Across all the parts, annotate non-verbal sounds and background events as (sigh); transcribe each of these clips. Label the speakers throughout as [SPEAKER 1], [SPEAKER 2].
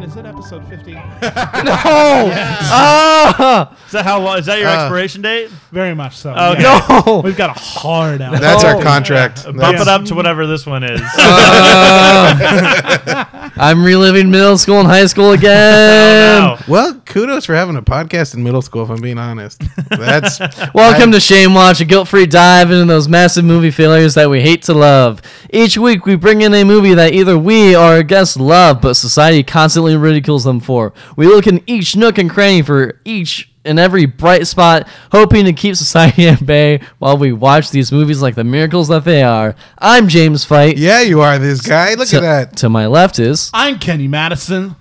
[SPEAKER 1] episode 15.
[SPEAKER 2] No. Ah.
[SPEAKER 3] Is that how long? Is that your
[SPEAKER 4] Uh,
[SPEAKER 3] expiration date?
[SPEAKER 1] Very much so.
[SPEAKER 3] Okay.
[SPEAKER 1] Yeah.
[SPEAKER 2] No.
[SPEAKER 1] We've got a hard out. Um,
[SPEAKER 4] That's
[SPEAKER 2] Oh.
[SPEAKER 4] our contract.
[SPEAKER 3] Bump
[SPEAKER 4] That's-
[SPEAKER 3] it up to whatever this one is.
[SPEAKER 2] Uh, I'm reliving middle school and high school again.
[SPEAKER 3] Oh, no.
[SPEAKER 4] Well, kudos for having a podcast in middle school. If I'm being honest, (laughs) that's
[SPEAKER 2] Welcome
[SPEAKER 4] I-
[SPEAKER 2] to Shame Watch, a guilt free dive into those massive movie failures that we hate to love. Each week, we bring in a movie that either we or our guests love, but society constantly ridicules them for. We look in each nook and cranny for each and every bright spot, hoping to keep society (laughs) at bay while we watch these movies like the miracles that they are. I'm James Fight.
[SPEAKER 4] yeah, you are this guy. Look
[SPEAKER 2] to,
[SPEAKER 4] at that.
[SPEAKER 2] To my left is. (laughs)
[SPEAKER 1] I'm Kenny Madison.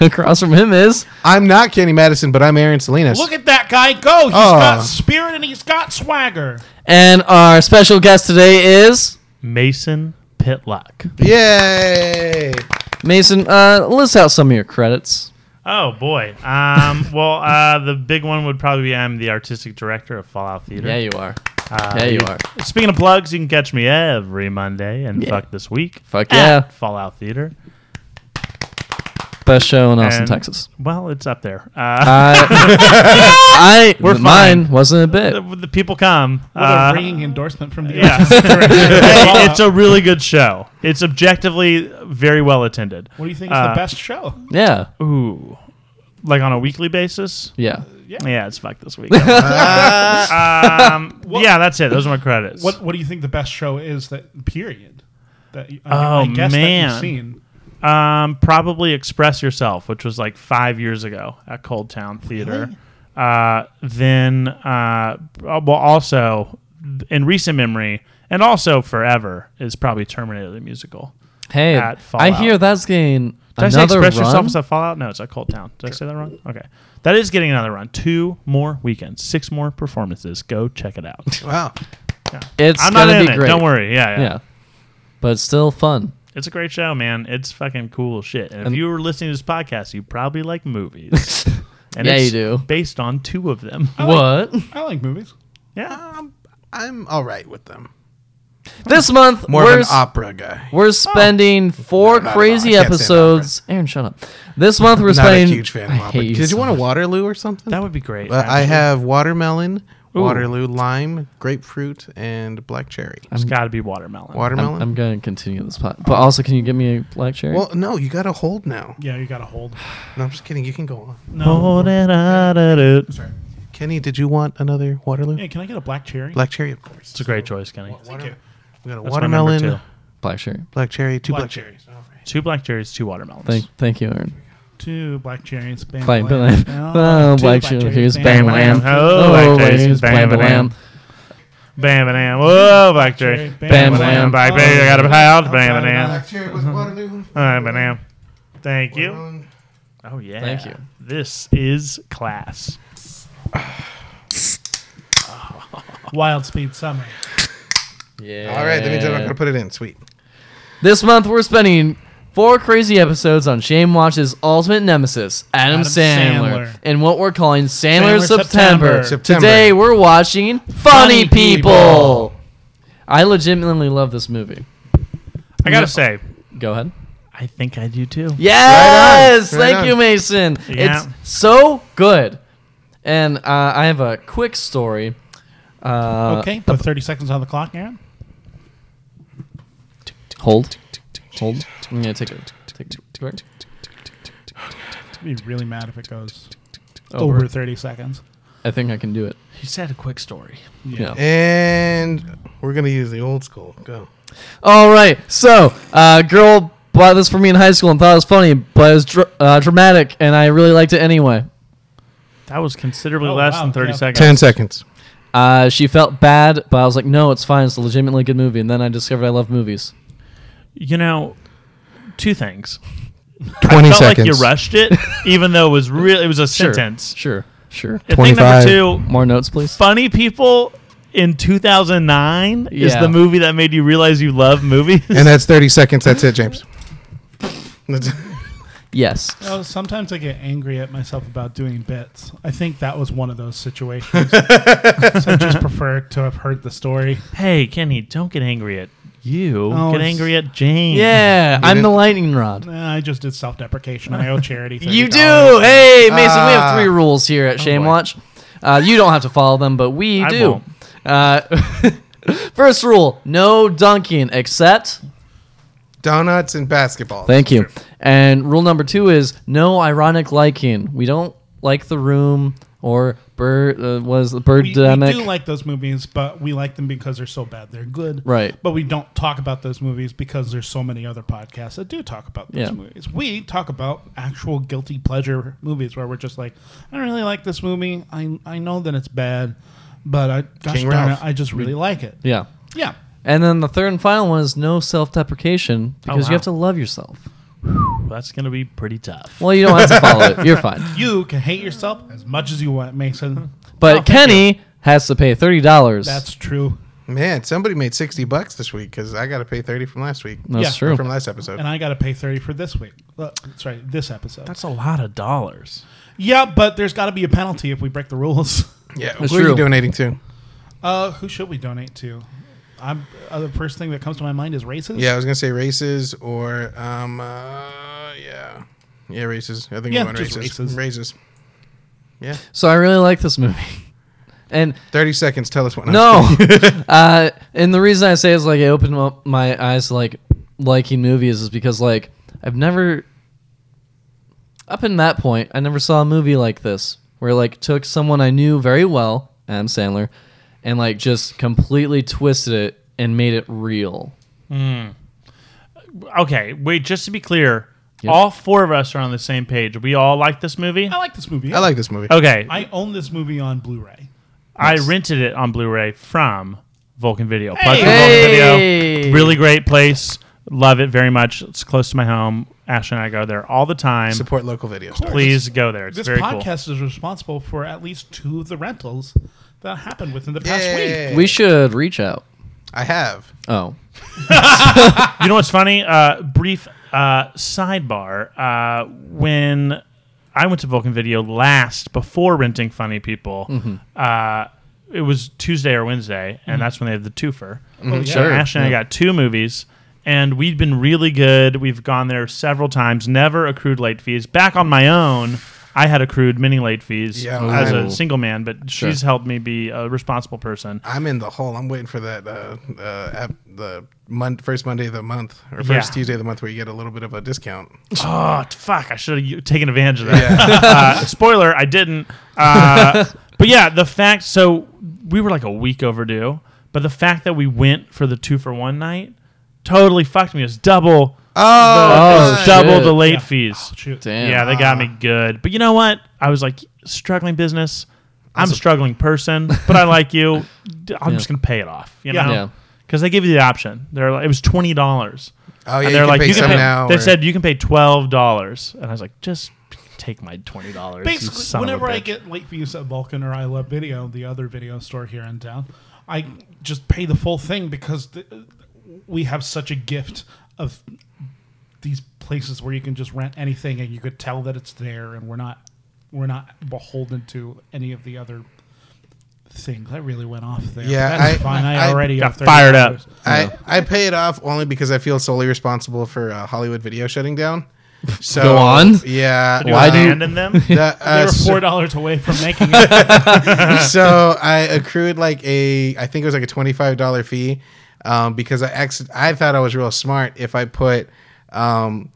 [SPEAKER 2] across from him is.
[SPEAKER 4] I'm not Kenny Madison, but I'm Aaron Salinas.
[SPEAKER 1] Look at that guy go. He's
[SPEAKER 4] Oh.
[SPEAKER 1] got spirit and he's got swagger.
[SPEAKER 2] And our special guest today is.
[SPEAKER 3] Mason Pitlock.
[SPEAKER 4] Yay!
[SPEAKER 2] Mason, uh, list out some of your credits.
[SPEAKER 3] Oh boy. Um, well, uh, the big one would probably be I'm the artistic director of Fallout Theater.
[SPEAKER 2] Yeah, you are.
[SPEAKER 3] Uh,
[SPEAKER 2] yeah, you are.
[SPEAKER 3] Speaking of plugs, you can catch me every Monday and fuck this week.
[SPEAKER 2] Fuck
[SPEAKER 3] at
[SPEAKER 2] yeah.
[SPEAKER 3] Fallout Theater.
[SPEAKER 2] Best show in Austin,
[SPEAKER 3] And-
[SPEAKER 2] Texas.
[SPEAKER 3] Well, it's up there. Uh,
[SPEAKER 2] I, I (laughs)
[SPEAKER 3] We're
[SPEAKER 2] mine wasn't a
[SPEAKER 3] the,
[SPEAKER 2] bit.
[SPEAKER 3] (laughs) the people come.
[SPEAKER 1] What
[SPEAKER 3] Uh,
[SPEAKER 1] a ringing endorsement from
[SPEAKER 2] (laughs)
[SPEAKER 1] the
[SPEAKER 3] (laughs) yeah.
[SPEAKER 1] artistic director.
[SPEAKER 3] Hey, it's a really good show. It's objectively very well attended.
[SPEAKER 1] What do you think is
[SPEAKER 3] Uh,
[SPEAKER 1] the best show?
[SPEAKER 2] Yeah,
[SPEAKER 3] Ooh, like on a weekly basis.
[SPEAKER 2] yeah.
[SPEAKER 3] Yeah, it's fuck
[SPEAKER 2] (laughs)
[SPEAKER 3] this week. um, yeah, that's it. Those are my credits.
[SPEAKER 1] What What do you think the best show is? That period. That you- I,
[SPEAKER 3] Oh,
[SPEAKER 1] I guess that
[SPEAKER 3] man.
[SPEAKER 1] you've seen.
[SPEAKER 3] Um, probably Express Yourself, which was like five years ago at Cold Town Theater. Uh, then, uh, well, also in recent memory and also forever is probably Terminator the musical.
[SPEAKER 2] Hey,
[SPEAKER 3] At
[SPEAKER 2] I
[SPEAKER 3] Fallout.
[SPEAKER 2] hear that's getting
[SPEAKER 3] Did I say
[SPEAKER 2] another
[SPEAKER 3] Express Yourself
[SPEAKER 2] run.
[SPEAKER 3] is a Fallout? No, it's at Cold Town. Did I say that wrong? Okay, that is getting another run. Two more weekends, six more performances. Go check it out.
[SPEAKER 4] Wow.
[SPEAKER 2] It's
[SPEAKER 3] I'm not
[SPEAKER 2] gonna
[SPEAKER 3] in
[SPEAKER 2] be
[SPEAKER 3] it.
[SPEAKER 2] great.
[SPEAKER 3] Don't worry. Yeah, yeah,
[SPEAKER 2] Yeah, but it's still fun.
[SPEAKER 3] It's a great show, man. It's fucking cool shit. And,
[SPEAKER 2] And-
[SPEAKER 3] if you were listening to this podcast, you probably
[SPEAKER 2] (laughs)
[SPEAKER 3] like movies. And
[SPEAKER 2] Yeah,
[SPEAKER 3] it's
[SPEAKER 2] you do.
[SPEAKER 3] Based on two of them. (laughs)
[SPEAKER 2] What?
[SPEAKER 1] I like movies.
[SPEAKER 3] Yeah.
[SPEAKER 4] I'm all right with them.
[SPEAKER 2] this month
[SPEAKER 4] More
[SPEAKER 2] we're
[SPEAKER 4] of an
[SPEAKER 2] s-
[SPEAKER 4] opera guy.
[SPEAKER 2] we're spending four
[SPEAKER 4] No, not at all. I
[SPEAKER 2] crazy
[SPEAKER 4] can't stand
[SPEAKER 2] episodes. Aaron, shut up. This month we're
[SPEAKER 4] Not
[SPEAKER 2] spending.
[SPEAKER 4] a huge fan
[SPEAKER 2] I
[SPEAKER 4] of opera.
[SPEAKER 2] hate you
[SPEAKER 4] Did
[SPEAKER 2] so
[SPEAKER 4] you want a Waterloo or something?
[SPEAKER 3] That would be great.
[SPEAKER 4] Well, I
[SPEAKER 3] actually.
[SPEAKER 4] have watermelon, Waterloo lime, grapefruit, and black cherry.
[SPEAKER 3] It's got to be watermelon.
[SPEAKER 2] I'm,
[SPEAKER 4] Watermelon.
[SPEAKER 2] I'm going to continue this pot. But also, can you give me a black cherry?
[SPEAKER 4] well, no, you got to hold now.
[SPEAKER 1] Yeah, you got to hold.
[SPEAKER 4] No, I'm just kidding. You can go on.
[SPEAKER 3] Hold it out of it.
[SPEAKER 4] Kenny, did you want another Waterloo?
[SPEAKER 1] Hey, can I get a black cherry?
[SPEAKER 4] Black cherry, of course.
[SPEAKER 3] It's a great choice, Kenny.
[SPEAKER 1] Thank you.
[SPEAKER 4] We got a
[SPEAKER 3] That's my number
[SPEAKER 4] watermelon,
[SPEAKER 3] two.
[SPEAKER 2] black cherry.
[SPEAKER 4] black cherry, two
[SPEAKER 1] Black
[SPEAKER 4] black,
[SPEAKER 1] cherries.
[SPEAKER 4] cherries.
[SPEAKER 3] Two black cherries, two watermelons.
[SPEAKER 2] Thank, thank you, Aaron.
[SPEAKER 1] Two black cherries. Bam,
[SPEAKER 2] Bam,
[SPEAKER 1] bam,
[SPEAKER 2] bam,
[SPEAKER 1] bam.
[SPEAKER 2] bam,
[SPEAKER 1] Two
[SPEAKER 2] black cherries, bam,
[SPEAKER 3] Bam,
[SPEAKER 2] bam.
[SPEAKER 3] bam.
[SPEAKER 2] Oh,
[SPEAKER 3] Oh,
[SPEAKER 2] black
[SPEAKER 3] black
[SPEAKER 2] cherries,
[SPEAKER 3] cherries,
[SPEAKER 2] bam,
[SPEAKER 3] bam,
[SPEAKER 2] bam.
[SPEAKER 3] bam. Bam, bam. Whoa, black cherry.
[SPEAKER 1] Bam,
[SPEAKER 3] Bam, bam.
[SPEAKER 2] bam.
[SPEAKER 3] Black cherry. I got a pound. Bam,
[SPEAKER 1] Outside
[SPEAKER 3] bam.
[SPEAKER 1] another-
[SPEAKER 4] cherry with Um, Waterloo.
[SPEAKER 3] All right, bam. Thank you. Oh, yeah.
[SPEAKER 2] Thank you.
[SPEAKER 3] This is class.
[SPEAKER 1] Wild Speed Summer.
[SPEAKER 2] Yeah.
[SPEAKER 4] All right, that means I'm not gonna put it in. Sweet.
[SPEAKER 2] This month we're spending four crazy episodes on Shame Watch's ultimate nemesis, Adam,
[SPEAKER 1] Adam
[SPEAKER 2] Sandler,
[SPEAKER 1] Sandler.
[SPEAKER 2] and what we're calling Sandler,
[SPEAKER 1] Sandler
[SPEAKER 2] September.
[SPEAKER 1] September.
[SPEAKER 4] September.
[SPEAKER 2] Today we're watching Funny,
[SPEAKER 1] Funny
[SPEAKER 2] People.
[SPEAKER 1] People.
[SPEAKER 2] I legitimately love this movie.
[SPEAKER 3] I got to say,
[SPEAKER 2] Go ahead.
[SPEAKER 3] I think I do too.
[SPEAKER 2] Yes,
[SPEAKER 4] Right on, right
[SPEAKER 2] thank
[SPEAKER 4] on.
[SPEAKER 2] you, Mason.
[SPEAKER 3] Yeah.
[SPEAKER 2] It's so good. And uh, I have a quick story. Uh,
[SPEAKER 1] Okay, put 30 seconds on the clock, Aaron.
[SPEAKER 2] Hold. Hold. I'm gonna take a take a quick
[SPEAKER 1] I'd be really mad if it goes over,
[SPEAKER 2] over.
[SPEAKER 1] 30 seconds.
[SPEAKER 2] I think I can do it.
[SPEAKER 3] He said a quick story.
[SPEAKER 2] Yeah.
[SPEAKER 4] And we're gonna use the old school. Go.
[SPEAKER 2] All right. So, uh, girl bought this for me in high school and thought it was funny, but it was dr- uh, dramatic, and I really liked it anyway.
[SPEAKER 3] That was considerably
[SPEAKER 1] Oh,
[SPEAKER 3] less
[SPEAKER 1] wow,
[SPEAKER 3] than 30
[SPEAKER 1] yeah.
[SPEAKER 3] seconds.
[SPEAKER 4] Ten seconds.
[SPEAKER 2] Uh, she felt bad, but I was like, no, it's fine. It's a legitimately good movie. And then I discovered I love movies.
[SPEAKER 3] You know, two things.
[SPEAKER 4] Twenty
[SPEAKER 3] Felt like you rushed it, (laughs) even though it was really it was a
[SPEAKER 2] Sure.
[SPEAKER 3] sentence.
[SPEAKER 2] Sure. Sure.
[SPEAKER 3] And Thing number
[SPEAKER 4] 25.
[SPEAKER 3] two,
[SPEAKER 2] More notes, please.
[SPEAKER 3] funny people in 2009 is
[SPEAKER 2] Yeah.
[SPEAKER 3] the movie that made you realize you love movies.
[SPEAKER 4] And that's thirty seconds. That's it, James. That's-
[SPEAKER 2] Yes.
[SPEAKER 1] Oh, sometimes I get angry at myself about doing bits. I think that was one of those
[SPEAKER 2] (laughs)
[SPEAKER 1] situations. so I just prefer to have heard the story.
[SPEAKER 3] (laughs) hey, Kenny, don't get angry at
[SPEAKER 2] You.
[SPEAKER 1] Oh,
[SPEAKER 3] Get
[SPEAKER 1] it's-
[SPEAKER 3] angry at James.
[SPEAKER 2] Yeah, I'm
[SPEAKER 4] didn't-
[SPEAKER 2] the lightning rod.
[SPEAKER 1] Nah, Uh, I just did self deprecation. I owe charity.
[SPEAKER 2] You do.
[SPEAKER 1] $30.
[SPEAKER 2] Hey, Mason, we have
[SPEAKER 4] Ah.
[SPEAKER 2] three rules here at Shame
[SPEAKER 4] boy.
[SPEAKER 2] Watch. Uh, you don't have to follow them, but we
[SPEAKER 3] I
[SPEAKER 2] do.
[SPEAKER 3] won't.
[SPEAKER 2] Uh, (laughs) first rule no dunking except.
[SPEAKER 4] (laughs) Donuts and basketball.
[SPEAKER 2] Thank you. And rule number two is no ironic liking. We don't like the room or bird. Uh, was the
[SPEAKER 1] We, we
[SPEAKER 2] birdemic?
[SPEAKER 1] do like those movies, but we like them because they're so bad. They're good.
[SPEAKER 2] Right.
[SPEAKER 1] But we don't talk about those movies because there's so many other podcasts that do talk about those
[SPEAKER 2] Yeah.
[SPEAKER 1] movies. We talk about actual guilty pleasure movies where we're just like, I don't really like this movie. I I know that it's bad, but I gosh
[SPEAKER 4] King
[SPEAKER 1] darn it,
[SPEAKER 4] Ralph.
[SPEAKER 1] I just really like it.
[SPEAKER 2] yeah.
[SPEAKER 1] Yeah.
[SPEAKER 2] And then the third and final one is no self-deprecation because
[SPEAKER 1] Oh,
[SPEAKER 3] wow.
[SPEAKER 2] you have to love yourself.
[SPEAKER 3] That's gonna be pretty tough.
[SPEAKER 2] Well, you don't have to follow it. You're
[SPEAKER 1] (laughs)
[SPEAKER 2] fine.
[SPEAKER 1] You can hate yourself as much as you want, Mason.
[SPEAKER 2] But Kenny has to pay thirty dollars.
[SPEAKER 1] Oh, That's true.
[SPEAKER 4] Man, somebody made sixty bucks this week because I got to pay thirty from last week.
[SPEAKER 2] that's
[SPEAKER 1] yeah,
[SPEAKER 2] true.
[SPEAKER 4] From last episode.
[SPEAKER 1] And I got to pay 30 for this week. Uh, sorry, this episode.
[SPEAKER 3] That's a lot of dollars.
[SPEAKER 1] yeah, but there's got to be a penalty if we break the rules. (laughs)
[SPEAKER 4] Yeah. Who
[SPEAKER 2] That's
[SPEAKER 4] are
[SPEAKER 2] true.
[SPEAKER 4] you donating to?
[SPEAKER 1] Uh, who should we donate to? I'm uh, the first thing that comes to my mind is races.
[SPEAKER 4] Yeah, I was gonna say races or um, uh, yeah, yeah, races. I think
[SPEAKER 1] Yeah,
[SPEAKER 4] we want
[SPEAKER 1] just
[SPEAKER 4] races.
[SPEAKER 1] races.
[SPEAKER 4] races. Yeah.
[SPEAKER 2] so I really like this movie. (laughs) And
[SPEAKER 4] Thirty seconds. Tell us what.
[SPEAKER 2] no, uh, and the reason I say is like it opened up my eyes to like liking movies is because like I've never up in that point I never saw a movie like this where like took someone I knew very well, Adam Sandler, and like just completely twisted it and made it real.
[SPEAKER 3] Okay, wait. Just to be clear,
[SPEAKER 2] Yep.
[SPEAKER 3] all four of us are on the same page. We all like this movie.
[SPEAKER 1] I like this movie.
[SPEAKER 4] (laughs) I like this movie.
[SPEAKER 3] Okay, I,
[SPEAKER 1] I own this movie on Blu-ray.
[SPEAKER 3] rented it on Blu-ray from Vulcan Video. Plug
[SPEAKER 1] Hey!
[SPEAKER 3] for Vulcan
[SPEAKER 2] Hey!
[SPEAKER 3] Video, really great place. Love it very much. It's close to my home. Ashley and I go there all the time.
[SPEAKER 4] Support local video stores.
[SPEAKER 3] Please go there. It's
[SPEAKER 1] This
[SPEAKER 3] very cool.
[SPEAKER 1] podcast is responsible for at least two of the rentals that happened within the past
[SPEAKER 4] Yay.
[SPEAKER 1] week.
[SPEAKER 2] We should reach out.
[SPEAKER 4] I have.
[SPEAKER 2] Oh,
[SPEAKER 3] You know what's funny? Uh, brief uh, sidebar. Uh, when I went to Vulcan Video last, before renting Funny People,
[SPEAKER 1] Mm-hmm.
[SPEAKER 3] uh, it was Tuesday or Wednesday, and that's when they had the twofer.
[SPEAKER 1] Oh,
[SPEAKER 3] So
[SPEAKER 2] Sure.
[SPEAKER 3] Ash and I got two movies, and we'd been really good. We've gone there several times, never accrued late fees. Back on my own, I had accrued many late fees
[SPEAKER 4] Yeah,
[SPEAKER 3] as
[SPEAKER 2] Ooh.
[SPEAKER 3] a single man, but she's helped me be a responsible
[SPEAKER 4] (laughs)
[SPEAKER 3] person.
[SPEAKER 4] I'm in the hole. I'm waiting for that uh, uh, app, the mon- first Monday of the month or first
[SPEAKER 3] Yeah.
[SPEAKER 4] Tuesday of the month where you get a little bit of
[SPEAKER 3] (laughs)
[SPEAKER 4] a discount.
[SPEAKER 3] Oh fuck! I should have taken advantage of that. (laughs) uh, spoiler: I didn't. Uh, but yeah, the fact. So we were like a week overdue, but the fact that we went for the two for one night totally fucked me. It was double.
[SPEAKER 4] (laughs) Oh,
[SPEAKER 3] it was
[SPEAKER 2] shit.
[SPEAKER 3] double the late
[SPEAKER 1] Yeah.
[SPEAKER 3] fees.
[SPEAKER 1] Shoot.
[SPEAKER 2] damn.
[SPEAKER 3] yeah, they got me good. But you know what? I was like struggling business. I'm a struggling person, but I like you. D- I'm
[SPEAKER 2] Yeah.
[SPEAKER 3] just gonna pay it off. You
[SPEAKER 1] Yeah.
[SPEAKER 2] Yeah.
[SPEAKER 3] know, because they give you the option. They're like, it was twenty dollars
[SPEAKER 4] Oh, yeah.
[SPEAKER 3] and
[SPEAKER 4] You
[SPEAKER 3] they're
[SPEAKER 4] can
[SPEAKER 3] like,
[SPEAKER 4] pay
[SPEAKER 3] you can
[SPEAKER 4] some
[SPEAKER 3] pay.
[SPEAKER 4] now.
[SPEAKER 3] they
[SPEAKER 4] or-
[SPEAKER 3] said you can pay twelve dollars, and I was like, just take my twenty dollars.
[SPEAKER 1] Basically, whenever I get late fees at Vulcan or I Love Video, the other video store here in town, I just pay the full thing because th- we have such a gift of these places where you can just rent anything and you could tell that it's there, and we're not we're not beholden to any of the other things. I really went off there. but
[SPEAKER 4] Yeah,
[SPEAKER 1] that's
[SPEAKER 4] I-
[SPEAKER 1] fine. I,
[SPEAKER 4] I
[SPEAKER 1] already
[SPEAKER 3] got
[SPEAKER 1] owe
[SPEAKER 3] fired up.
[SPEAKER 1] $30.
[SPEAKER 4] I, I pay it off only because I feel solely responsible for uh, Hollywood Video shutting down. So
[SPEAKER 2] Go on.
[SPEAKER 4] Yeah. um,
[SPEAKER 3] you
[SPEAKER 2] Why do-
[SPEAKER 3] (laughs) abandon them?
[SPEAKER 4] the,
[SPEAKER 1] They
[SPEAKER 4] uh,
[SPEAKER 1] were
[SPEAKER 4] so,
[SPEAKER 1] four dollars away from making
[SPEAKER 3] (laughs)
[SPEAKER 1] it.
[SPEAKER 4] (laughs) so I accrued like a, I think it was like a twenty five dollar fee, um, because I ex- I thought I was real smart if I put, um,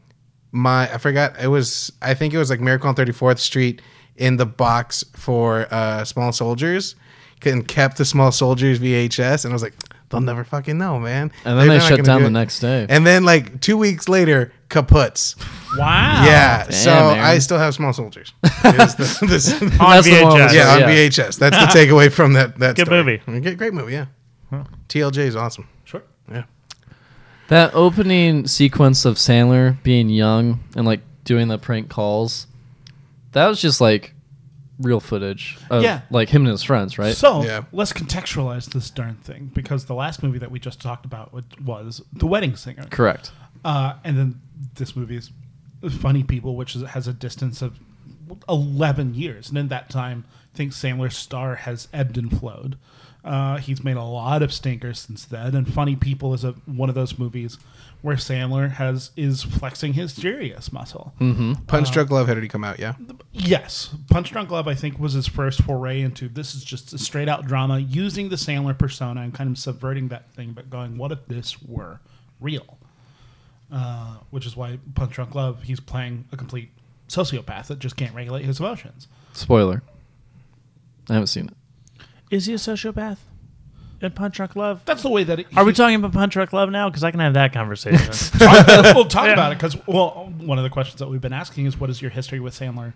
[SPEAKER 4] my I forgot it was I think it was like Miracle on Thirty Fourth Street in the box for uh, Small Soldiers, and kept the Small Soldiers VHS, and I was like, they'll never fucking know, man.
[SPEAKER 2] And then they
[SPEAKER 4] They're not
[SPEAKER 2] shut
[SPEAKER 4] gonna
[SPEAKER 2] down
[SPEAKER 4] do
[SPEAKER 2] the
[SPEAKER 4] it.
[SPEAKER 2] next day.
[SPEAKER 4] And then like two weeks later, kaputs.
[SPEAKER 1] wow.
[SPEAKER 2] Oh,
[SPEAKER 4] yeah. so
[SPEAKER 2] Aaron.
[SPEAKER 4] I still have
[SPEAKER 2] (laughs)
[SPEAKER 4] Small Soldiers. Is the- this-
[SPEAKER 3] On
[SPEAKER 2] That's the one
[SPEAKER 3] VHS.
[SPEAKER 2] with-
[SPEAKER 4] yeah,
[SPEAKER 2] So,
[SPEAKER 4] on
[SPEAKER 2] yeah.
[SPEAKER 4] VHS. That's the takeaway from that. That
[SPEAKER 3] Good
[SPEAKER 4] story.
[SPEAKER 3] movie.
[SPEAKER 4] Mm, Great, great movie. Yeah, TLJ is awesome.
[SPEAKER 1] Sure.
[SPEAKER 4] Yeah,
[SPEAKER 2] That opening sequence of Sandler being young and like doing the prank calls, that was just like real footage of
[SPEAKER 1] Yeah.
[SPEAKER 2] like him and his friends, right?
[SPEAKER 1] So
[SPEAKER 4] Yeah.
[SPEAKER 1] let's contextualize this darn thing because the last movie that we just talked about wa- was The Wedding Singer,
[SPEAKER 2] Correct.
[SPEAKER 1] uh, and then this movie is Funny People, which is, has a distance of 11 years. And in that time, I think Sandler's star has ebbed and flowed. Uh, he's made a lot of stinkers since then, and Funny People is a, one of those movies where Sandler has is flexing his serious muscle.
[SPEAKER 4] Punch Drug Love had already come out, yeah.
[SPEAKER 1] Yes, Punch Drunk Love I think was his first foray into this is just a straight out drama using the Sandler persona and kind of subverting that thing, but going, what if this were real? Uh, which is why Punch Drunk Love he's playing a complete sociopath that just can't regulate his emotions.
[SPEAKER 2] Spoiler. I haven't seen it.
[SPEAKER 3] Is he a sociopath? In Punch Drunk Love?
[SPEAKER 1] That's the way that it,
[SPEAKER 3] Are
[SPEAKER 1] (laughs)
[SPEAKER 3] we talking about Punch Drunk Love now? Because I can have that conversation.
[SPEAKER 2] (laughs)
[SPEAKER 1] talk, we'll talk about it because well, one of the questions that we've been asking is what is your history with Sandler?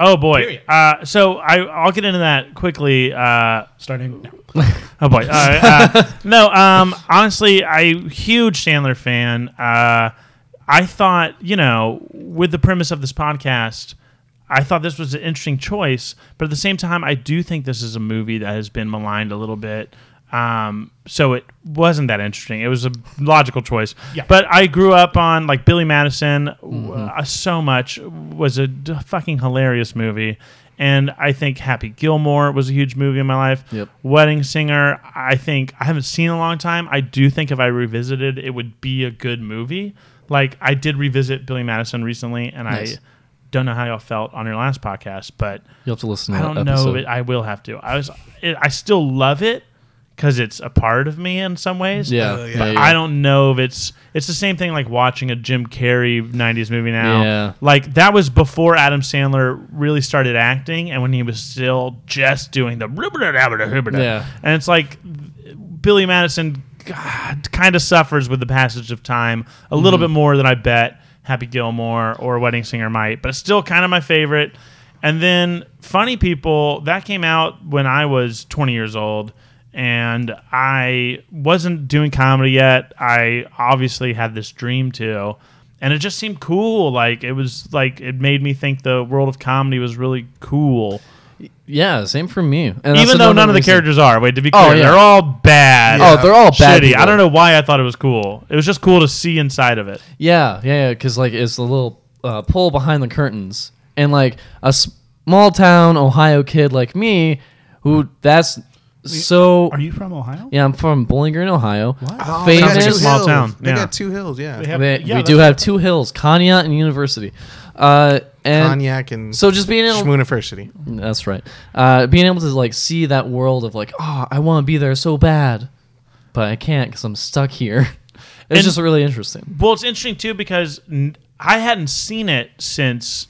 [SPEAKER 3] oh boy.
[SPEAKER 1] Period.
[SPEAKER 3] Uh, so I, I'll get into that quickly. Uh,
[SPEAKER 1] Starting now.
[SPEAKER 3] Oh boy. Uh, uh, no, um, honestly, I huge Sandler fan. Uh, I thought, you know, with the premise of this podcast, I thought this was an interesting choice, but at the same time, I do think this is a movie that has been maligned a little bit. Um, so it wasn't that interesting. It was a logical choice.
[SPEAKER 1] Yeah.
[SPEAKER 3] But I grew up on like Billy Madison. Uh, so much was a d- fucking hilarious movie, and I think Happy Gilmore was a huge movie in my life.
[SPEAKER 2] Yep.
[SPEAKER 3] Wedding Singer. I think I haven't seen in a long time. I do think if I revisited, it would be a good movie. Like I did revisit Billy Madison recently, and
[SPEAKER 2] Nice.
[SPEAKER 3] I don't know how y'all felt on your last podcast, but
[SPEAKER 2] You'll have to listen to
[SPEAKER 3] I
[SPEAKER 2] that
[SPEAKER 3] don't
[SPEAKER 2] episode.
[SPEAKER 3] know. It, I will have to. I was. It, I still love it because it's a part of me in some ways.
[SPEAKER 2] yeah,
[SPEAKER 4] Uh,
[SPEAKER 2] yeah,
[SPEAKER 4] but
[SPEAKER 2] yeah.
[SPEAKER 3] I don't know if it's it's the same thing like watching a Jim Carrey '90s movie now.
[SPEAKER 2] Yeah.
[SPEAKER 3] Like that was before Adam Sandler really started acting, and when he was still just doing the
[SPEAKER 2] Yeah.
[SPEAKER 3] and it's like Billy Madison God, kind of suffers with the passage of time a
[SPEAKER 2] Mm-hmm.
[SPEAKER 3] little bit more than I bet Happy Gilmore or Wedding Singer might, but it's still kind of my favorite. And then Funny People, that came out when I was 20 years old and I wasn't doing comedy yet. I obviously had this dream to. And it just seemed cool. Like, it was like, it made me think the world of comedy was really cool
[SPEAKER 2] yeah, same for me. And that's
[SPEAKER 3] even though
[SPEAKER 2] another
[SPEAKER 3] none of the
[SPEAKER 2] reason-
[SPEAKER 3] characters are. Wait, to be clear,
[SPEAKER 2] Oh, yeah.
[SPEAKER 3] they're all bad.
[SPEAKER 2] Oh, they're all bad.
[SPEAKER 3] shitty. I
[SPEAKER 2] people.
[SPEAKER 3] don't know why I thought it was cool. It was just cool to see inside of it.
[SPEAKER 2] Yeah, yeah, yeah. Because like it's the little uh, pull behind the curtains, and like a small town Ohio kid like me, who that's so.
[SPEAKER 1] Are you from Ohio?
[SPEAKER 2] Yeah, I'm from Bowling Green, Ohio.
[SPEAKER 4] Oh, they got
[SPEAKER 2] Famous.
[SPEAKER 3] Sounds like
[SPEAKER 4] two
[SPEAKER 3] a small
[SPEAKER 4] hills.
[SPEAKER 3] town,
[SPEAKER 4] They
[SPEAKER 3] yeah.
[SPEAKER 4] got two hills, yeah.
[SPEAKER 1] They have-
[SPEAKER 2] They-
[SPEAKER 1] yeah,
[SPEAKER 2] we
[SPEAKER 1] that's
[SPEAKER 2] do have two hills, Conneaut and University. Uh, and
[SPEAKER 4] Cognac and
[SPEAKER 2] so just being able,
[SPEAKER 4] Schmooniversity.
[SPEAKER 2] that's right. Uh, being able to like see that world of like, oh, I want to be there so bad, but I can't because I'm stuck here. (laughs) It's
[SPEAKER 3] And-
[SPEAKER 2] just really interesting.
[SPEAKER 3] Well, it's interesting too because n- I hadn't seen it since.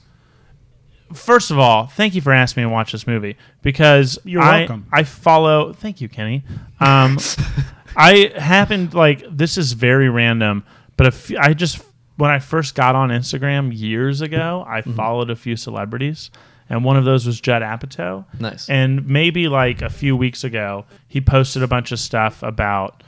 [SPEAKER 3] First of all, thank you for asking me to watch this movie because
[SPEAKER 1] You're
[SPEAKER 3] I,
[SPEAKER 1] welcome.
[SPEAKER 3] I follow. Thank you, Kenny. Um,
[SPEAKER 1] (laughs)
[SPEAKER 3] I happened like this is very random, but a few, I just when I first got on Instagram years ago, I
[SPEAKER 1] Mm-hmm.
[SPEAKER 3] followed a few celebrities, and one of those was Judd Apatow.
[SPEAKER 2] Nice.
[SPEAKER 3] And maybe like a few weeks ago, he posted a bunch of stuff about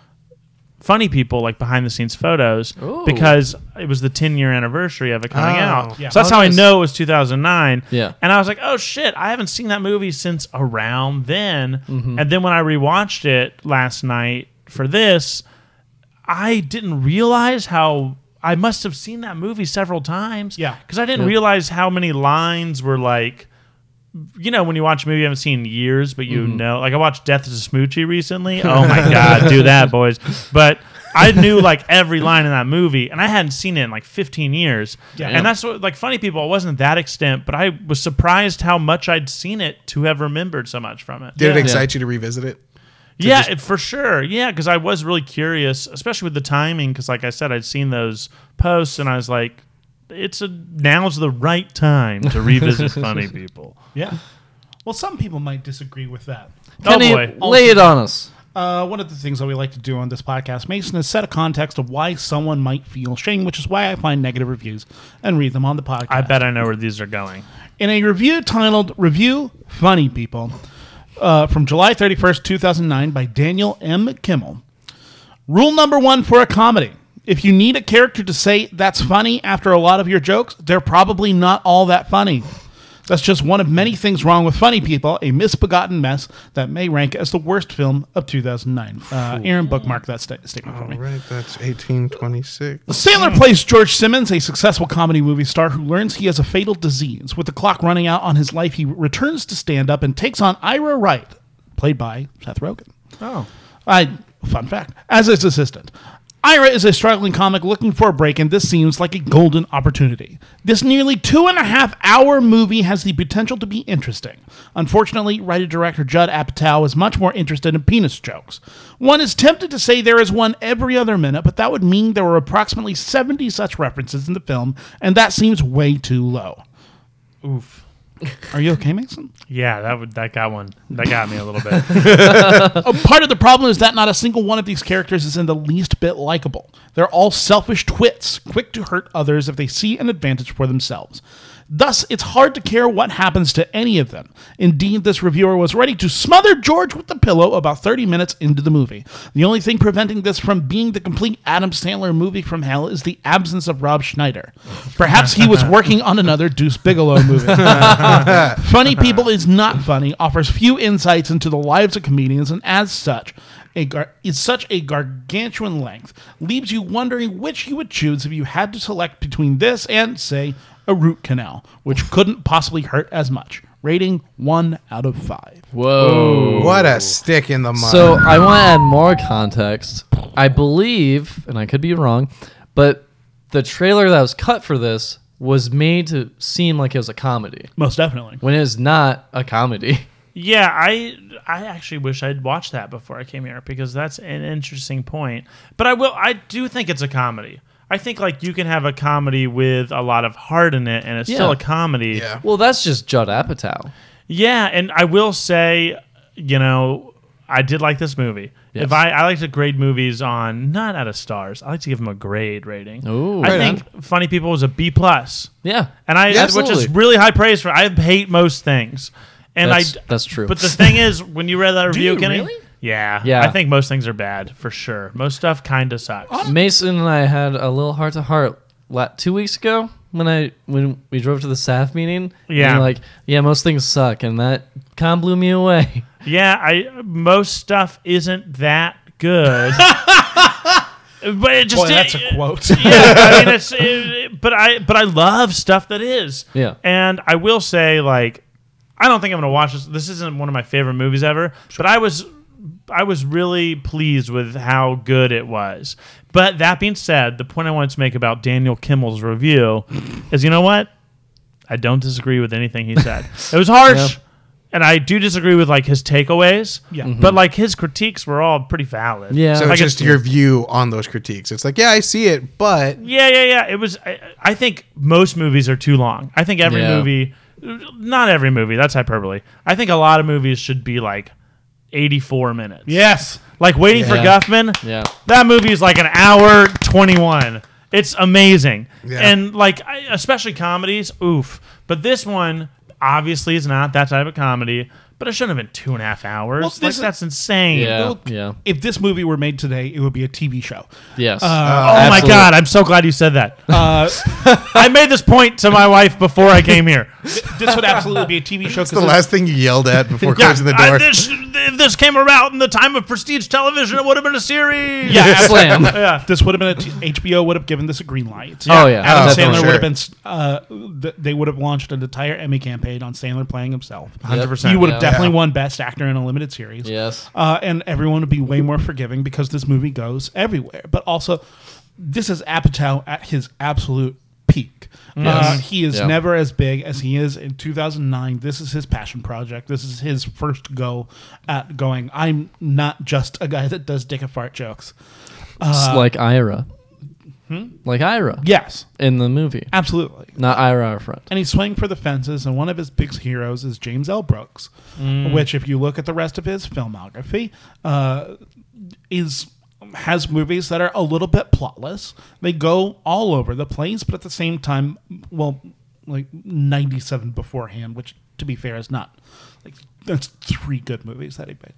[SPEAKER 3] funny people, like behind the scenes photos,
[SPEAKER 2] Ooh.
[SPEAKER 3] because it was the 10 year anniversary of it coming
[SPEAKER 4] Oh.
[SPEAKER 3] out.
[SPEAKER 1] Yeah.
[SPEAKER 3] So that's
[SPEAKER 2] Oh,
[SPEAKER 3] how
[SPEAKER 2] nice.
[SPEAKER 3] I know it was 2009.
[SPEAKER 2] Yeah.
[SPEAKER 3] And I was like, oh shit, I haven't seen that movie since around then.
[SPEAKER 2] Mm-hmm.
[SPEAKER 3] And then when I rewatched it last night for this, I didn't realize how I must have seen that movie several times.
[SPEAKER 1] Yeah.
[SPEAKER 3] Because I didn't
[SPEAKER 2] Yeah.
[SPEAKER 3] realize how many lines were like, you know, when you watch a movie you haven't seen in years, but you know, like I watched Death is a Smoochie recently. Oh my God, do that, boys. But I knew like every line in that movie, and I hadn't seen it in like 15 years.
[SPEAKER 1] Yeah.
[SPEAKER 3] And that's what, like, funny people, it wasn't that extent, but I was surprised how much I'd seen it to have remembered so much from it.
[SPEAKER 4] Did it
[SPEAKER 2] Yeah.
[SPEAKER 4] excite you to revisit it?
[SPEAKER 3] Yeah, it- for sure. Yeah, because I was really curious, especially with the timing. Because, like I said, I'd seen those posts, and I was like, "It's a now's the right time to revisit funny people."
[SPEAKER 1] Yeah. Well, some people might disagree with that.
[SPEAKER 2] Kenny,
[SPEAKER 3] Oh, boy.
[SPEAKER 2] lay it on us.
[SPEAKER 1] Uh, one of the things that we like to do on this podcast, Mason, is set a context of why someone might feel shame, which is why I find negative reviews and read them on the podcast.
[SPEAKER 3] I bet I know where these are going.
[SPEAKER 1] In a review titled Review Funny People uh, from July 31st, 2009, by Daniel M. Kimmel. Rule number one for a comedy if you need a character to say that's funny after a lot of your jokes, they're probably not all that funny. That's just one of many things wrong with Funny People, a misbegotten mess that may rank as the worst film of 2009. Uh, Aaron, bookmark that sta- statement for me.
[SPEAKER 4] All right, that's 1826.
[SPEAKER 1] Sandler plays George Simmons, a successful comedy movie star who learns he has a fatal disease. With the clock running out on his life, he returns to stand up and takes on Ira Wright, played by Seth Rogen.
[SPEAKER 3] Oh.
[SPEAKER 1] I, fun fact, as his assistant. Ira is a struggling comic looking for a break, and this seems like a golden opportunity. This nearly two and a half hour movie has the potential to be interesting. Unfortunately, writer director Judd Apatow is much more interested in penis jokes. One is tempted to say there is one every other minute, but that would mean there were approximately 70 such references in the film, and that seems way too low.
[SPEAKER 3] Oof.
[SPEAKER 1] Are you okay, Mason?
[SPEAKER 3] Yeah, that would that got one. That got me a
[SPEAKER 2] (laughs)
[SPEAKER 3] little bit.
[SPEAKER 1] Part of the problem is that not a single one of these characters is in the least bit likable. They're all selfish twits, quick to hurt others if they see an advantage for themselves. Thus, it's hard to care what happens to any of them. Indeed, this reviewer was ready to smother George with the pillow about 30 minutes into the movie. The only thing preventing this from being the complete Adam Sandler movie from hell is the absence of Rob Schneider. Perhaps he was working on another Deuce Bigelow movie. (laughs) Funny People is Not Funny offers few insights into the lives of comedians, and as such, a gar- is such a gargantuan length, leaves you wondering which you would choose if you had to select between this and, say, a root canal, which couldn't possibly hurt as much. Rating one out of five.
[SPEAKER 2] Whoa.
[SPEAKER 4] What a stick in the mud.
[SPEAKER 2] So I want to add more context. I believe, and I could be wrong, but the trailer that was cut for this was made to seem like it was a comedy
[SPEAKER 1] Most definitely.
[SPEAKER 2] when it is not a comedy. (laughs)
[SPEAKER 3] yeah, I I actually wish I'd watched that before I came here because that's an interesting point. But I will I do think it's a comedy. I think like you can have a comedy with a lot of heart in it and it's still
[SPEAKER 2] Yeah.
[SPEAKER 3] a comedy.
[SPEAKER 4] Yeah.
[SPEAKER 2] Well, that's just Judd Apatow.
[SPEAKER 3] Yeah, and I will say, you know, I did like this movie.
[SPEAKER 2] Yes.
[SPEAKER 3] If I, I like to grade movies on not out of stars, I like to give them a grade rating.
[SPEAKER 2] Ooh. Right
[SPEAKER 3] I think Funny People was a B plus,
[SPEAKER 2] Yeah.
[SPEAKER 3] and I
[SPEAKER 2] Yeah,
[SPEAKER 3] which is
[SPEAKER 2] absolutely.
[SPEAKER 3] really high praise for. I hate most things, and
[SPEAKER 2] That's,
[SPEAKER 3] I
[SPEAKER 2] that's true.
[SPEAKER 3] but the thing is, when
[SPEAKER 1] (laughs)
[SPEAKER 3] you read that review,
[SPEAKER 1] you
[SPEAKER 3] Kenny,
[SPEAKER 1] really?
[SPEAKER 3] yeah,
[SPEAKER 2] Yeah.
[SPEAKER 3] I think most things are bad for sure. Most stuff kind of sucks.
[SPEAKER 1] Um,
[SPEAKER 2] Mason and I had a little heart to heart two weeks ago when I when we drove to the staff meeting. and
[SPEAKER 3] Yeah.
[SPEAKER 2] you're like yeah, most things suck, and that con blew me away.
[SPEAKER 3] Yeah, I most stuff isn't that
[SPEAKER 1] (laughs)
[SPEAKER 3] good. but it just
[SPEAKER 1] Boy, that's a quote.
[SPEAKER 3] (laughs) yeah, I mean it's it, but I but I love stuff that is.
[SPEAKER 2] Yeah.
[SPEAKER 3] And I will say like I don't think I'm going to watch this. This isn't one of my favorite movies ever, but I was I was really pleased with how good it was. But that being said, the point I wanted to make about Daniel Kimmel's
[SPEAKER 2] (laughs)
[SPEAKER 3] review is you know what? I don't disagree with anything he said. it was harsh.
[SPEAKER 2] Yeah.
[SPEAKER 3] And I do disagree with like his takeaways,
[SPEAKER 1] Yeah.
[SPEAKER 3] But like his critiques were all pretty
[SPEAKER 2] (laughs)
[SPEAKER 3] valid.
[SPEAKER 2] Yeah.
[SPEAKER 4] So
[SPEAKER 3] Like,
[SPEAKER 4] it's just
[SPEAKER 3] it's-
[SPEAKER 4] your view on those critiques. It's like, yeah, I see it, but
[SPEAKER 3] Yeah, yeah, yeah. It was. I, I think most movies are too long. I think every
[SPEAKER 2] Yeah.
[SPEAKER 3] movie, not every movie. That's hyperbole. I think a lot of movies should be like eighty-four minutes.
[SPEAKER 1] Yes.
[SPEAKER 3] Like waiting for
[SPEAKER 2] Yeah.
[SPEAKER 3] Guffman.
[SPEAKER 2] Yeah.
[SPEAKER 3] That movie is like an hour twenty-one. It's amazing.
[SPEAKER 4] Yeah.
[SPEAKER 3] And like, I, especially comedies. Oof. But this one obviously is not that type of comedy. But it shouldn't have been two and a half hours.
[SPEAKER 1] Well,
[SPEAKER 3] like
[SPEAKER 1] this is-
[SPEAKER 3] that's insane.
[SPEAKER 2] Yeah.
[SPEAKER 1] Look,
[SPEAKER 2] yeah.
[SPEAKER 1] If this movie were made today, it would be a TV show.
[SPEAKER 2] Yes.
[SPEAKER 3] Oh
[SPEAKER 2] Absolutely.
[SPEAKER 3] my god! I'm so glad you said that. (laughs)
[SPEAKER 1] (laughs) Uh,
[SPEAKER 3] I made this point to my wife before I came here.
[SPEAKER 1] this would absolutely be a TV show.
[SPEAKER 4] it's the last thing you yelled at before
[SPEAKER 3] Yeah,
[SPEAKER 4] closing the
[SPEAKER 3] I-
[SPEAKER 4] door.
[SPEAKER 3] this, if this came about in the time of prestige television, it would have been a
[SPEAKER 1] (laughs)
[SPEAKER 3] series.
[SPEAKER 1] Yeah, absolutely.
[SPEAKER 2] Slam.
[SPEAKER 3] yeah.
[SPEAKER 1] This would have been a t- HBO would have given this a green light.
[SPEAKER 2] Oh, yeah.
[SPEAKER 1] Adam
[SPEAKER 2] Oh,
[SPEAKER 1] Sandler
[SPEAKER 4] for
[SPEAKER 1] would have
[SPEAKER 4] sure.
[SPEAKER 1] been. s- Uh, th- they would have launched an entire Emmy campaign on Sandler playing himself.
[SPEAKER 3] 100%.
[SPEAKER 1] He would have
[SPEAKER 2] Yeah.
[SPEAKER 1] definitely won Best Actor in a limited series.
[SPEAKER 2] Yes.
[SPEAKER 1] Uh, and everyone would be way more forgiving because this movie goes everywhere. But also, this is Apatow at his absolute peak. Uh,
[SPEAKER 2] Yes.
[SPEAKER 1] he is
[SPEAKER 2] Yeah.
[SPEAKER 1] never as big as he is in 2009. This is his passion project. This is his first go at going, I'm not just a guy that does dick and fart jokes.
[SPEAKER 2] Just like Ira.
[SPEAKER 3] Hmm?
[SPEAKER 2] Like Ira
[SPEAKER 1] Yes,
[SPEAKER 2] in the movie.
[SPEAKER 1] absolutely.
[SPEAKER 2] Not Ira, our friend.
[SPEAKER 1] and he's swinging for the fences. And one of his big heroes is James L. Brooks, which, if you look at the rest of his filmography, uh, is has movies that are a little bit plotless. They go all over the place, but at the same time, well, like 97 beforehand, which to be fair is not like that's three good movies that he made.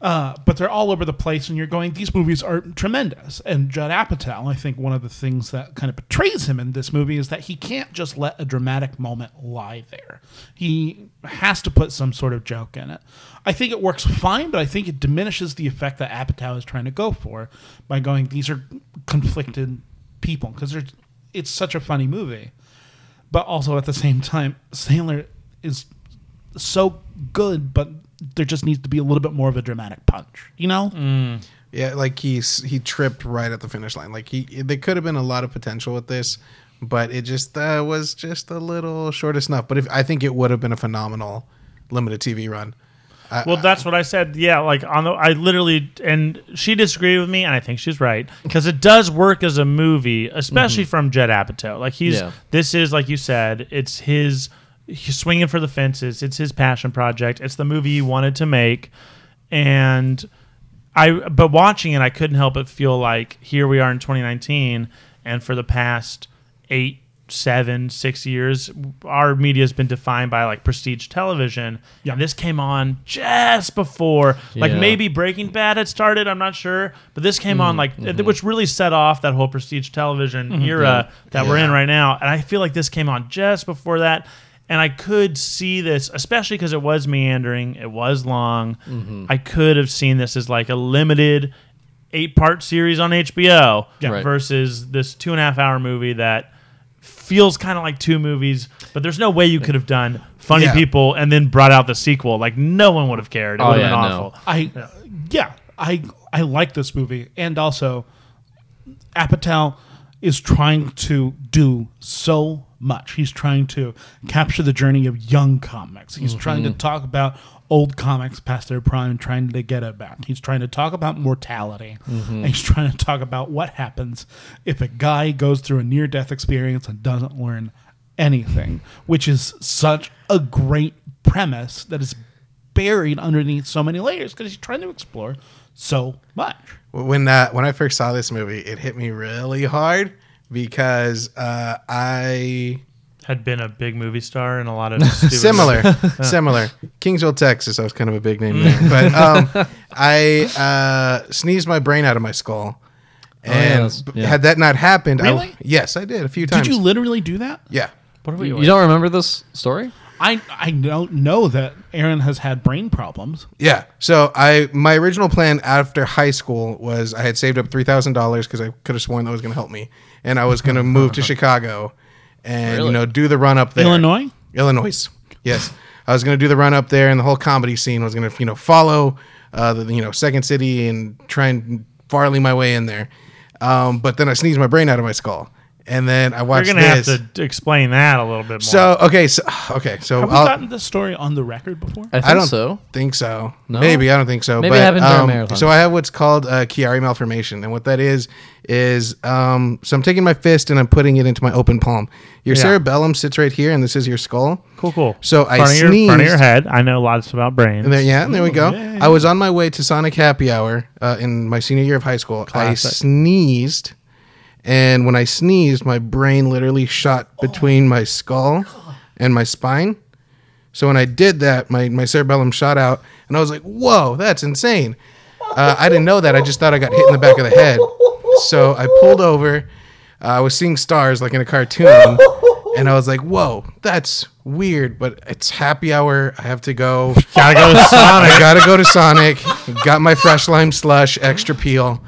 [SPEAKER 1] Uh, but they're all over the place, and you're going, these movies are tremendous. And Judd Apatow, I think one of the things that kind of betrays him in this movie is that he can't just let a dramatic moment lie there. He has to put some sort of joke in it. I think it works fine, but I think it diminishes the effect that Apatow is trying to go for by going, these are conflicted people, because it's such a funny movie. But also at the same time, Sandler is so good, but there just needs to be a little bit more of a dramatic punch, you know?
[SPEAKER 4] Yeah, like he's he tripped right at the finish line. Like he, there could have been a lot of potential with this, but it just uh, was just a little short of snuff. But if I think it would have been a phenomenal limited TV run. I,
[SPEAKER 3] Well, that's what I said. Yeah, like on the, I literally, and she disagreed with me, and I think she's right because it does work as a movie, especially from Jed Apatow. Like he's
[SPEAKER 2] Yeah.
[SPEAKER 3] this is like you said, it's his he's swinging for the fences. It's his passion project. It's the movie he wanted to make, and I. But watching it, I couldn't help but feel like here we are in 2019, and for the past eight, seven, six years, our media has been defined by like prestige television.
[SPEAKER 1] Yeah.
[SPEAKER 3] And this came on just before, like
[SPEAKER 2] Yeah.
[SPEAKER 3] maybe Breaking Bad had started. I'm not sure, but this came on like which really set off that whole prestige television era that we're in
[SPEAKER 4] Yeah.
[SPEAKER 3] right now. And I feel like this came on just before that. And I could see this, especially because it was meandering, it was long. I could have seen this as like a limited eight part series on HBO
[SPEAKER 1] Yeah.
[SPEAKER 2] Right.
[SPEAKER 3] versus this two and a half hour movie that feels kind of like two movies, but there's no way you could have done Funny
[SPEAKER 4] Yeah.
[SPEAKER 3] People and then brought out the sequel. Like, no one would have cared. It
[SPEAKER 2] Oh,
[SPEAKER 3] would have
[SPEAKER 2] yeah,
[SPEAKER 3] been
[SPEAKER 2] no.
[SPEAKER 3] awful.
[SPEAKER 1] I yeah. I I like this movie and also Apatow is trying to do so much. He's trying to capture the journey of young comics. He's trying to talk about old comics past their prime and trying to get it back. He's trying to talk about mortality. And he's trying to talk about what happens if a guy goes through a near death experience and doesn't learn anything, which is such a great premise that is buried underneath so many layers because he's trying to explore so much.
[SPEAKER 4] when uh, when I first saw this movie, it hit me really hard because uh, I
[SPEAKER 3] Had been a big movie star and a lot
[SPEAKER 4] (laughs)
[SPEAKER 3] of stupid- (laughs)
[SPEAKER 4] similar, similar. Kingsville, Texas. I was kind of a big name there, but um, I uh, sneezed my brain out of my skull, and
[SPEAKER 2] that's-
[SPEAKER 4] b-
[SPEAKER 2] yeah.
[SPEAKER 4] had that not happened, I,
[SPEAKER 1] Really?
[SPEAKER 4] yes, I did a few
[SPEAKER 1] Did
[SPEAKER 4] times.
[SPEAKER 1] you literally do that?
[SPEAKER 4] yeah,
[SPEAKER 3] What are we?
[SPEAKER 2] You don't remember this story?
[SPEAKER 1] I I don't know that Aaron has had brain problems.
[SPEAKER 4] yeah. So I my original plan after high school was I had saved up three thousand dollars because I could have sworn that was going to help me, and I was going to move to Chicago, and
[SPEAKER 2] Really?
[SPEAKER 4] you know do the run up there,
[SPEAKER 1] Illinois?
[SPEAKER 4] Illinois. Yes, I was going to do the run up there, and the whole comedy scene was going to, you know, follow uh, the you know second city and try and farley my way in there. Um, but then I sneezed my brain out of my skull, and then I
[SPEAKER 3] You're
[SPEAKER 4] watched
[SPEAKER 3] gonna
[SPEAKER 4] this.
[SPEAKER 3] have to explain that a little bit more.
[SPEAKER 4] so okay, so okay, so
[SPEAKER 1] Have we
[SPEAKER 4] I'll-
[SPEAKER 1] gotten this story on the record before?
[SPEAKER 2] I think
[SPEAKER 4] I don't
[SPEAKER 2] so.
[SPEAKER 4] think so. Maybe I don't think so.
[SPEAKER 2] Maybe it
[SPEAKER 4] but,
[SPEAKER 2] happened during
[SPEAKER 4] um,
[SPEAKER 2] marathon.
[SPEAKER 4] So I have what's called a Chiari malformation, and what that is is um, so I'm taking my fist and I'm putting it into my open palm. Your
[SPEAKER 3] Yeah.
[SPEAKER 4] cerebellum sits right here, and this is your skull.
[SPEAKER 3] cool, cool.
[SPEAKER 4] So I
[SPEAKER 3] front of, your, front of your
[SPEAKER 4] sneezed.
[SPEAKER 3] head. I know lots about brains.
[SPEAKER 4] And there, yeah, there we go.
[SPEAKER 1] yeah.
[SPEAKER 4] I was on my way to Sonic Happy Hour uh, in my senior year of high school. I
[SPEAKER 3] Classic.
[SPEAKER 4] sneezed, and when I sneezed, my brain literally shot between my skull and my spine. So when I did that, my, my cerebellum shot out, and I was like, "Whoa, that's insane!" Uh, I didn't know that. I just thought I got hit in the back of the head. So I pulled over. Uh, I was seeing stars like in a cartoon, and I was like, "Whoa, that's weird." But it's happy hour. I have to go.
[SPEAKER 3] Gotta
[SPEAKER 4] (laughs)
[SPEAKER 3] go with Sonic.
[SPEAKER 4] I gotta go to Sonic. Got my fresh lime slush, extra peel.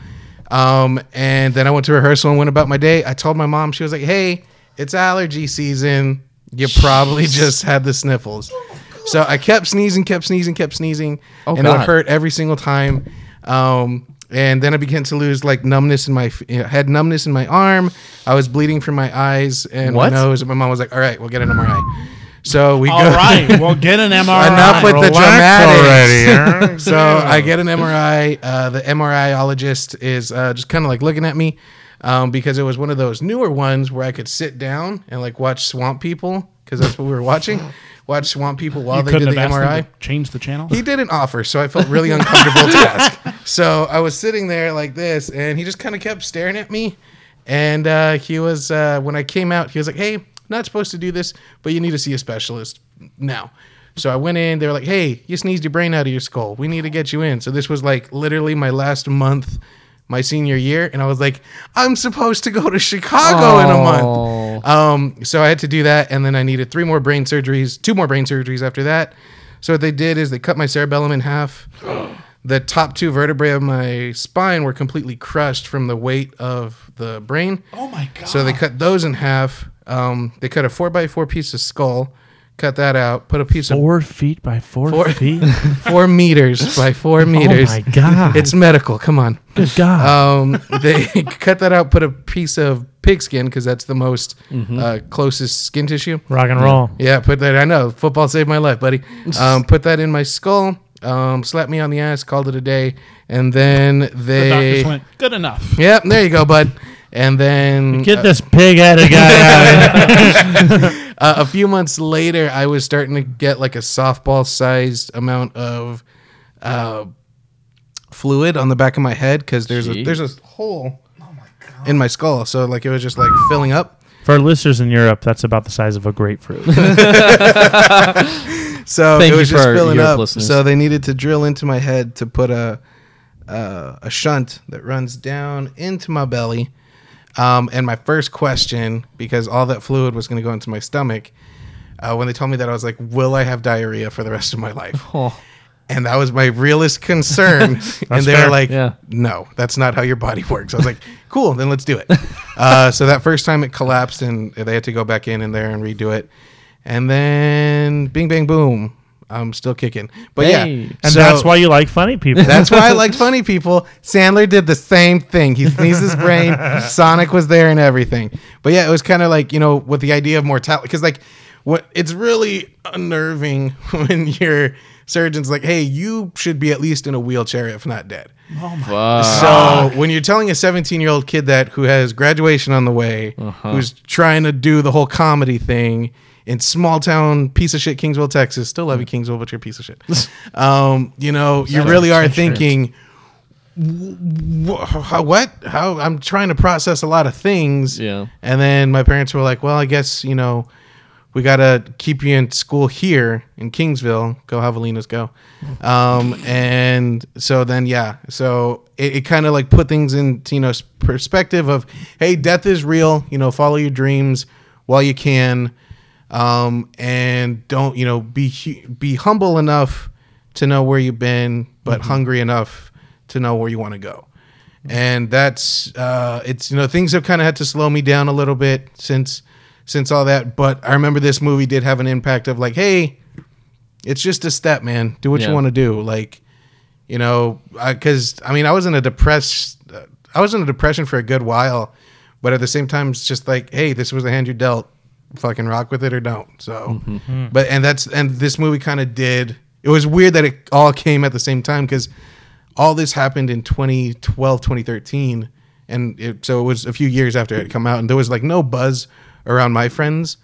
[SPEAKER 4] Um, and then I went to rehearsal and went about my day. I told my mom, she was like, "Hey, it's allergy season. You probably just had the sniffles." So I kept sneezing, kept sneezing, kept sneezing,
[SPEAKER 2] Oh,
[SPEAKER 4] and it
[SPEAKER 2] God.
[SPEAKER 4] would hurt every single time. Um, and then I began to lose like numbness in my f- you know, had numbness in my arm. I was bleeding from my eyes and
[SPEAKER 2] What?
[SPEAKER 4] my nose. And my mom was like, "All right, we'll get an MRI." So we
[SPEAKER 1] All
[SPEAKER 4] go
[SPEAKER 1] right, well, get
[SPEAKER 4] (laughs)
[SPEAKER 1] an MRI.
[SPEAKER 4] enough with the dramatics.
[SPEAKER 3] Relax already.
[SPEAKER 4] (laughs) So I get an MRI. Uh, the MRIologist is uh, just kind of like looking at me um, because it was one of those newer ones where I could sit down and like watch Swamp People because that's what we were watching. Watch Swamp People while
[SPEAKER 1] You
[SPEAKER 4] they did
[SPEAKER 1] couldn't
[SPEAKER 4] the
[SPEAKER 1] have asked
[SPEAKER 4] MRI.
[SPEAKER 1] them to change the channel.
[SPEAKER 4] He didn't offer, so I felt really uncomfortable to ask. So I was sitting there like this, and he just kind of kept staring at me. And uh, he was, uh, when I came out, he was like, Hey, not supposed to do this, but you need to see a specialist now. So I went in. They were like, "Hey, you sneezed your brain out of your skull. We need to get you in." So this was like literally my last month, my senior year, and I was like, "I'm supposed to go to Chicago in a
[SPEAKER 2] Oh.
[SPEAKER 4] month." Um, so I had to do that, and then I needed three more brain surgeries, two more brain surgeries after that. So what they did is they cut my cerebellum in half. The top two vertebrae of my spine were completely crushed from the weight of the brain.
[SPEAKER 1] Oh my god.
[SPEAKER 4] So they cut those in half. Um, they cut a four by four piece of skull, cut that out, put a piece (laughs)
[SPEAKER 3] Four feet by four,
[SPEAKER 4] Four- (laughs)
[SPEAKER 3] feet.
[SPEAKER 4] of four meters by four meters.
[SPEAKER 3] (laughs) Oh my god!
[SPEAKER 4] (laughs) It's medical. Come on.
[SPEAKER 3] good god.
[SPEAKER 4] Um, (laughs) they cut that out, put a piece of pig skin because that's the most
[SPEAKER 3] Mm-hmm.
[SPEAKER 4] uh, closest skin tissue.
[SPEAKER 3] Rock and roll.
[SPEAKER 4] Yeah, put that. I know football saved my
[SPEAKER 1] (laughs)
[SPEAKER 4] life, buddy. Um, put that in my skull. Um, slapped me on the ass, called it a day, and then
[SPEAKER 1] the
[SPEAKER 4] they.
[SPEAKER 1] doctors went good enough.
[SPEAKER 4] Yep, there you go, bud. And then
[SPEAKER 3] Get this pig-headed guy out
[SPEAKER 4] (laughs)
[SPEAKER 3] of here.
[SPEAKER 4] uh, a few months later, I was starting to get like a softball sized amount of uh, fluid on the back of my head because there's a,
[SPEAKER 2] Jeez.
[SPEAKER 4] there's a hole in my skull. So like it was just like filling up.
[SPEAKER 3] For our listeners in Europe, that's about the size of a
[SPEAKER 4] (laughs)
[SPEAKER 3] grapefruit.
[SPEAKER 4] So
[SPEAKER 2] Thank
[SPEAKER 4] it
[SPEAKER 2] you
[SPEAKER 4] was just
[SPEAKER 2] for
[SPEAKER 4] filling
[SPEAKER 2] your
[SPEAKER 4] up.
[SPEAKER 2] listeners.
[SPEAKER 4] So they needed to drill into my head to put a uh, a shunt that runs down into my belly. Um, and my first question, because all that fluid was going to go into my stomach, uh, when they told me that, I was like, "Will I have diarrhea for the rest of my life?"
[SPEAKER 2] Oh.
[SPEAKER 4] And that was my realest concern. and they
[SPEAKER 3] fair.
[SPEAKER 4] were like,
[SPEAKER 2] Yeah.
[SPEAKER 4] no, that's not how your body works. I was like, (laughs) cool, then let's do it. Uh, so that first time it collapsed and they had to go back in and there and redo it. And then bing, bang, boom, I'm still kicking. But
[SPEAKER 2] Hey.
[SPEAKER 4] yeah.
[SPEAKER 3] And
[SPEAKER 4] so-
[SPEAKER 3] that's why you like funny people.
[SPEAKER 4] That's why I liked funny people. Sandler did the same thing. He sneezed his brain. Sonic was there and everything. But yeah, it was kind of like you know with the idea of mortality because like what it's really unnerving (laughs) when your surgeon's like, hey, you should be at least in a wheelchair if not dead.
[SPEAKER 2] Fuck.
[SPEAKER 4] So when you're telling a 17 year old kid that who has graduation on the way, who's trying to do the whole comedy thing in small town piece of shit Kingsville, Texas, still love you Kingsville, but you're a piece of shit. (laughs) um, you know, you really are thinking, "Wh- wh- how, what? How? I'm trying to process a lot of things.
[SPEAKER 2] Yeah.
[SPEAKER 4] And then my parents were like, well, I guess you know. We gotta keep you in school here in Kingsville. Go Javelinas, go. Um, and so then, yeah. So it, it kind of like put things in you know s- perspective of, hey, death is real. You know, follow your dreams while you can, um, and don't you know be hu- be humble enough to know where you've been, but hungry enough to know where you want to go and that's uh, it's you know things have kind of had to slow me down a little bit since since all that but i remember this movie did have an impact of like hey it's just a step man do what
[SPEAKER 2] Yeah.
[SPEAKER 4] you want to do like you know because I, mean i was in a depressed uh, i was in a depression for a good while but at the same time it's just like hey this was the hand you dealt fucking rock with it or don't so
[SPEAKER 3] Mm-hmm.
[SPEAKER 4] but and that's and this movie kind of did it was weird that it all came at the same time because all this happened in 2012 2013 and it, so it was a few years after it had come out and there was like no buzz around my friends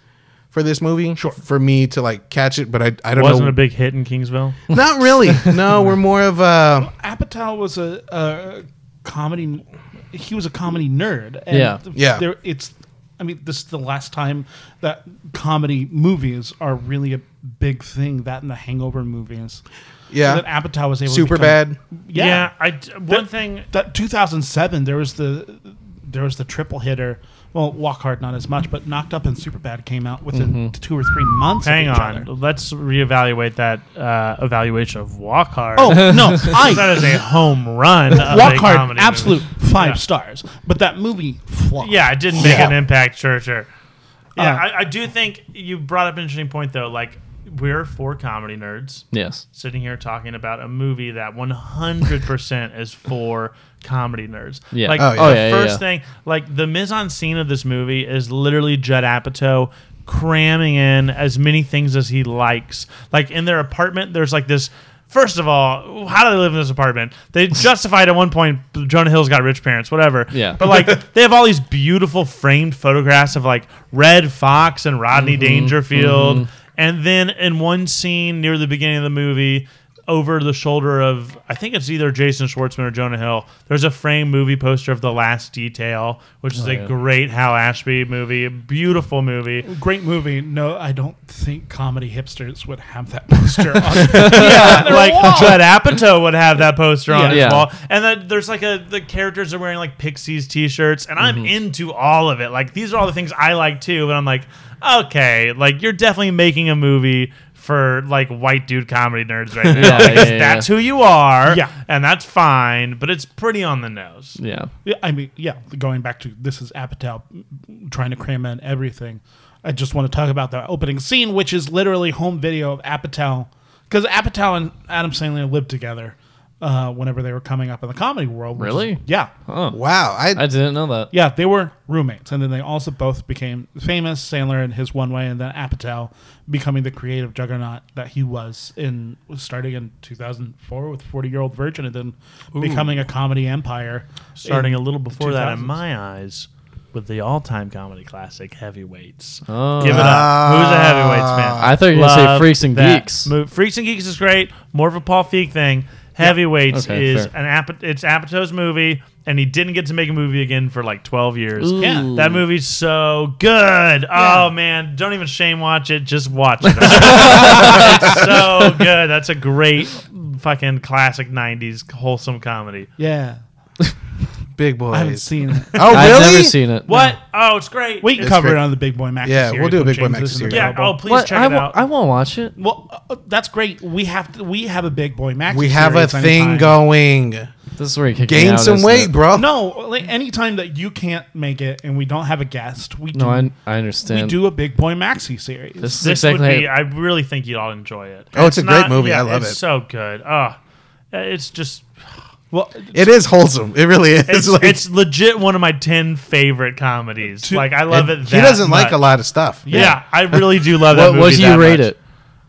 [SPEAKER 4] for this movie sure. for me to like catch it but i, I don't
[SPEAKER 3] Wasn't
[SPEAKER 4] know
[SPEAKER 3] a big hit in Kingsville. (laughs)
[SPEAKER 4] not really no we're more of a
[SPEAKER 1] Apatow was a, a comedy. He was a comedy nerd. And
[SPEAKER 2] Yeah.
[SPEAKER 4] Yeah.
[SPEAKER 1] There, it's. I mean, this is the last time that comedy movies are really a big thing. That and the Hangover movies.
[SPEAKER 4] Yeah.
[SPEAKER 1] And then Apatow was able. to
[SPEAKER 4] super
[SPEAKER 1] become-
[SPEAKER 4] bad.
[SPEAKER 1] Yeah.
[SPEAKER 3] I d- one thing
[SPEAKER 1] That 2007. There was the there was the triple hitter. Well, Walk Hard not as much, but Knocked Up and Superbad came out within two or three months. of
[SPEAKER 3] Hang
[SPEAKER 1] each
[SPEAKER 3] on.
[SPEAKER 1] other.
[SPEAKER 3] Let's reevaluate that uh, evaluation of Walk Hard.
[SPEAKER 1] Oh no, I
[SPEAKER 3] (laughs) that is a home run. of a
[SPEAKER 1] Walk Hard,
[SPEAKER 3] comedy
[SPEAKER 1] absolute
[SPEAKER 3] movie.
[SPEAKER 1] five
[SPEAKER 3] Yeah.
[SPEAKER 1] stars. But that movie flopped.
[SPEAKER 3] Yeah, it didn't make
[SPEAKER 1] Yeah.
[SPEAKER 3] an impact. Sure, sure. Yeah,
[SPEAKER 1] Uh,
[SPEAKER 3] I, I do think you brought up an interesting point though. Like we're four comedy nerds
[SPEAKER 2] Yes.
[SPEAKER 3] sitting here talking about a movie that 100% is for comedy nerds.
[SPEAKER 2] Yeah.
[SPEAKER 3] Like
[SPEAKER 4] Oh, yeah.
[SPEAKER 3] the
[SPEAKER 4] Oh,
[SPEAKER 2] yeah,
[SPEAKER 3] first
[SPEAKER 2] yeah.
[SPEAKER 3] thing, like the mise en scene of this movie is literally Judd Apatow cramming in as many things as he likes. Like in their apartment, there's like this. First of all, how do they live in this apartment? They (laughs) justified at one point Jonah Hill's got rich parents, whatever.
[SPEAKER 2] Yeah.
[SPEAKER 3] But like they have all these beautiful framed photographs of like Red Fox and Rodney Dangerfield. And then in one scene near the beginning of the movie, over the shoulder of I think it's either Jason Schwartzman or Jonah Hill. There's a framed movie poster of The Last Detail, which is a great Hal Ashby movie, a beautiful movie.
[SPEAKER 1] Great movie. No, I don't think comedy hipsters would have that poster. on
[SPEAKER 3] yeah, like Judd Apatow would have that poster on his
[SPEAKER 2] Yeah.
[SPEAKER 3] wall, and then there's like a the characters are wearing like Pixies t-shirts, and I'm
[SPEAKER 2] Mhm.
[SPEAKER 3] into all of it. Like these are all the things I like too, but I'm like, okay, like you're definitely making a movie for like white dude comedy
[SPEAKER 2] (laughs)
[SPEAKER 3] nerds right now.
[SPEAKER 2] Yeah,
[SPEAKER 3] Like,
[SPEAKER 2] yeah, yeah.
[SPEAKER 3] that's who you are,
[SPEAKER 1] Yeah.
[SPEAKER 3] and that's fine, but it's pretty on the nose.
[SPEAKER 2] Yeah.
[SPEAKER 1] Yeah, I mean, yeah, going back to this is Apatow mm, trying to cram in everything. I just want to talk about the opening scene, which is literally home video of Apatow, because Apatow and Adam Sandler lived together uh, whenever they were coming up in the comedy world. which is-
[SPEAKER 2] Really?
[SPEAKER 1] yeah,
[SPEAKER 4] Wow. I,
[SPEAKER 2] Oh. I didn't know that.
[SPEAKER 1] yeah, they were roommates, and then they also both became famous. Sandler in his one way, and then Apatow becoming the creative juggernaut that he was in, starting in 2004 with 40 Year Old Virgin, and then becoming a comedy empire.
[SPEAKER 3] Starting
[SPEAKER 1] in
[SPEAKER 3] a little
[SPEAKER 1] the
[SPEAKER 3] before that, in
[SPEAKER 1] 2000s.
[SPEAKER 3] my eyes. With the all-time comedy classic Heavyweights, Ah.
[SPEAKER 2] Oh.
[SPEAKER 3] give it up. Who's a Heavyweights fan?
[SPEAKER 2] I thought you were gonna say
[SPEAKER 3] Love
[SPEAKER 2] Freaks and
[SPEAKER 3] that
[SPEAKER 2] Geeks.
[SPEAKER 3] mo- Freaks and Geeks is great. More of a Paul Feig thing. Heavyweights
[SPEAKER 2] Okay,
[SPEAKER 3] is
[SPEAKER 2] fair.
[SPEAKER 3] an Ap- it's Apatow's movie, and he didn't get to make a movie again for like twelve years.
[SPEAKER 2] Ooh.
[SPEAKER 1] Yeah,
[SPEAKER 3] That movie's so good. Oh man, don't even shame watch it. Just watch
[SPEAKER 2] (laughs)
[SPEAKER 3] it. it's so good. That's a great fucking classic '90s wholesome comedy.
[SPEAKER 1] Yeah,
[SPEAKER 4] big boys.
[SPEAKER 1] I haven't
[SPEAKER 4] (laughs)
[SPEAKER 1] seen it.
[SPEAKER 4] oh, really?
[SPEAKER 2] I've never seen it.
[SPEAKER 3] What? Oh, it's great.
[SPEAKER 1] We can
[SPEAKER 4] It's
[SPEAKER 1] cover
[SPEAKER 4] great.
[SPEAKER 1] it on the Big Boy Max.
[SPEAKER 4] Yeah,
[SPEAKER 1] series
[SPEAKER 4] we'll do a
[SPEAKER 1] when
[SPEAKER 4] Big Boy
[SPEAKER 1] James
[SPEAKER 4] Max
[SPEAKER 1] isn't
[SPEAKER 4] series.
[SPEAKER 3] yeah.
[SPEAKER 1] available.
[SPEAKER 3] Oh, please
[SPEAKER 2] What?
[SPEAKER 3] check
[SPEAKER 2] I,
[SPEAKER 3] it
[SPEAKER 2] w-
[SPEAKER 3] out.
[SPEAKER 2] I won't watch it.
[SPEAKER 1] well, uh, that's great. We have to, we have a Big Boy Max.
[SPEAKER 4] We have a
[SPEAKER 1] series
[SPEAKER 4] thing
[SPEAKER 1] anytime.
[SPEAKER 4] going.
[SPEAKER 2] This is where you kick me
[SPEAKER 4] Gain
[SPEAKER 2] out,
[SPEAKER 4] some
[SPEAKER 2] isn't
[SPEAKER 4] weight,
[SPEAKER 2] it?
[SPEAKER 4] bro.
[SPEAKER 1] No, like anytime that you can't make it and we don't have a guest, we do,
[SPEAKER 2] No, I, I
[SPEAKER 1] we
[SPEAKER 2] understand.
[SPEAKER 1] do a Big Boy Maxi series.
[SPEAKER 2] This is
[SPEAKER 3] this
[SPEAKER 2] exactly.
[SPEAKER 3] would be.
[SPEAKER 2] how-
[SPEAKER 3] I really think you'd all enjoy it.
[SPEAKER 4] Oh, it's a great movie. I love
[SPEAKER 3] it's
[SPEAKER 4] it.
[SPEAKER 3] So good. Oh, it's
[SPEAKER 4] (laughs)
[SPEAKER 3] just
[SPEAKER 1] well,
[SPEAKER 4] It is wholesome. It really is.
[SPEAKER 3] it's,
[SPEAKER 4] like,
[SPEAKER 3] it's legit one of my ten favorite comedies. like I love it.
[SPEAKER 4] and
[SPEAKER 3] That
[SPEAKER 4] he doesn't like
[SPEAKER 3] much.
[SPEAKER 4] a lot of stuff.
[SPEAKER 3] Yeah, I really
[SPEAKER 2] (laughs)
[SPEAKER 3] do love that
[SPEAKER 2] What
[SPEAKER 3] movie.
[SPEAKER 2] what do you
[SPEAKER 3] that
[SPEAKER 2] rate
[SPEAKER 3] much.
[SPEAKER 2] it?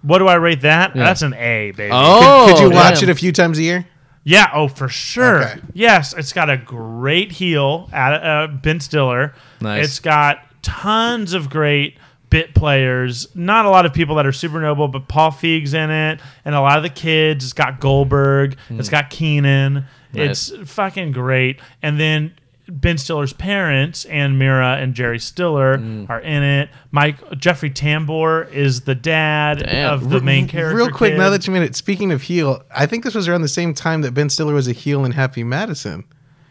[SPEAKER 3] What do I rate that?
[SPEAKER 2] Yeah.
[SPEAKER 3] That's an A, baby.
[SPEAKER 2] Oh,
[SPEAKER 4] Could you watch
[SPEAKER 2] damn.
[SPEAKER 4] it a few times a year?
[SPEAKER 3] Yeah, oh for sure.
[SPEAKER 4] Okay.
[SPEAKER 3] Yes, it's got a great heel at uh, Ben Stiller.
[SPEAKER 2] Nice.
[SPEAKER 3] It's got tons of great bit players. Not a lot of people that are super noble, but Paul Feig's in it, and a lot of the kids. It's got Goldberg. It's got Keenan.
[SPEAKER 2] Hmm. Nice.
[SPEAKER 3] It's fucking great. And then Ben Stiller's parents, Ann Mira and Jerry Stiller,
[SPEAKER 2] Hmm.
[SPEAKER 3] are in it. Mike Jeffrey Tambor is the dad
[SPEAKER 2] Damn.
[SPEAKER 3] of the main character.
[SPEAKER 4] Real quick,
[SPEAKER 3] kid.
[SPEAKER 4] now that you made it. Speaking of heel, I think this was around the same time that Ben Stiller was a heel in Happy Madison.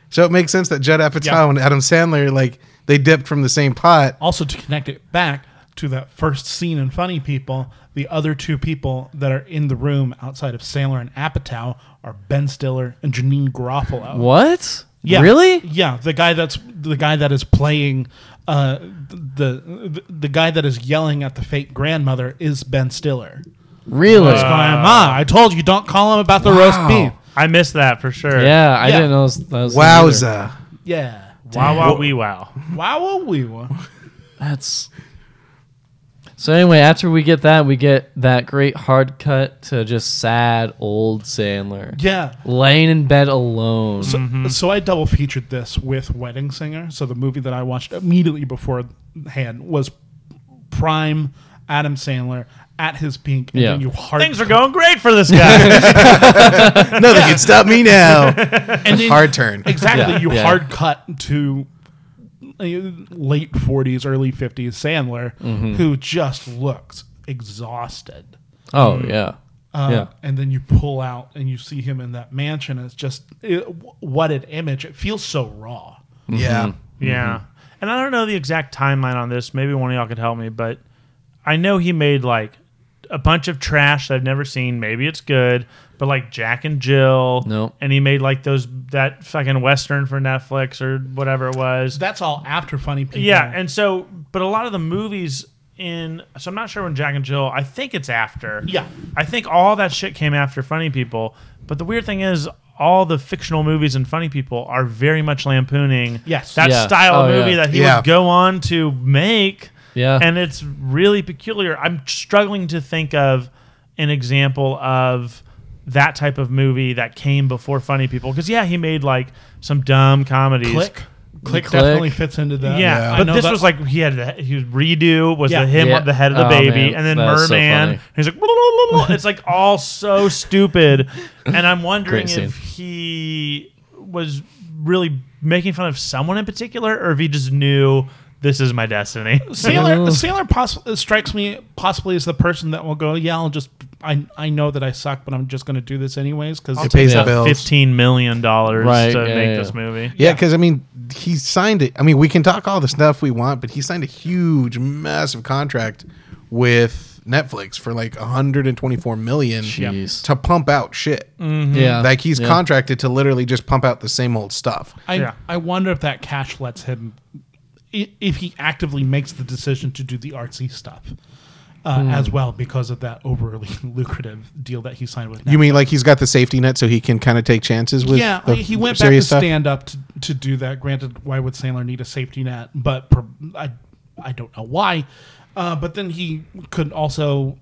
[SPEAKER 4] So it makes sense that Judd Apatow
[SPEAKER 1] Yeah.
[SPEAKER 4] and Adam Sandler like they dipped from the same pot.
[SPEAKER 1] also to connect it back to that first scene in Funny People, the other two people that are in the room outside of Sandler and Apatow are Ben Stiller and Janine Garofalo.
[SPEAKER 2] What?
[SPEAKER 1] Yeah.
[SPEAKER 2] Really?
[SPEAKER 1] Yeah, the guy that's the guy that is playing uh the the, the guy that is yelling at the fake grandmother is Ben Stiller.
[SPEAKER 2] Really?
[SPEAKER 3] Uh,
[SPEAKER 1] Grandma, I told you don't call him about the roast beef.
[SPEAKER 3] I missed that for sure.
[SPEAKER 2] yeah, I
[SPEAKER 1] Yeah.
[SPEAKER 2] didn't know. That was
[SPEAKER 4] Wowza!
[SPEAKER 1] Yeah.
[SPEAKER 3] Wow, wow, wee, wow.
[SPEAKER 1] Wow, we were.
[SPEAKER 2] That's. So anyway, after we get that, we get that great hard cut to just sad old Sandler
[SPEAKER 1] Yeah.
[SPEAKER 2] laying in bed alone.
[SPEAKER 1] So,
[SPEAKER 3] Hmm.
[SPEAKER 1] so I double featured this with Wedding Singer. So the movie that I watched immediately beforehand was prime Adam Sandler at his peak. And
[SPEAKER 2] Yeah.
[SPEAKER 1] then you hard
[SPEAKER 3] (laughs) Things are going great for this guy.
[SPEAKER 4] Nothing can stop me now.
[SPEAKER 1] and then-
[SPEAKER 4] Hard turn.
[SPEAKER 1] Exactly.
[SPEAKER 2] Yeah,
[SPEAKER 1] You
[SPEAKER 2] yeah.
[SPEAKER 1] hard cut to uh, late 40s, early 50s Sandler,
[SPEAKER 2] Mm-hmm.
[SPEAKER 1] who just looks exhausted.
[SPEAKER 2] oh
[SPEAKER 3] mm-hmm.
[SPEAKER 2] yeah,
[SPEAKER 1] Uh,
[SPEAKER 2] yeah.
[SPEAKER 1] And then you pull out and you see him in that mansion. It's just, it, what an image. It feels so raw.
[SPEAKER 4] Yeah.
[SPEAKER 3] Mm-hmm. yeah. And I don't know the exact timeline on this. Maybe one of y'all could help me, but I know he made like a bunch of trash that I've never seen. Maybe it's good, but like Jack and Jill.
[SPEAKER 2] No.
[SPEAKER 3] And he made like those, that fucking Western for Netflix or whatever it was.
[SPEAKER 1] That's all after Funny People.
[SPEAKER 3] Yeah, and so, but a lot of the movies in, so I'm not sure when Jack and Jill. I think it's after.
[SPEAKER 1] Yeah.
[SPEAKER 3] I think all that shit came after Funny People. But the weird thing is, all the fictional movies and Funny People are very much lampooning.
[SPEAKER 1] Yes.
[SPEAKER 3] that
[SPEAKER 2] Yeah.
[SPEAKER 3] style of
[SPEAKER 2] Oh,
[SPEAKER 3] movie
[SPEAKER 2] yeah.
[SPEAKER 3] that he
[SPEAKER 4] Yeah.
[SPEAKER 3] would go on to make.
[SPEAKER 2] Yeah.
[SPEAKER 3] and it's really peculiar. I'm struggling to think of an example of that type of movie that came before Funny People. Because yeah, he made like some dumb comedies.
[SPEAKER 1] Click. Click,
[SPEAKER 2] Click.
[SPEAKER 1] definitely fits into that.
[SPEAKER 3] yeah,
[SPEAKER 1] I
[SPEAKER 3] but
[SPEAKER 1] know
[SPEAKER 3] this
[SPEAKER 1] that-
[SPEAKER 3] was like he had the, he was redo was
[SPEAKER 1] Yeah.
[SPEAKER 3] the him
[SPEAKER 2] Yeah.
[SPEAKER 3] on the head of the
[SPEAKER 2] Oh,
[SPEAKER 3] baby,
[SPEAKER 2] man.
[SPEAKER 3] and then
[SPEAKER 2] That was so
[SPEAKER 3] Merman.
[SPEAKER 2] funny.
[SPEAKER 3] he's like, (laughs) "Blah, blah, blah, blah." it's like all so stupid, and I'm wondering
[SPEAKER 2] Great
[SPEAKER 3] if he was really making fun of someone in particular, or if he just knew this is my destiny.
[SPEAKER 1] (laughs) Sailor
[SPEAKER 3] (laughs)
[SPEAKER 2] Ooh.
[SPEAKER 1] Sailor poss- uh, strikes me possibly as the person that will go, yeah, I'll just I I know that I suck, but I'm just going to do this anyways because
[SPEAKER 4] It pays
[SPEAKER 2] Yeah.
[SPEAKER 4] the bills.
[SPEAKER 3] Fifteen million dollars
[SPEAKER 2] Right,
[SPEAKER 3] to
[SPEAKER 2] yeah,
[SPEAKER 3] make
[SPEAKER 2] yeah.
[SPEAKER 3] this movie.
[SPEAKER 4] Yeah, because I mean, he signed it. I mean, we can talk all the stuff we want, but he signed a huge, massive contract with Netflix for like 124 million
[SPEAKER 2] Jeez.
[SPEAKER 4] to pump out shit.
[SPEAKER 1] Mm-hmm.
[SPEAKER 2] Yeah.
[SPEAKER 4] Like he's
[SPEAKER 2] yeah.
[SPEAKER 4] contracted to literally just pump out the same old stuff.
[SPEAKER 1] I
[SPEAKER 3] Yeah.
[SPEAKER 1] I wonder if that cash lets him i- if he actively makes the decision to do the artsy stuff uh,
[SPEAKER 4] Hmm.
[SPEAKER 1] as well because of that overly (laughs) lucrative deal that he signed with.
[SPEAKER 4] You
[SPEAKER 1] Netflix.
[SPEAKER 4] mean like he's got the safety net so he can kind of take chances with?
[SPEAKER 1] yeah,
[SPEAKER 4] the
[SPEAKER 1] like, he went back to
[SPEAKER 4] serious stuff?
[SPEAKER 1] stand up to, to do that. Granted, why would Sandler need a safety net? But per, I, I don't know why. Uh, but then he could also.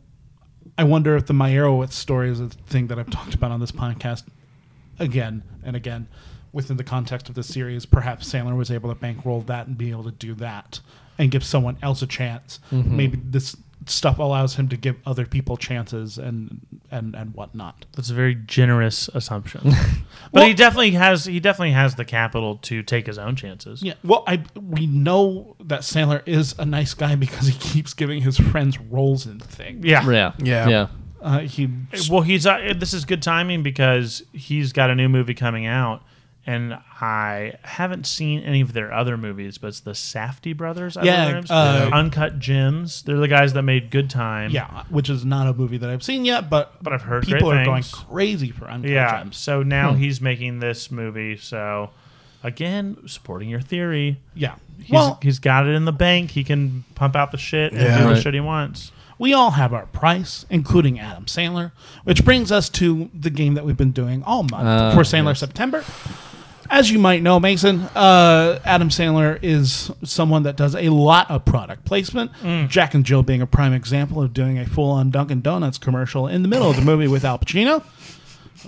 [SPEAKER 1] I wonder if the Meyerowitz story is a thing that I've talked about on this podcast again and again within the context of the series. Perhaps Sandler was able to bankroll that and be able to do that and give someone else a chance.
[SPEAKER 4] Mm-hmm.
[SPEAKER 1] Maybe this stuff allows him to give other people chances and and and whatnot.
[SPEAKER 3] That's a very generous
[SPEAKER 2] (laughs)
[SPEAKER 3] assumption, but he
[SPEAKER 1] Well-
[SPEAKER 3] definitely has he definitely has the capital to take his own chances.
[SPEAKER 1] Yeah. Well, I we know that Sandler is a nice guy because he keeps giving his friends roles and things.
[SPEAKER 3] yeah,
[SPEAKER 2] Yeah.
[SPEAKER 4] Yeah.
[SPEAKER 2] Yeah.
[SPEAKER 1] Uh, he
[SPEAKER 3] Well, he's uh, this is good timing because he's got a new movie coming out, and I haven't seen any of their other movies, but it's the Safdie brothers. I
[SPEAKER 1] Yeah,
[SPEAKER 3] believe their
[SPEAKER 1] uh,
[SPEAKER 3] names. Uncut Gems. They're the guys that made Good Time.
[SPEAKER 1] yeah, which is not a movie that I've seen yet, but
[SPEAKER 3] But I've heard
[SPEAKER 1] people
[SPEAKER 3] great
[SPEAKER 1] are going
[SPEAKER 3] things.
[SPEAKER 1] crazy for Uncut
[SPEAKER 3] yeah.
[SPEAKER 1] Gems. Hmm.
[SPEAKER 3] So now he's making this movie. So again, supporting your theory,
[SPEAKER 1] Yeah.
[SPEAKER 3] he's,
[SPEAKER 1] Well,
[SPEAKER 3] he's got it in the bank. He can pump out the shit and
[SPEAKER 4] Yeah.
[SPEAKER 3] do the
[SPEAKER 2] Right.
[SPEAKER 3] shit he wants.
[SPEAKER 1] we all have our price, including Adam Sandler, which brings us to the game that we've been doing all month
[SPEAKER 2] Ah,
[SPEAKER 1] for Sandler September. As you might know, Mason, uh, Adam Sandler is someone that does a lot of product placement. Jack and Jill being a prime example of doing a full on Dunkin' Donuts commercial in the middle of the movie with Al Pacino.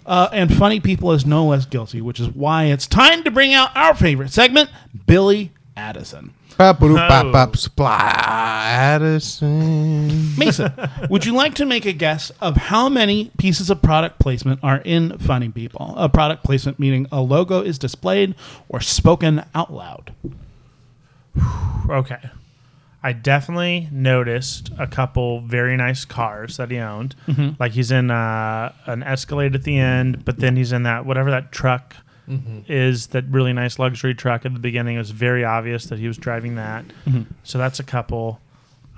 [SPEAKER 1] Uh, and Funny People is no less guilty, which is why it's time to bring out our favorite segment, Billy Addison.
[SPEAKER 4] Pop, boop,
[SPEAKER 3] No.
[SPEAKER 4] pop, pop, splat, Addison.
[SPEAKER 1] Mason, would you like to make a guess of how many pieces of product placement are in Funny People? A product placement meaning a logo is displayed or spoken out loud.
[SPEAKER 3] Okay. I definitely noticed a couple very nice cars that he owned. Like he's in uh, an Escalade at the end, but then he's in that whatever that truck is, that really nice luxury truck at the beginning. It was very obvious that he was driving that. So that's a couple.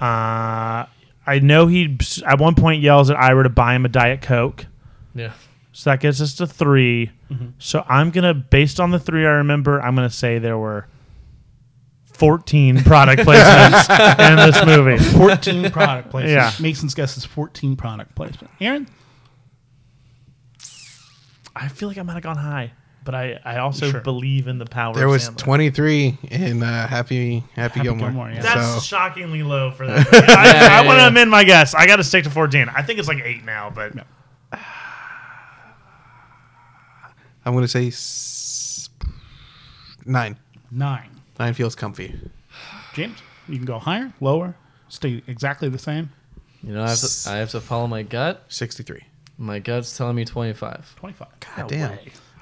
[SPEAKER 3] Uh, I know he at one point yells at Ira to buy him a Diet Coke.
[SPEAKER 2] Yeah.
[SPEAKER 3] So that gets us to 3 So I'm gonna, based on the three I remember, I'm gonna say there were 14 (laughs) product placements in this movie.
[SPEAKER 1] 14 product placements.
[SPEAKER 3] Yeah.
[SPEAKER 1] Mason's guess is 14 product placement. Aaron?
[SPEAKER 3] I feel like I might have gone high, but I, I also
[SPEAKER 1] Sure.
[SPEAKER 3] believe in the power.
[SPEAKER 4] There
[SPEAKER 3] of
[SPEAKER 4] was
[SPEAKER 3] Sandler.
[SPEAKER 4] 23 in uh, Happy Happy, Gilmore.
[SPEAKER 1] Gilmore, yeah.
[SPEAKER 3] That's
[SPEAKER 4] So-
[SPEAKER 3] shockingly low for
[SPEAKER 4] (laughs)
[SPEAKER 3] that. movie. I, I want to amend my guess. I got to stick to 14. I think it's like eight now, but
[SPEAKER 4] I'm gonna say s- nine.
[SPEAKER 1] Nine.
[SPEAKER 4] Nine feels comfy.
[SPEAKER 1] James? You can go higher, lower, stay exactly the same.
[SPEAKER 2] You know, I have, to, I have to follow my gut.
[SPEAKER 4] Sixty-three.
[SPEAKER 2] My gut's telling me 25.
[SPEAKER 1] 25.
[SPEAKER 4] God damn.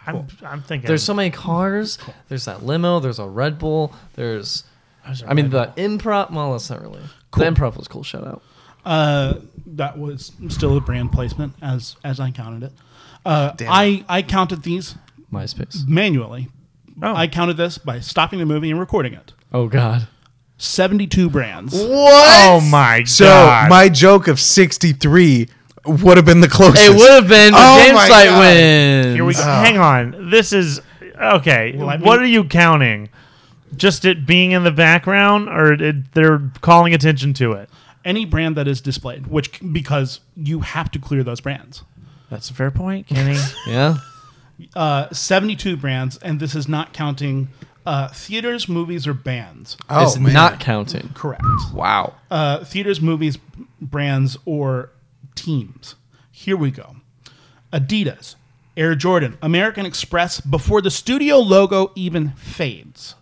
[SPEAKER 3] I'm, I'm thinking.
[SPEAKER 2] There's so many cars. There's that limo. There's a Red Bull. There's,
[SPEAKER 3] There's a
[SPEAKER 2] I mean,
[SPEAKER 3] Red
[SPEAKER 2] the improv. Well, that's not really. The improv was cool. Shout out.
[SPEAKER 1] Uh, that was still a brand placement as as I counted it. Uh,
[SPEAKER 4] Damn it.
[SPEAKER 1] I, I counted these
[SPEAKER 2] MySpace.
[SPEAKER 1] manually.
[SPEAKER 3] Oh.
[SPEAKER 1] I counted this by stopping the movie and recording it.
[SPEAKER 2] Oh God.
[SPEAKER 1] 72 brands.
[SPEAKER 4] What?
[SPEAKER 3] Oh my
[SPEAKER 4] So
[SPEAKER 3] god!
[SPEAKER 4] my joke of sixty-three would have been the closest.
[SPEAKER 2] It would have been.
[SPEAKER 4] Oh
[SPEAKER 2] Oh
[SPEAKER 4] my
[SPEAKER 2] James Light
[SPEAKER 4] God.
[SPEAKER 2] wins.
[SPEAKER 3] Here we go. Hang on. This is okay.
[SPEAKER 1] I
[SPEAKER 3] what
[SPEAKER 1] mean-
[SPEAKER 3] are you counting? Just it being in the background, or it, they're calling attention to it?
[SPEAKER 1] Any brand that is displayed, which because you have to clear those brands.
[SPEAKER 3] That's a fair point, Kenny.
[SPEAKER 2] (laughs) Yeah.
[SPEAKER 1] Uh, 72 brands, and this is not counting uh, theaters, movies, or bands.
[SPEAKER 4] Oh
[SPEAKER 2] it's
[SPEAKER 4] man.
[SPEAKER 2] not counting.
[SPEAKER 1] Correct.
[SPEAKER 2] Wow.
[SPEAKER 1] Uh, theaters, movies, brands, or teams. Here we go Adidas, Air Jordan, American Express, before the studio logo even fades.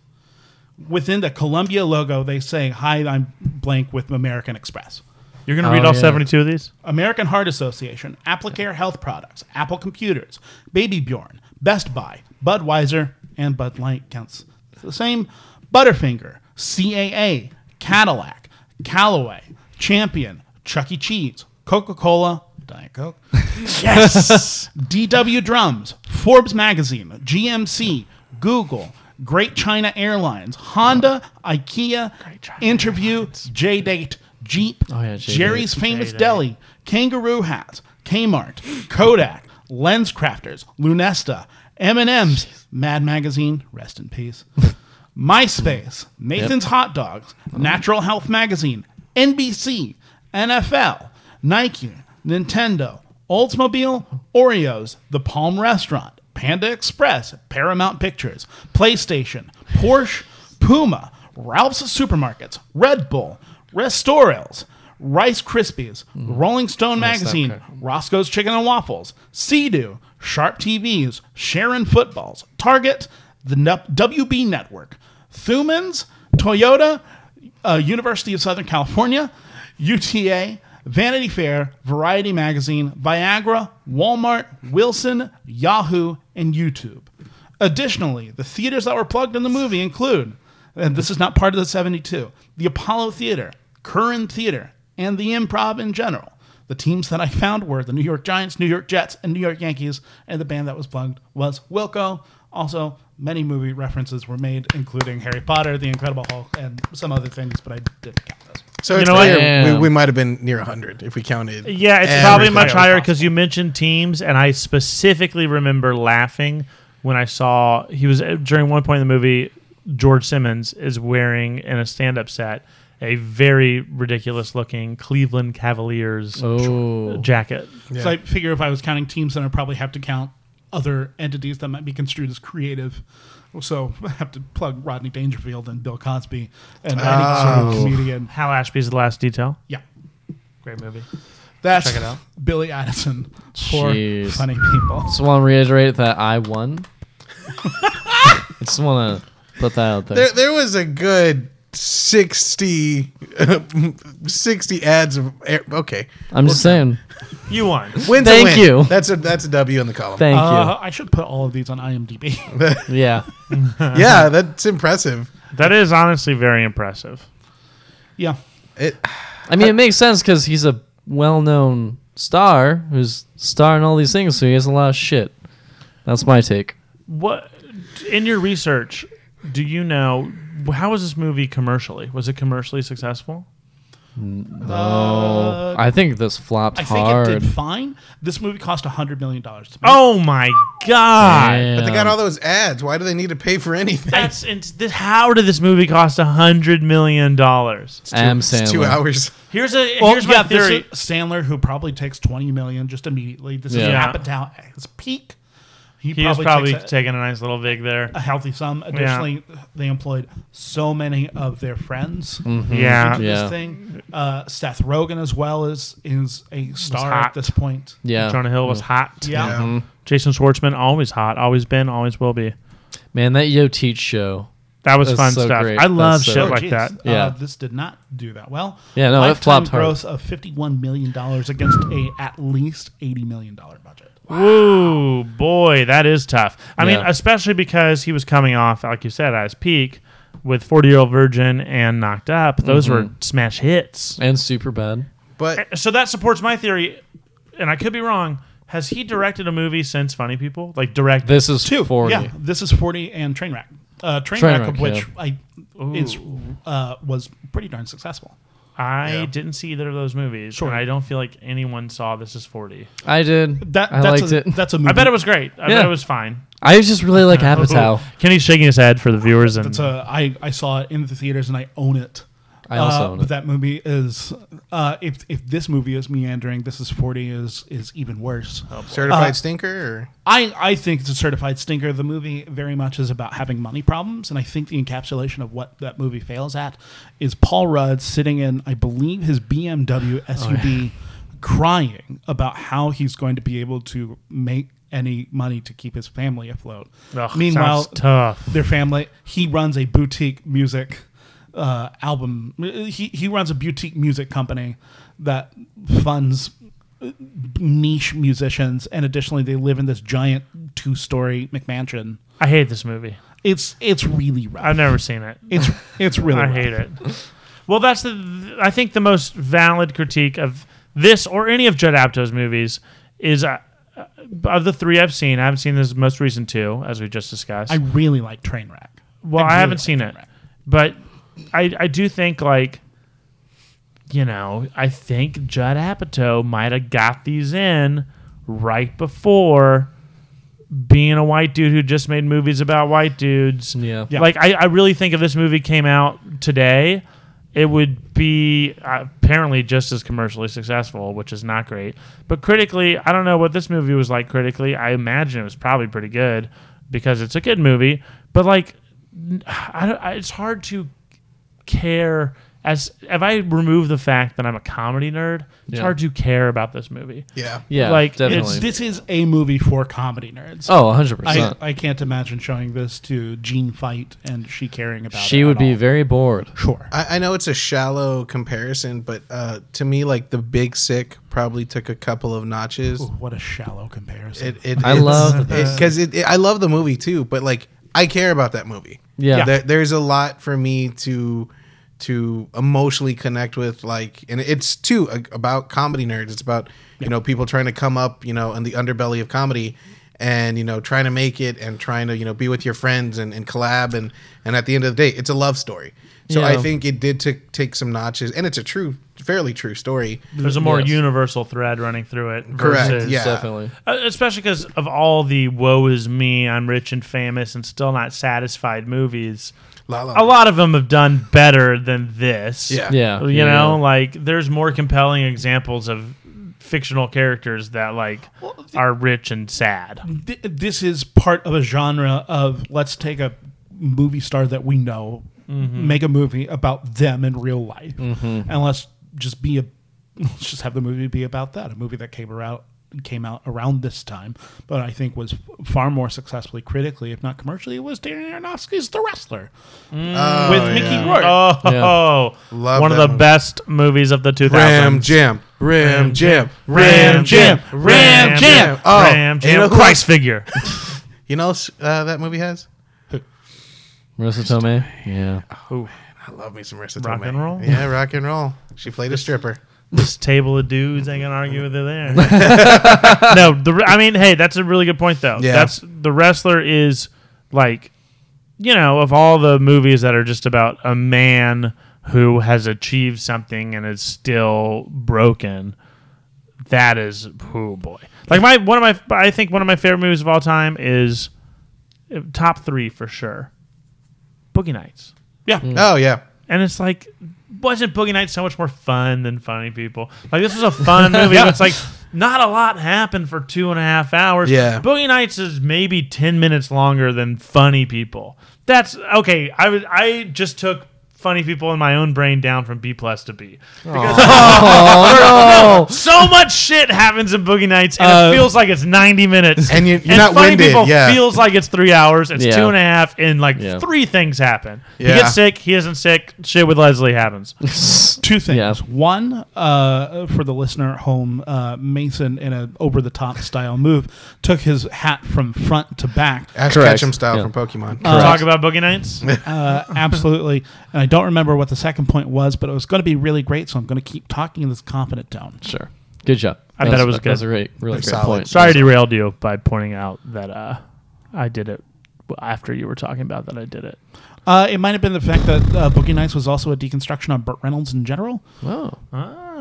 [SPEAKER 1] within the Columbia logo, they say, "Hi, I'm blank with American Express."
[SPEAKER 3] You're gonna
[SPEAKER 2] Oh,
[SPEAKER 3] read off
[SPEAKER 2] yeah.
[SPEAKER 3] 72 of these?
[SPEAKER 1] American Heart Association, AppleCare Health Products, Apple Computers, Baby Bjorn, Best Buy, Budweiser, and Bud Light counts the same. Butterfinger, CAA, Cadillac, Callaway, Champion, Chuck E. Cheese, Coca Cola, Diet Coke, yes, DW Drums, Forbes Magazine, GMC, Google, Great China Airlines, Honda, IKEA, Interview, J Date, Jeep,
[SPEAKER 2] Oh, yeah, J-Date.
[SPEAKER 1] Jerry's Jerry's Famous Deli, Kangaroo Hat, Kmart, Kodak, Lens Crafters, Lunesta, M&M's, Mad Magazine, rest in peace, MySpace, Nathan's Hot Dogs, Natural Health Magazine, NBC, NFL, Nike, Nintendo, Oldsmobile, Oreos, The Palm Restaurant, Panda Express, Paramount Pictures, PlayStation, Porsche, Puma, Ralph's Supermarkets, Red Bull, Restorals, Rice Krispies, Rolling Stone Magazine,
[SPEAKER 2] okay.
[SPEAKER 1] Roscoe's Chicken and Waffles, Sea-Doo, Sharp TVs, Sharon Footballs, Target, the Nup- WB Network, Thumans, Toyota, uh, University of Southern California, UTA, Vanity Fair, Variety Magazine, Viagra, Walmart, Wilson, Yahoo, and YouTube. Additionally, the theaters that were plugged in the movie include, and this is not part of the 72, the Apollo Theater, Curran Theater, and the improv in general. The teams that I found were the New York Giants, New York Jets, and New York Yankees, and the band that was plugged was Wilco. Also, many movie references were made, including Harry Potter, The Incredible Hulk, and some other things, but I didn't count those.
[SPEAKER 4] So
[SPEAKER 3] You
[SPEAKER 4] it's
[SPEAKER 3] know what?
[SPEAKER 4] clear
[SPEAKER 2] Damn.
[SPEAKER 4] we, we might have been near 100 if we counted.
[SPEAKER 3] Yeah, it's
[SPEAKER 4] every-
[SPEAKER 3] probably much
[SPEAKER 1] possible.
[SPEAKER 3] higher because you mentioned teams, and I specifically remember laughing when I saw he was uh, during one point in the movie. George Simmons is wearing in a stand-up set a very ridiculous-looking Cleveland Cavaliers
[SPEAKER 2] Oh.
[SPEAKER 3] jacket.
[SPEAKER 1] So I figure if I was counting teams, then I'd probably have to count other entities that might be construed as creative. So (laughs) I have to plug Rodney Dangerfield and Bill Cosby and any sort
[SPEAKER 3] Oh.
[SPEAKER 1] of comedian.
[SPEAKER 3] Hal Ashby's the last detail.
[SPEAKER 1] Yeah.
[SPEAKER 3] Great movie.
[SPEAKER 1] That's
[SPEAKER 4] Check it out.
[SPEAKER 1] Billy Addison for
[SPEAKER 2] Jeez.
[SPEAKER 1] funny people.
[SPEAKER 2] Just want to reiterate that I won. I just want to put that out there.
[SPEAKER 4] There, there was a good (laughs) 60, 60 ads of air- okay.
[SPEAKER 2] I'm just saying.
[SPEAKER 3] You won.
[SPEAKER 4] Wins a
[SPEAKER 2] Thank
[SPEAKER 4] win.
[SPEAKER 2] you.
[SPEAKER 4] That's a that's a W in the column.
[SPEAKER 2] Thank
[SPEAKER 1] Uh, I should put all of these on
[SPEAKER 3] (laughs)
[SPEAKER 1] IMDb.
[SPEAKER 2] you. Yeah.
[SPEAKER 4] yeah, that's impressive.
[SPEAKER 3] That is honestly very impressive.
[SPEAKER 1] yeah.
[SPEAKER 4] It,
[SPEAKER 2] I mean, it makes sense because he's a well-known star who's starring all these things, so he has a lot of shit. That's my take.
[SPEAKER 3] What in your research do you know? How was this movie commercially? Was it commercially successful?
[SPEAKER 2] Oh, I think this flopped
[SPEAKER 1] Uh, I think
[SPEAKER 2] hard.
[SPEAKER 1] it did fine. This movie cost $100 million to make.
[SPEAKER 3] Oh my god!
[SPEAKER 4] but they
[SPEAKER 2] Damn.
[SPEAKER 4] got all those ads. Why do they need to pay
[SPEAKER 3] (laughs)
[SPEAKER 4] for anything?
[SPEAKER 3] That's and this, how did this movie cost a hundred million dollars?
[SPEAKER 2] Am
[SPEAKER 4] It's two
[SPEAKER 2] Sandler.
[SPEAKER 4] hours.
[SPEAKER 3] Here's a
[SPEAKER 1] Well,
[SPEAKER 3] here's my
[SPEAKER 1] yeah, this
[SPEAKER 3] theory.
[SPEAKER 1] is Sandler, who probably takes twenty million just immediately. This is
[SPEAKER 2] Yeah.
[SPEAKER 1] Apatow at his peak.
[SPEAKER 3] He was probably
[SPEAKER 1] takes a,
[SPEAKER 3] taking a nice little vig there.
[SPEAKER 1] a healthy sum. Additionally, they employed so many of their friends.
[SPEAKER 3] Yeah.
[SPEAKER 1] into
[SPEAKER 2] Mm-hmm. Yeah.
[SPEAKER 1] This thing, uh, Seth Rogen as well is is a star
[SPEAKER 3] hot. Mm-hmm.
[SPEAKER 1] at this point.
[SPEAKER 2] Yeah. Mm.
[SPEAKER 3] Jonah Hill was hot.
[SPEAKER 1] Yeah, Oh,
[SPEAKER 4] Yeah.
[SPEAKER 3] Jason Schwartzman always hot, always been, always will be.
[SPEAKER 2] Man, that Yo Teach show.
[SPEAKER 3] That was
[SPEAKER 2] That's
[SPEAKER 3] fun
[SPEAKER 2] so
[SPEAKER 3] stuff.
[SPEAKER 2] great.
[SPEAKER 3] I love
[SPEAKER 2] That's so-
[SPEAKER 3] shit
[SPEAKER 1] Oh,
[SPEAKER 3] like
[SPEAKER 1] geez.
[SPEAKER 3] that.
[SPEAKER 2] Yeah.
[SPEAKER 1] uh, this did not do that well.
[SPEAKER 2] Yeah, no, it
[SPEAKER 1] Lifetime
[SPEAKER 2] flopped hard.
[SPEAKER 1] Gross of fifty-one million dollars against a at least eighty million dollar budget.
[SPEAKER 3] Ooh, boy, that is tough. I mean,
[SPEAKER 2] Yeah.
[SPEAKER 3] especially because he was coming off, like you said, at his peak with 40 Year Old Virgin and Knocked Up. Those were smash hits.
[SPEAKER 2] And super bad.
[SPEAKER 4] But
[SPEAKER 3] So that supports my theory, and I could be wrong. Has he directed a movie since Funny People? Like, directed?
[SPEAKER 2] This is 40.
[SPEAKER 1] Yeah, this is forty and Trainwreck. Uh, Trainwreck,
[SPEAKER 2] Trainwreck,
[SPEAKER 1] of which
[SPEAKER 2] yeah.
[SPEAKER 1] I is uh, was pretty darn successful.
[SPEAKER 3] I
[SPEAKER 4] Yeah.
[SPEAKER 3] didn't see either of those movies,
[SPEAKER 1] Sure.
[SPEAKER 3] and I don't feel like anyone saw This Is 40.
[SPEAKER 2] I did.
[SPEAKER 1] That
[SPEAKER 2] I
[SPEAKER 1] that's
[SPEAKER 2] liked
[SPEAKER 1] a,
[SPEAKER 2] it.
[SPEAKER 1] That's a movie.
[SPEAKER 3] I bet it was great. I
[SPEAKER 2] Yeah.
[SPEAKER 3] bet it was fine.
[SPEAKER 2] I just really
[SPEAKER 3] (laughs)
[SPEAKER 2] like
[SPEAKER 3] Oh.
[SPEAKER 2] Apatow.
[SPEAKER 3] Ooh. Kenny's shaking his head for the viewers, and
[SPEAKER 1] It's a, I, I saw it in the theaters and I own it.
[SPEAKER 2] I also
[SPEAKER 1] Uh,
[SPEAKER 2] own
[SPEAKER 1] but
[SPEAKER 2] it.
[SPEAKER 1] that movie is uh, if if this movie is meandering, this is forty is is even worse.
[SPEAKER 4] certified stinker. Or?
[SPEAKER 1] I I think it's a certified stinker. The movie very much is about having money problems, and I think the encapsulation of what that movie fails at is Paul Rudd sitting in, I believe, his
[SPEAKER 2] Oh,
[SPEAKER 1] BMW SUV, crying about how he's going to be able to make any money to keep his family afloat.
[SPEAKER 3] Ugh,
[SPEAKER 1] Meanwhile,
[SPEAKER 3] sounds tough.
[SPEAKER 1] their family. He runs a boutique music uh, album. He he runs a boutique music company that funds uh, niche musicians, and additionally, they live in this giant two-story McMansion.
[SPEAKER 3] I hate this movie.
[SPEAKER 1] It's it's really rough.
[SPEAKER 3] I've never seen it.
[SPEAKER 1] it's it's really.
[SPEAKER 3] (laughs) I
[SPEAKER 1] rough.
[SPEAKER 3] hate it. Well, that's the I think the most valid critique of this or any of Judd Apatow's movies is uh, uh, of the three I've seen. I haven't seen this most recent two, as we just discussed.
[SPEAKER 1] I really like Trainwreck.
[SPEAKER 3] well, I,
[SPEAKER 1] really
[SPEAKER 3] haven't
[SPEAKER 1] like
[SPEAKER 3] seen it,
[SPEAKER 1] Trainwreck.
[SPEAKER 3] but I I do think like you know I think Judd Apatow might have got these in right before being a white dude who just made movies about white dudes.
[SPEAKER 2] Yeah.
[SPEAKER 1] Yeah.
[SPEAKER 3] Like I, I really think if this movie came out today, it would be uh, apparently just as commercially successful, which is not great. But critically, I don't know what this movie was like critically. I imagine it was probably pretty good because it's a good movie. But like, n- I don't, I, it's hard to care as if I remove the fact that I'm a comedy nerd. It's
[SPEAKER 2] Yeah.
[SPEAKER 3] hard to care about this movie.
[SPEAKER 4] Yeah.
[SPEAKER 2] Yeah,
[SPEAKER 3] Like, it's
[SPEAKER 2] definitely.
[SPEAKER 3] Really?
[SPEAKER 1] This is a movie for comedy nerds.
[SPEAKER 2] oh, 100%.
[SPEAKER 1] I, I can't imagine showing this to Jean Fight and she caring about it.
[SPEAKER 2] she would
[SPEAKER 1] at
[SPEAKER 2] be
[SPEAKER 1] all.
[SPEAKER 2] very bored.
[SPEAKER 1] sure.
[SPEAKER 4] I, I know it's a shallow comparison, but uh, to me, like the Big Sick probably took a couple of notches.
[SPEAKER 1] Ooh, what a shallow comparison.
[SPEAKER 4] It, it,
[SPEAKER 2] I love that
[SPEAKER 4] because it, it, I love the movie too, but like I care about that movie.
[SPEAKER 2] Yeah.
[SPEAKER 4] There, there's a lot for me to to emotionally connect with. Like, and it's too a- about comedy nerds. It's about you know people trying to come up, you know, in the underbelly of comedy. And you know, trying to make it, and trying to you know be with your friends and, and collab, and and at the end of the day, it's a love story. So I
[SPEAKER 2] Yeah.
[SPEAKER 4] think it did t- take some notches, and it's a true, fairly true story.
[SPEAKER 3] There's a more
[SPEAKER 2] Yes.
[SPEAKER 3] universal thread running through it.
[SPEAKER 4] Correct,
[SPEAKER 3] versus-
[SPEAKER 4] yeah.
[SPEAKER 2] Definitely.
[SPEAKER 3] Uh, especially because of all the "woe is me," I'm rich and famous and still not satisfied movies.
[SPEAKER 4] La La
[SPEAKER 3] A lot of them have done better than this.
[SPEAKER 4] Yeah.
[SPEAKER 2] Yeah.
[SPEAKER 3] you know, like there's more compelling examples of fictional characters that like are rich and sad.
[SPEAKER 1] Th- this is part of a genre of let's take a movie star that we know, make a movie about them in real life, and let's just be a let's just have the movie be about that. A movie that came around came out around this time, but I think was far more successfully critically, if not commercially, it was Darren Aronofsky's The Wrestler
[SPEAKER 4] Oh,
[SPEAKER 1] with Mickey
[SPEAKER 4] yeah.
[SPEAKER 1] Rourke.
[SPEAKER 3] Oh, (laughs)
[SPEAKER 4] Love
[SPEAKER 3] one of
[SPEAKER 4] that
[SPEAKER 3] the
[SPEAKER 4] movie.
[SPEAKER 3] best movies of the 2000s.
[SPEAKER 4] Ram Jam, Ram Jam,
[SPEAKER 3] Ram Jam, Ram Jam,
[SPEAKER 4] Oh,
[SPEAKER 3] Ram
[SPEAKER 4] and
[SPEAKER 3] Jam,
[SPEAKER 4] you know who-
[SPEAKER 3] Christ (laughs) figure.
[SPEAKER 4] You know else, uh, that movie has?
[SPEAKER 2] Marissa Tomei. Yeah.
[SPEAKER 4] I love me some Marissa
[SPEAKER 3] Rock
[SPEAKER 4] Tomei.
[SPEAKER 3] and roll?
[SPEAKER 4] Yeah, rock and roll. She played a stripper.
[SPEAKER 3] this table of dudes ain't gonna argue with it (laughs) there. no, the, I mean, hey, that's a really good point though.
[SPEAKER 4] Yeah.
[SPEAKER 3] That's the wrestler is like, you know, of all the movies that are just about a man who has achieved something and is still broken. That is, oh boy, like my one of my I think one of my favorite movies of all time is uh, top three for sure. Boogie Nights.
[SPEAKER 1] Yeah,
[SPEAKER 2] Mm.
[SPEAKER 4] Oh yeah,
[SPEAKER 3] And it's like, wasn't Boogie Nights so much more fun than Funny People? Like, this was a fun
[SPEAKER 4] (laughs)
[SPEAKER 3] movie, but it's like, not a lot happened for two and a half hours.
[SPEAKER 4] Yeah.
[SPEAKER 3] Boogie Nights is maybe 10 minutes longer than Funny People. That's okay. I, was, I just took Funny People in my own brain down from B plus to B.
[SPEAKER 4] (laughs)
[SPEAKER 2] Oh,
[SPEAKER 3] (laughs) So much shit happens in Boogie Nights, and
[SPEAKER 2] Uh,
[SPEAKER 3] it feels like it's 90 minutes.
[SPEAKER 4] And you- you're not
[SPEAKER 3] Funny
[SPEAKER 4] winded,
[SPEAKER 3] People
[SPEAKER 4] yeah.
[SPEAKER 3] feels like it's three hours. It's
[SPEAKER 2] Yeah.
[SPEAKER 3] two and a half, and like
[SPEAKER 2] Yeah.
[SPEAKER 3] three things happen.
[SPEAKER 4] Yeah.
[SPEAKER 3] He gets sick. He isn't sick. Shit with Leslie happens.
[SPEAKER 1] two things.
[SPEAKER 2] Yeah.
[SPEAKER 1] One, uh, for the listener at home, uh, Mason in an over the top style move took his hat from front to back.
[SPEAKER 4] Ash
[SPEAKER 2] Correct.
[SPEAKER 4] Ketchum style
[SPEAKER 2] Yeah.
[SPEAKER 4] from Pokemon. Uh,
[SPEAKER 3] talk about Boogie Nights.
[SPEAKER 1] Uh, absolutely. And I don't remember what the second point was, but it was going to be really great, so I'm going to keep talking in this confident tone.
[SPEAKER 2] sure. Good job.
[SPEAKER 3] I
[SPEAKER 2] That
[SPEAKER 3] bet it was
[SPEAKER 2] That's
[SPEAKER 3] good.
[SPEAKER 2] a really, really
[SPEAKER 4] That's
[SPEAKER 2] great
[SPEAKER 4] solid.
[SPEAKER 2] point.
[SPEAKER 3] Sorry I derailed you by pointing out that uh, I did it after you were talking about that I did it.
[SPEAKER 1] Uh, it might have been the fact that uh, Boogie Nights was also a deconstruction on Burt Reynolds in general.
[SPEAKER 2] Oh,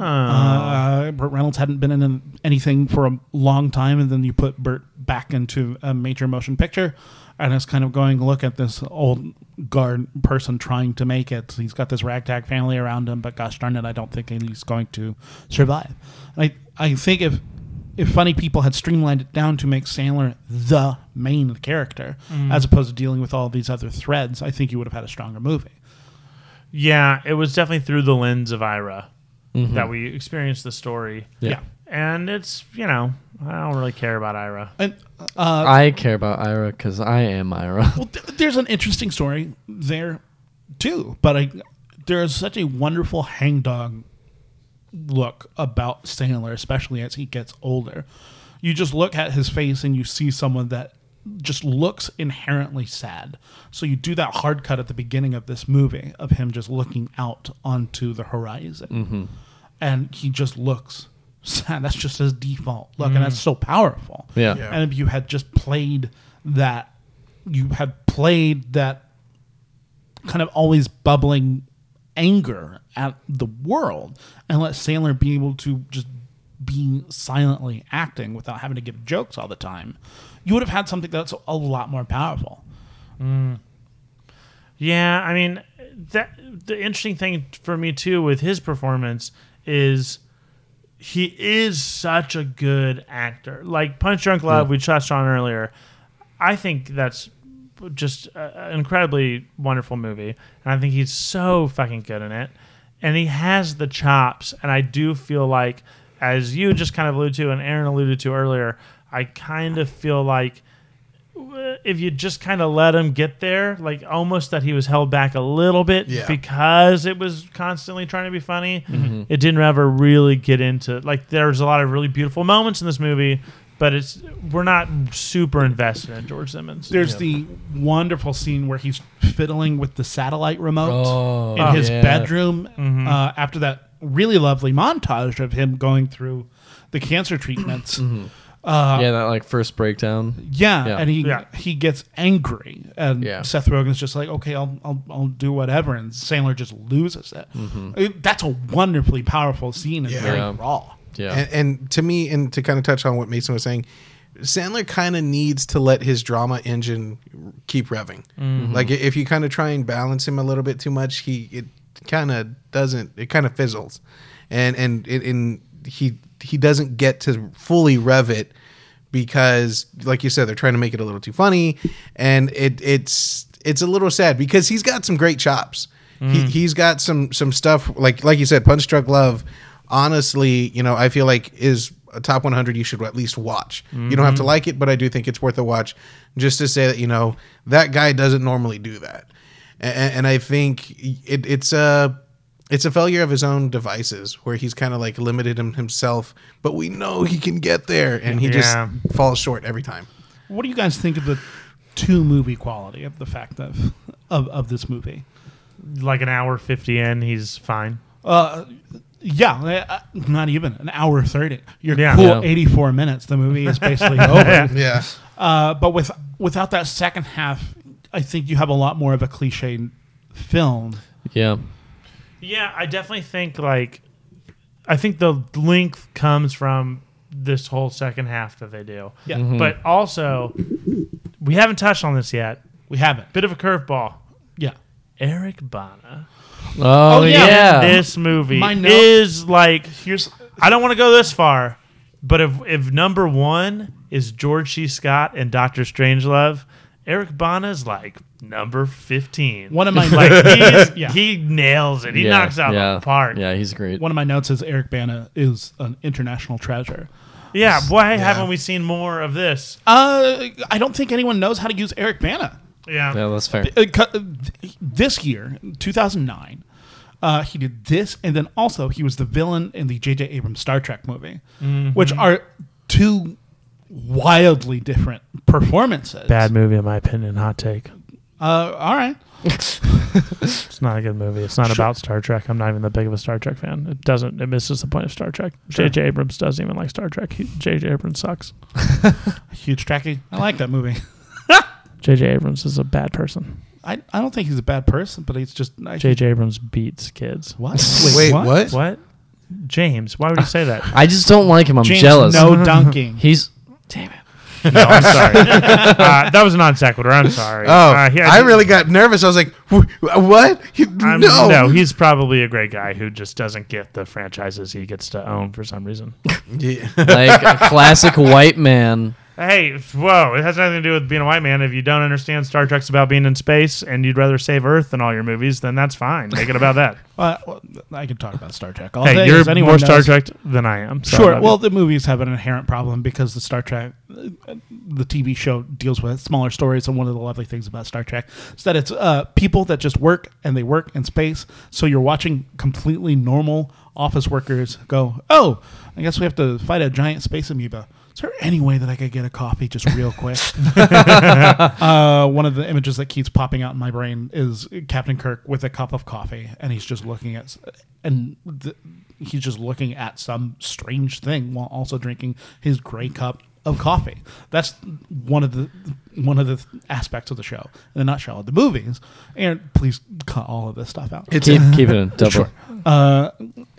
[SPEAKER 1] Uh, Burt Reynolds hadn't been in an- anything for a long time, and then you put Burt back into a major motion picture, and it's kind of going look at this old guard person trying to make it. He's got this ragtag family around him, but gosh darn it, I don't think he's going to survive. And I I think if if funny people had streamlined it down to make Sandler the main character, as opposed to dealing with all these other threads, I think you would have had a stronger movie.
[SPEAKER 3] yeah, it was definitely through the lens of Ira that we experienced the story.
[SPEAKER 2] yeah.
[SPEAKER 1] Yeah.
[SPEAKER 3] and it's you know I don't really care about Ira.
[SPEAKER 1] And uh,
[SPEAKER 2] I care about Ira because I am Ira.
[SPEAKER 1] Well, th- there's an interesting story there too, but I there is such a wonderful hangdog look about Sandler, especially as he gets older. You just look at his face and you see someone that just looks inherently sad. So you do that hard cut at the beginning of this movie of him just looking out onto the horizon, and he just looks (laughs) sad. That's just his default look, and that's so powerful.
[SPEAKER 2] Yeah.
[SPEAKER 4] Yeah.
[SPEAKER 1] And if you had just played that, you had played that kind of always bubbling anger at the world and let Sandler be able to just be silently acting without having to give jokes all the time, you would have had something that's a lot more powerful.
[SPEAKER 3] Yeah, I mean that the interesting thing for me too with his performance is he is such a good actor. Like Punch Drunk Love, we touched on earlier. I think that's just a- an incredibly wonderful movie, and I think he's so fucking good in it. And he has the chops, and I do feel like, as you just kind of alluded to, and Aaron alluded to earlier, I kind of feel like if you just kind of let him get there, like almost that he was held back a little bit
[SPEAKER 4] Yeah.
[SPEAKER 3] because it was constantly trying to be funny. It didn't ever really get into like there's a lot of really beautiful moments in this movie, but it's we're not super invested in George Simmons.
[SPEAKER 1] There's the wonderful scene where he's fiddling with the satellite remote
[SPEAKER 2] Oh,
[SPEAKER 1] in his
[SPEAKER 2] yeah. Mm-hmm.
[SPEAKER 1] bedroom uh, after that really lovely montage of him going through the cancer treatments.
[SPEAKER 2] Mm-hmm. yeah, that like first breakdown.
[SPEAKER 1] Yeah,
[SPEAKER 2] Yeah.
[SPEAKER 1] and he
[SPEAKER 3] Yeah.
[SPEAKER 1] he gets angry, and
[SPEAKER 2] Yeah.
[SPEAKER 1] Seth Rogen's just like, okay, I'll, I'll I'll do whatever, and Sandler just loses it. It- That's a wonderfully powerful scene and
[SPEAKER 4] Yeah.
[SPEAKER 1] very
[SPEAKER 2] Mm-hmm. Yeah.
[SPEAKER 1] raw.
[SPEAKER 2] Yeah.
[SPEAKER 4] And, and to me, and to kind of touch on what Mason was saying, Sandler kind of needs to let his drama engine keep revving.
[SPEAKER 3] Mm-hmm.
[SPEAKER 4] Like i- if you kind of try and balance him a little bit too much, he it kind of doesn't. It kind of fizzles, and and it, and he he doesn't get to fully rev it because, like you said, they're trying to make it a little too funny, and it it's it's a little sad because he's got some great chops. He, he's got some some stuff like like you said, Punch Drunk Love. Honestly, you know, I feel like is a top 100 you should at least watch. You don't have to like it, but I do think it's worth a watch just to say that you know that guy doesn't normally do that, and, and I think it, it's a it's a failure of his own devices where he's kind of like limited him himself, but we know he can get there, and he
[SPEAKER 3] Yeah.
[SPEAKER 4] just falls short every time.
[SPEAKER 1] What do you guys think of the two movie quality of the fact of of, of this movie?
[SPEAKER 3] Like an hour fifty in, he's fine.
[SPEAKER 1] Uh, yeah, uh, not even an hour thirty. You're
[SPEAKER 3] Yeah.
[SPEAKER 1] cool.
[SPEAKER 2] Yeah.
[SPEAKER 1] Eighty four minutes. The movie is basically over.
[SPEAKER 4] Yeah,
[SPEAKER 1] Uh, but with without that second half, I think you have a lot more of a cliche film.
[SPEAKER 2] yeah.
[SPEAKER 3] Yeah, I definitely think like I think the length comes from this whole second half that they do.
[SPEAKER 1] Yeah,
[SPEAKER 2] Mm-hmm.
[SPEAKER 3] But also we haven't touched on this yet.
[SPEAKER 1] we haven't.
[SPEAKER 3] Bit of a curveball.
[SPEAKER 1] Yeah.
[SPEAKER 3] Eric Bana.
[SPEAKER 2] Oh,
[SPEAKER 1] yeah.
[SPEAKER 2] yeah.
[SPEAKER 3] This movie
[SPEAKER 1] My note-
[SPEAKER 3] is like
[SPEAKER 1] Here's
[SPEAKER 3] I don't want to go this far, but if if number one is George C. Scott and Doctor Strangelove, Eric Bana's like number fifteen.
[SPEAKER 1] One of my
[SPEAKER 3] (laughs) like he, is,
[SPEAKER 1] Yeah.
[SPEAKER 3] he nails it. He
[SPEAKER 2] Yeah,
[SPEAKER 3] knocks out
[SPEAKER 2] yeah,
[SPEAKER 3] the park.
[SPEAKER 2] Yeah, he's great.
[SPEAKER 1] one of my notes is Eric Bana is an international treasure.
[SPEAKER 3] Yeah, why haven't we seen more of this?
[SPEAKER 1] Uh, I don't think anyone knows how to use Eric Bana.
[SPEAKER 3] Yeah.
[SPEAKER 2] Yeah, that's fair.
[SPEAKER 1] Uh, cu- This year, 2009, uh, he did this, and then also he was the villain in the J.J. Abrams Star Trek movie, which are two wildly different performances.
[SPEAKER 3] movie, in my opinion. Hot take.
[SPEAKER 1] Uh, all right.
[SPEAKER 3] It's not a good movie. It's not about Star Trek. I'm not even that big of a Star Trek fan. It doesn't. It misses the point of Star Trek.
[SPEAKER 1] Sure.
[SPEAKER 3] J.J. Abrams doesn't even like Star Trek. He- J.J. Abrams sucks.
[SPEAKER 1] Huge Trekkie. I like
[SPEAKER 2] (laughs)
[SPEAKER 1] that movie.
[SPEAKER 3] J.J. Abrams is a bad person.
[SPEAKER 1] I, I don't think he's a bad person, but he's just. I,
[SPEAKER 3] J.J. Abrams beats kids.
[SPEAKER 1] What?
[SPEAKER 4] Wait, what?
[SPEAKER 3] What? James, why would you
[SPEAKER 1] (laughs)
[SPEAKER 3] say that?
[SPEAKER 2] I just don't like him. I'm
[SPEAKER 1] James,
[SPEAKER 2] jealous. (laughs)
[SPEAKER 1] no dunking.
[SPEAKER 2] He's. Damn it.
[SPEAKER 3] no, I'm sorry.
[SPEAKER 1] (laughs)
[SPEAKER 3] Uh, that was a non sequitur. I'm sorry.
[SPEAKER 4] Oh,
[SPEAKER 3] Uh, he-
[SPEAKER 4] I really got nervous. I was like, "Wh- "What? He-
[SPEAKER 3] I'm-
[SPEAKER 4] no,
[SPEAKER 3] no, he's probably a great guy who just doesn't get the
[SPEAKER 1] (laughs)
[SPEAKER 3] franchises he gets to own for some reason.
[SPEAKER 4] (laughs) Yeah.
[SPEAKER 2] Like a classic white man
[SPEAKER 3] Hey, whoa! It has nothing to do with being a white man. If you don't understand Star Trek's about being in space and you'd rather save Earth than all your movies, then that's fine. Make it about that.
[SPEAKER 1] Uh, well, I can talk about Star Trek (laughs) all
[SPEAKER 3] hey,
[SPEAKER 1] day.
[SPEAKER 3] you're
[SPEAKER 1] as anyone
[SPEAKER 3] more Star
[SPEAKER 1] knows.
[SPEAKER 3] Trek than I am. so I
[SPEAKER 1] Sure.
[SPEAKER 3] love
[SPEAKER 1] Well, the movies have an inherent problem because the Star Trek, uh, the TV show deals with smaller stories, and one of the lovely things about Star Trek is that it's uh, people that just work and they work in space. So you're watching completely normal office workers go, "Oh, I guess we have to fight a giant space amoeba." Is there any way that I could get a coffee just real quick? uh, one of the images that keeps popping out in my brain is Captain Kirk with a cup of coffee, and he's just looking at, s- and th- he's just looking at some strange thing while also drinking his gray cup of coffee. That's one of the one of the aspects of the show. In the nutshell, of the movies, and please cut all of this stuff out.
[SPEAKER 2] keep, keep it
[SPEAKER 4] (laughs)
[SPEAKER 2] in double.
[SPEAKER 1] Uh,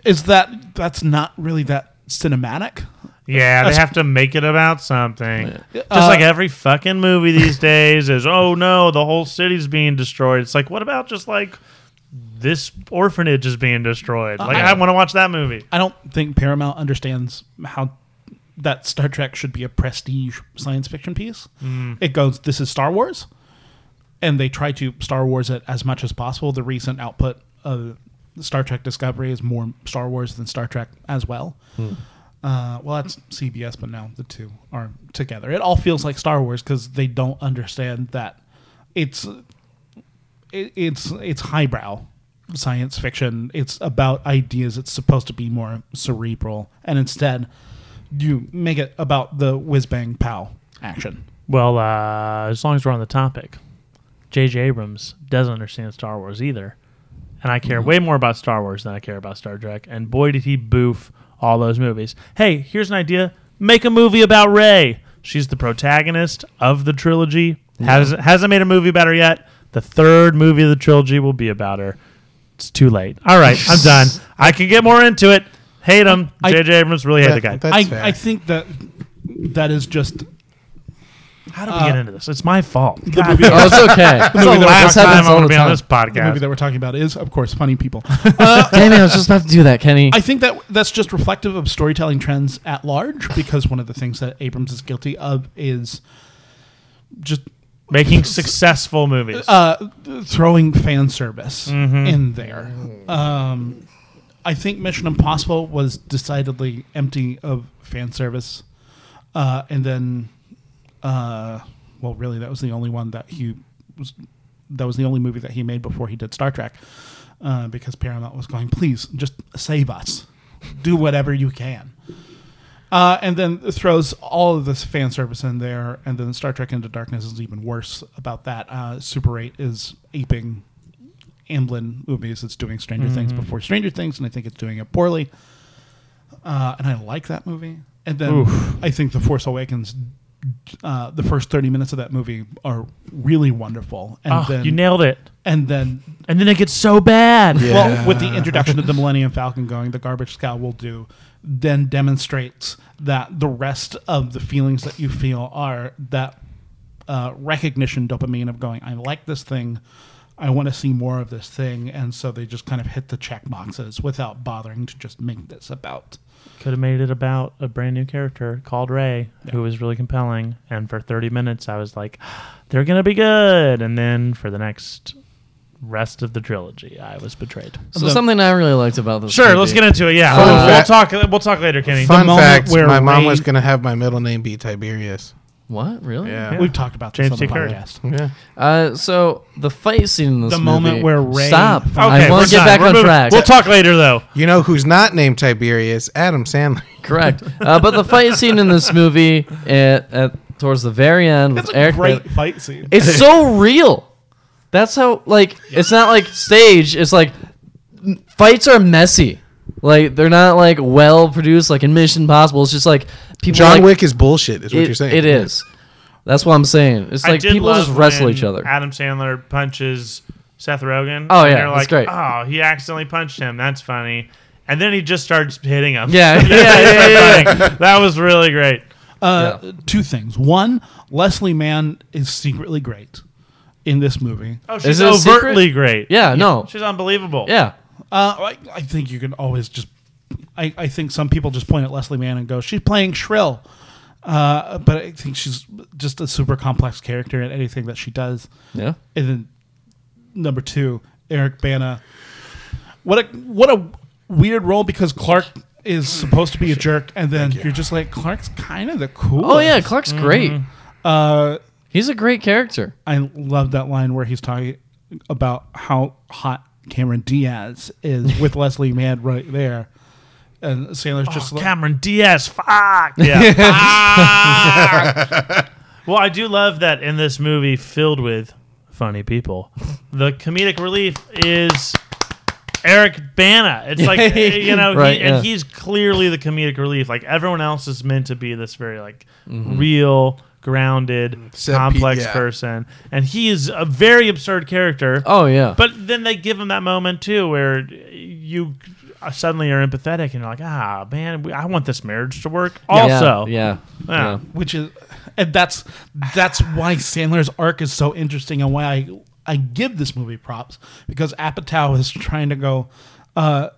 [SPEAKER 1] is that that's not really that cinematic?
[SPEAKER 3] it. yeah, they have to make it about something. Just like every fucking movie these (laughs) days is, oh no, the whole city's being destroyed. It's like, what about just like this orphanage is being destroyed? Like, I,
[SPEAKER 1] I-
[SPEAKER 3] want to watch that movie.
[SPEAKER 1] I don't think Paramount understands how that Star Trek should be a prestige science fiction piece. It goes, this is Star Wars, and they try to Star Wars it as much as possible. The recent output of Star Trek Discovery is more Star Wars than Star Trek as well. Uh, well, that's CBS, but now the two are together. It all feels like Star Wars because they don't understand that it's it, it's it's highbrow science fiction. It's about ideas. It's supposed to be more cerebral, and instead, you make it about the whiz bang pow action.
[SPEAKER 3] Well, uh, as long as we're on the topic, J.J. Abrams doesn't understand Star Wars either. And I
[SPEAKER 1] Mm-hmm.
[SPEAKER 3] care way more about Star Wars than I care about Star Trek. And boy, did he boof all those movies. Hey, here's an idea make a movie about Rey. She's the protagonist of the trilogy. Hasn't, hasn't made a movie about her yet. The third movie of the trilogy will be about her. It's too late. All right, I'm
[SPEAKER 1] (laughs)
[SPEAKER 3] done. I can get more into it. Hate him.
[SPEAKER 1] I-
[SPEAKER 3] J.J. Abrams really hate the
[SPEAKER 4] That-
[SPEAKER 3] guy.
[SPEAKER 4] that's
[SPEAKER 1] I
[SPEAKER 4] fair.
[SPEAKER 1] I think that that is just
[SPEAKER 3] How do we get into this? It's my fault.
[SPEAKER 1] uh, the (laughs) movie.
[SPEAKER 2] Oh, it's okay.
[SPEAKER 3] It's (laughs) the last
[SPEAKER 2] This
[SPEAKER 3] time
[SPEAKER 2] happens
[SPEAKER 3] I want
[SPEAKER 2] all
[SPEAKER 3] to
[SPEAKER 2] the
[SPEAKER 3] be on
[SPEAKER 2] time.
[SPEAKER 3] this
[SPEAKER 1] the movie
[SPEAKER 3] podcast.
[SPEAKER 1] that we're talking about is, of course, Funny
[SPEAKER 4] (laughs)
[SPEAKER 1] People.
[SPEAKER 3] (laughs)
[SPEAKER 2] Damn it, I was just about to do that, Kenny.
[SPEAKER 1] I think that that's just reflective of storytelling trends at large because one of the things that Abrams is guilty of is just
[SPEAKER 3] Making successful movies.
[SPEAKER 1] uh, throwing fan service in there. Um, I think Mission Impossible was decidedly empty of fan service, uh, and then, uh, well, really, that was the only one that he was. That was the only movie that he made before he did Star Trek, uh, because Paramount was going, please just save us, do whatever you can. Uh, and then throws all of this fan service in there, and then Star Trek Into Darkness is even worse about that. Uh, Super 8 is aping Amblin movies. It's doing Stranger
[SPEAKER 3] Mm-hmm.
[SPEAKER 1] Things before Stranger Things, and I think it's doing it poorly. Uh, and I like that movie. And then I think The Force Awakens, uh, the first 30 minutes of that movie are really wonderful. And
[SPEAKER 3] Ah,
[SPEAKER 1] then
[SPEAKER 3] you nailed it.
[SPEAKER 1] and then
[SPEAKER 3] And then it gets so bad.
[SPEAKER 1] well, with the
[SPEAKER 2] (laughs)
[SPEAKER 1] introduction of the Millennium Falcon going, the garbage cow will do, then demonstrates that the rest of the feelings that you feel are that uh, recognition dopamine of going, I like this thing, I want to see more of this thing, and so they just kind of hit the check boxes without bothering to just make this about.
[SPEAKER 3] Could have made it about a brand new character called Ray, who was really compelling. And for 30 minutes, I was like, they're going to be good. And then for the next rest of the trilogy, I was betrayed.
[SPEAKER 2] so something I really liked about this.
[SPEAKER 3] Uh, Sure,
[SPEAKER 2] movie-
[SPEAKER 3] let's get into it. Yeah,
[SPEAKER 4] Fun
[SPEAKER 3] we'll, we'll
[SPEAKER 4] fact-
[SPEAKER 3] talk. We'll talk later, Kenny.
[SPEAKER 4] Fun
[SPEAKER 1] moment
[SPEAKER 4] fact:
[SPEAKER 1] where
[SPEAKER 4] My mom
[SPEAKER 1] Ray-
[SPEAKER 4] was gonna have my middle name be Tiberius.
[SPEAKER 2] What really?
[SPEAKER 4] Yeah.
[SPEAKER 1] We've talked about
[SPEAKER 3] James
[SPEAKER 1] this on the
[SPEAKER 3] T. Kirk.
[SPEAKER 1] podcast.
[SPEAKER 4] Yeah.
[SPEAKER 2] Uh, so the fight scene in this
[SPEAKER 1] The moment
[SPEAKER 2] movie-
[SPEAKER 1] where Rey-
[SPEAKER 2] stop.
[SPEAKER 1] Okay,
[SPEAKER 2] I
[SPEAKER 3] we're
[SPEAKER 2] want to get
[SPEAKER 3] done.
[SPEAKER 2] back
[SPEAKER 3] We're
[SPEAKER 2] on
[SPEAKER 3] moving-
[SPEAKER 2] track.
[SPEAKER 3] We'll talk later, though.
[SPEAKER 4] You know who's not named Tiberius? Adam Sandler.
[SPEAKER 2] Correct. Uh, but the fight scene in this movie at, at towards the very end with
[SPEAKER 1] That's a
[SPEAKER 2] Eric.
[SPEAKER 1] great fight scene.
[SPEAKER 2] It's so real. That's how like it's not like stage. It's like m- fights are messy. Like they're not like well produced. Like in Mission Impossible, it's just like people.
[SPEAKER 4] John
[SPEAKER 2] like,
[SPEAKER 4] Wick is bullshit. Is what
[SPEAKER 2] it-
[SPEAKER 4] you're saying?
[SPEAKER 2] It is. That's what I'm saying. It's
[SPEAKER 3] I
[SPEAKER 2] like
[SPEAKER 3] did
[SPEAKER 2] people
[SPEAKER 3] love
[SPEAKER 2] just wrestle
[SPEAKER 3] when
[SPEAKER 2] each other.
[SPEAKER 3] Adam Sandler punches Seth Rogen.
[SPEAKER 2] Oh,
[SPEAKER 3] and
[SPEAKER 2] yeah,
[SPEAKER 3] they're
[SPEAKER 2] that's
[SPEAKER 3] like,
[SPEAKER 2] great.
[SPEAKER 3] Oh, he accidentally punched him. That's funny. And then he just starts hitting him. (laughs)
[SPEAKER 2] Yeah, yeah, yeah, yeah, yeah.
[SPEAKER 3] that was really great.
[SPEAKER 1] Uh,
[SPEAKER 2] Yeah.
[SPEAKER 1] Two things. One, Leslie Mann is secretly great in this movie.
[SPEAKER 3] Oh, she's
[SPEAKER 2] it a secret?
[SPEAKER 3] overtly great.
[SPEAKER 2] Yeah, no.
[SPEAKER 3] she's unbelievable.
[SPEAKER 2] Yeah.
[SPEAKER 1] Uh, I, I think you can always just. I, I think some people just point at Leslie Mann and go, "She's playing shrill," Uh, but I think she's just a super complex character in anything that she does.
[SPEAKER 2] Yeah.
[SPEAKER 1] And then number two, Eric Bana. What a what a weird role because Clark is supposed to be a jerk, and then you. are just like Clark's kind of the cool.
[SPEAKER 2] Oh yeah, Clark's
[SPEAKER 3] Mm-hmm.
[SPEAKER 2] great.
[SPEAKER 1] Uh,
[SPEAKER 2] He's a great character.
[SPEAKER 1] I love that line where he's talking about how hot Cameron Diaz is with Leslie Mann right there, and Sailor's just
[SPEAKER 3] Oh,
[SPEAKER 1] like,
[SPEAKER 3] Cameron Diaz. Fuck.
[SPEAKER 2] (laughs)
[SPEAKER 3] Yeah. fuck. well, I do love that in this movie filled with funny people, the comedic relief is Eric Bana.
[SPEAKER 2] (laughs)
[SPEAKER 3] It's like eh, you know,
[SPEAKER 2] Right,
[SPEAKER 3] he, and
[SPEAKER 2] yeah.
[SPEAKER 3] he's clearly the comedic relief. Like everyone else is meant to be this very like
[SPEAKER 2] Mm-hmm.
[SPEAKER 3] real. Grounded,
[SPEAKER 4] Set pe-
[SPEAKER 3] complex
[SPEAKER 4] yeah.
[SPEAKER 3] person, and he is a very absurd character.
[SPEAKER 2] Oh yeah.
[SPEAKER 3] But then they give him that moment too, where you uh, suddenly are empathetic and you're like, ah, man, we- I want this marriage to work. Also,
[SPEAKER 2] Yeah. Yeah.
[SPEAKER 3] Yeah.
[SPEAKER 1] which is, and that's that's why Sandler's arc is so interesting and why I I give this movie props because Apatow is trying to go, uh,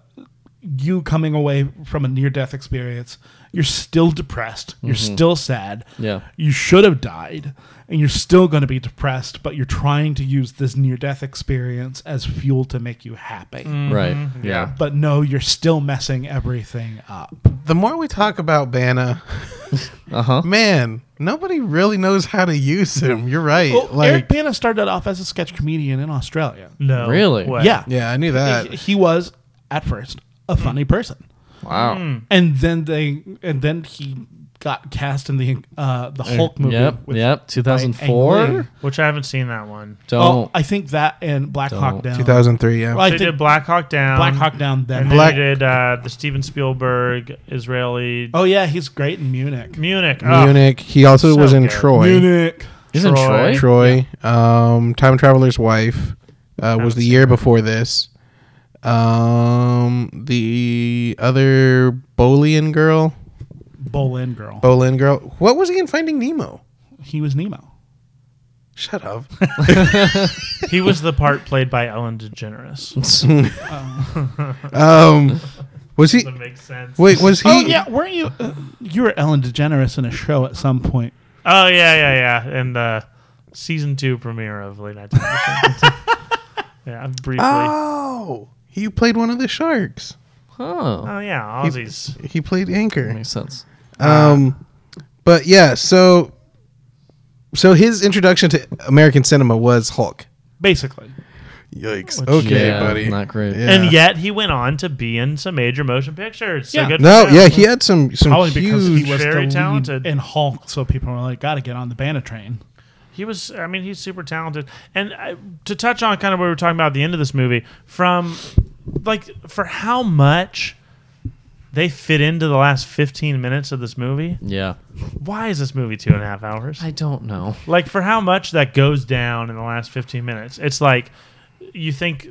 [SPEAKER 1] you coming away from a near death experience, you're still depressed, you're still sad,
[SPEAKER 2] Yeah.
[SPEAKER 1] you should have died, and you're still going to be depressed, but you're trying to use this near death experience as fuel to make you happy.
[SPEAKER 2] Right. Yeah.
[SPEAKER 1] But no, you're still messing everything up.
[SPEAKER 4] The more we talk about
[SPEAKER 2] (laughs)
[SPEAKER 4] Bana,
[SPEAKER 2] Uh huh.
[SPEAKER 4] man, nobody really knows how to use him. You're right.
[SPEAKER 1] Well,
[SPEAKER 4] like,
[SPEAKER 1] Oh, Eric Bana started off as a sketch comedian in Australia.
[SPEAKER 3] no,
[SPEAKER 2] Really?
[SPEAKER 3] way.
[SPEAKER 1] Yeah.
[SPEAKER 4] yeah, I knew that.
[SPEAKER 1] He- he was at first a
[SPEAKER 3] Mm-hmm.
[SPEAKER 1] funny person,
[SPEAKER 2] Wow.
[SPEAKER 1] and then they and then he got cast in the uh, the Hulk movie.
[SPEAKER 2] Yep.
[SPEAKER 1] with-
[SPEAKER 2] Yep. Two thousand
[SPEAKER 1] by Ang Lee.
[SPEAKER 2] four.
[SPEAKER 3] Which I haven't seen that one.
[SPEAKER 1] Oh,
[SPEAKER 2] Don't.
[SPEAKER 1] I think that and Black Hawk
[SPEAKER 2] Don't.
[SPEAKER 1] Down.
[SPEAKER 4] 2003. Yeah.
[SPEAKER 1] Well, I
[SPEAKER 3] they
[SPEAKER 1] think
[SPEAKER 3] did Black Hawk Down.
[SPEAKER 1] Black Hawk Down then.
[SPEAKER 3] And then
[SPEAKER 4] Black-
[SPEAKER 3] they did uh, the Steven Spielberg Israeli
[SPEAKER 1] oh yeah, he's great in Munich.
[SPEAKER 3] Munich. Oh, Ugh.
[SPEAKER 4] Munich. He also
[SPEAKER 3] so
[SPEAKER 4] was in
[SPEAKER 3] good.
[SPEAKER 4] Troy.
[SPEAKER 1] Munich.
[SPEAKER 2] He's in
[SPEAKER 3] Troy.
[SPEAKER 2] Troy.
[SPEAKER 4] Troy. Um, Time Traveler's Wife uh, was the year before this. Um, the other Bolian girl.
[SPEAKER 1] Bolin girl.
[SPEAKER 4] Bolin girl. What was he in Finding Nemo?
[SPEAKER 1] he was Nemo.
[SPEAKER 4] Shut up.
[SPEAKER 1] (laughs)
[SPEAKER 4] (laughs)
[SPEAKER 3] He was the part played by
[SPEAKER 1] (laughs)
[SPEAKER 3] Ellen DeGeneres.
[SPEAKER 4] Um, was he?
[SPEAKER 3] that makes sense.
[SPEAKER 4] Wait, was he?
[SPEAKER 1] Oh yeah, weren't you? Uh, you were Ellen DeGeneres in a show at some point.
[SPEAKER 3] Oh yeah, yeah, yeah. And uh, season two premiere of Late Night Television.
[SPEAKER 1] (laughs)
[SPEAKER 3] yeah, briefly.
[SPEAKER 1] Ah.
[SPEAKER 4] Oh, he played one of the sharks.
[SPEAKER 2] Oh,
[SPEAKER 3] oh yeah, Aussies.
[SPEAKER 4] He played anchor.
[SPEAKER 2] makes sense.
[SPEAKER 4] Um, but yeah, so so his introduction to American cinema was Hulk.
[SPEAKER 1] Basically,
[SPEAKER 4] Yikes.
[SPEAKER 1] Oh,
[SPEAKER 4] Okay,
[SPEAKER 2] yeah,
[SPEAKER 4] buddy.
[SPEAKER 2] Not great.
[SPEAKER 4] Yeah.
[SPEAKER 3] And yet he went on to be in some major motion pictures. So
[SPEAKER 1] Yeah.
[SPEAKER 3] good
[SPEAKER 4] no,
[SPEAKER 3] for him.
[SPEAKER 4] yeah, he had some some
[SPEAKER 1] probably
[SPEAKER 4] huge.
[SPEAKER 1] because he was
[SPEAKER 3] very
[SPEAKER 1] the lead
[SPEAKER 3] talented.
[SPEAKER 1] in Hulk, so people were like, "Got to get on the Bana train."
[SPEAKER 3] He was, I mean, he's super talented. And I, to touch on kind of what we were talking about at the end of this movie, from like for how much they fit into the last 15 minutes of this movie,
[SPEAKER 2] Yeah.
[SPEAKER 3] why is this movie two and a half hours?
[SPEAKER 2] I don't know.
[SPEAKER 3] like for how much that goes down in the last 15 minutes it's like you think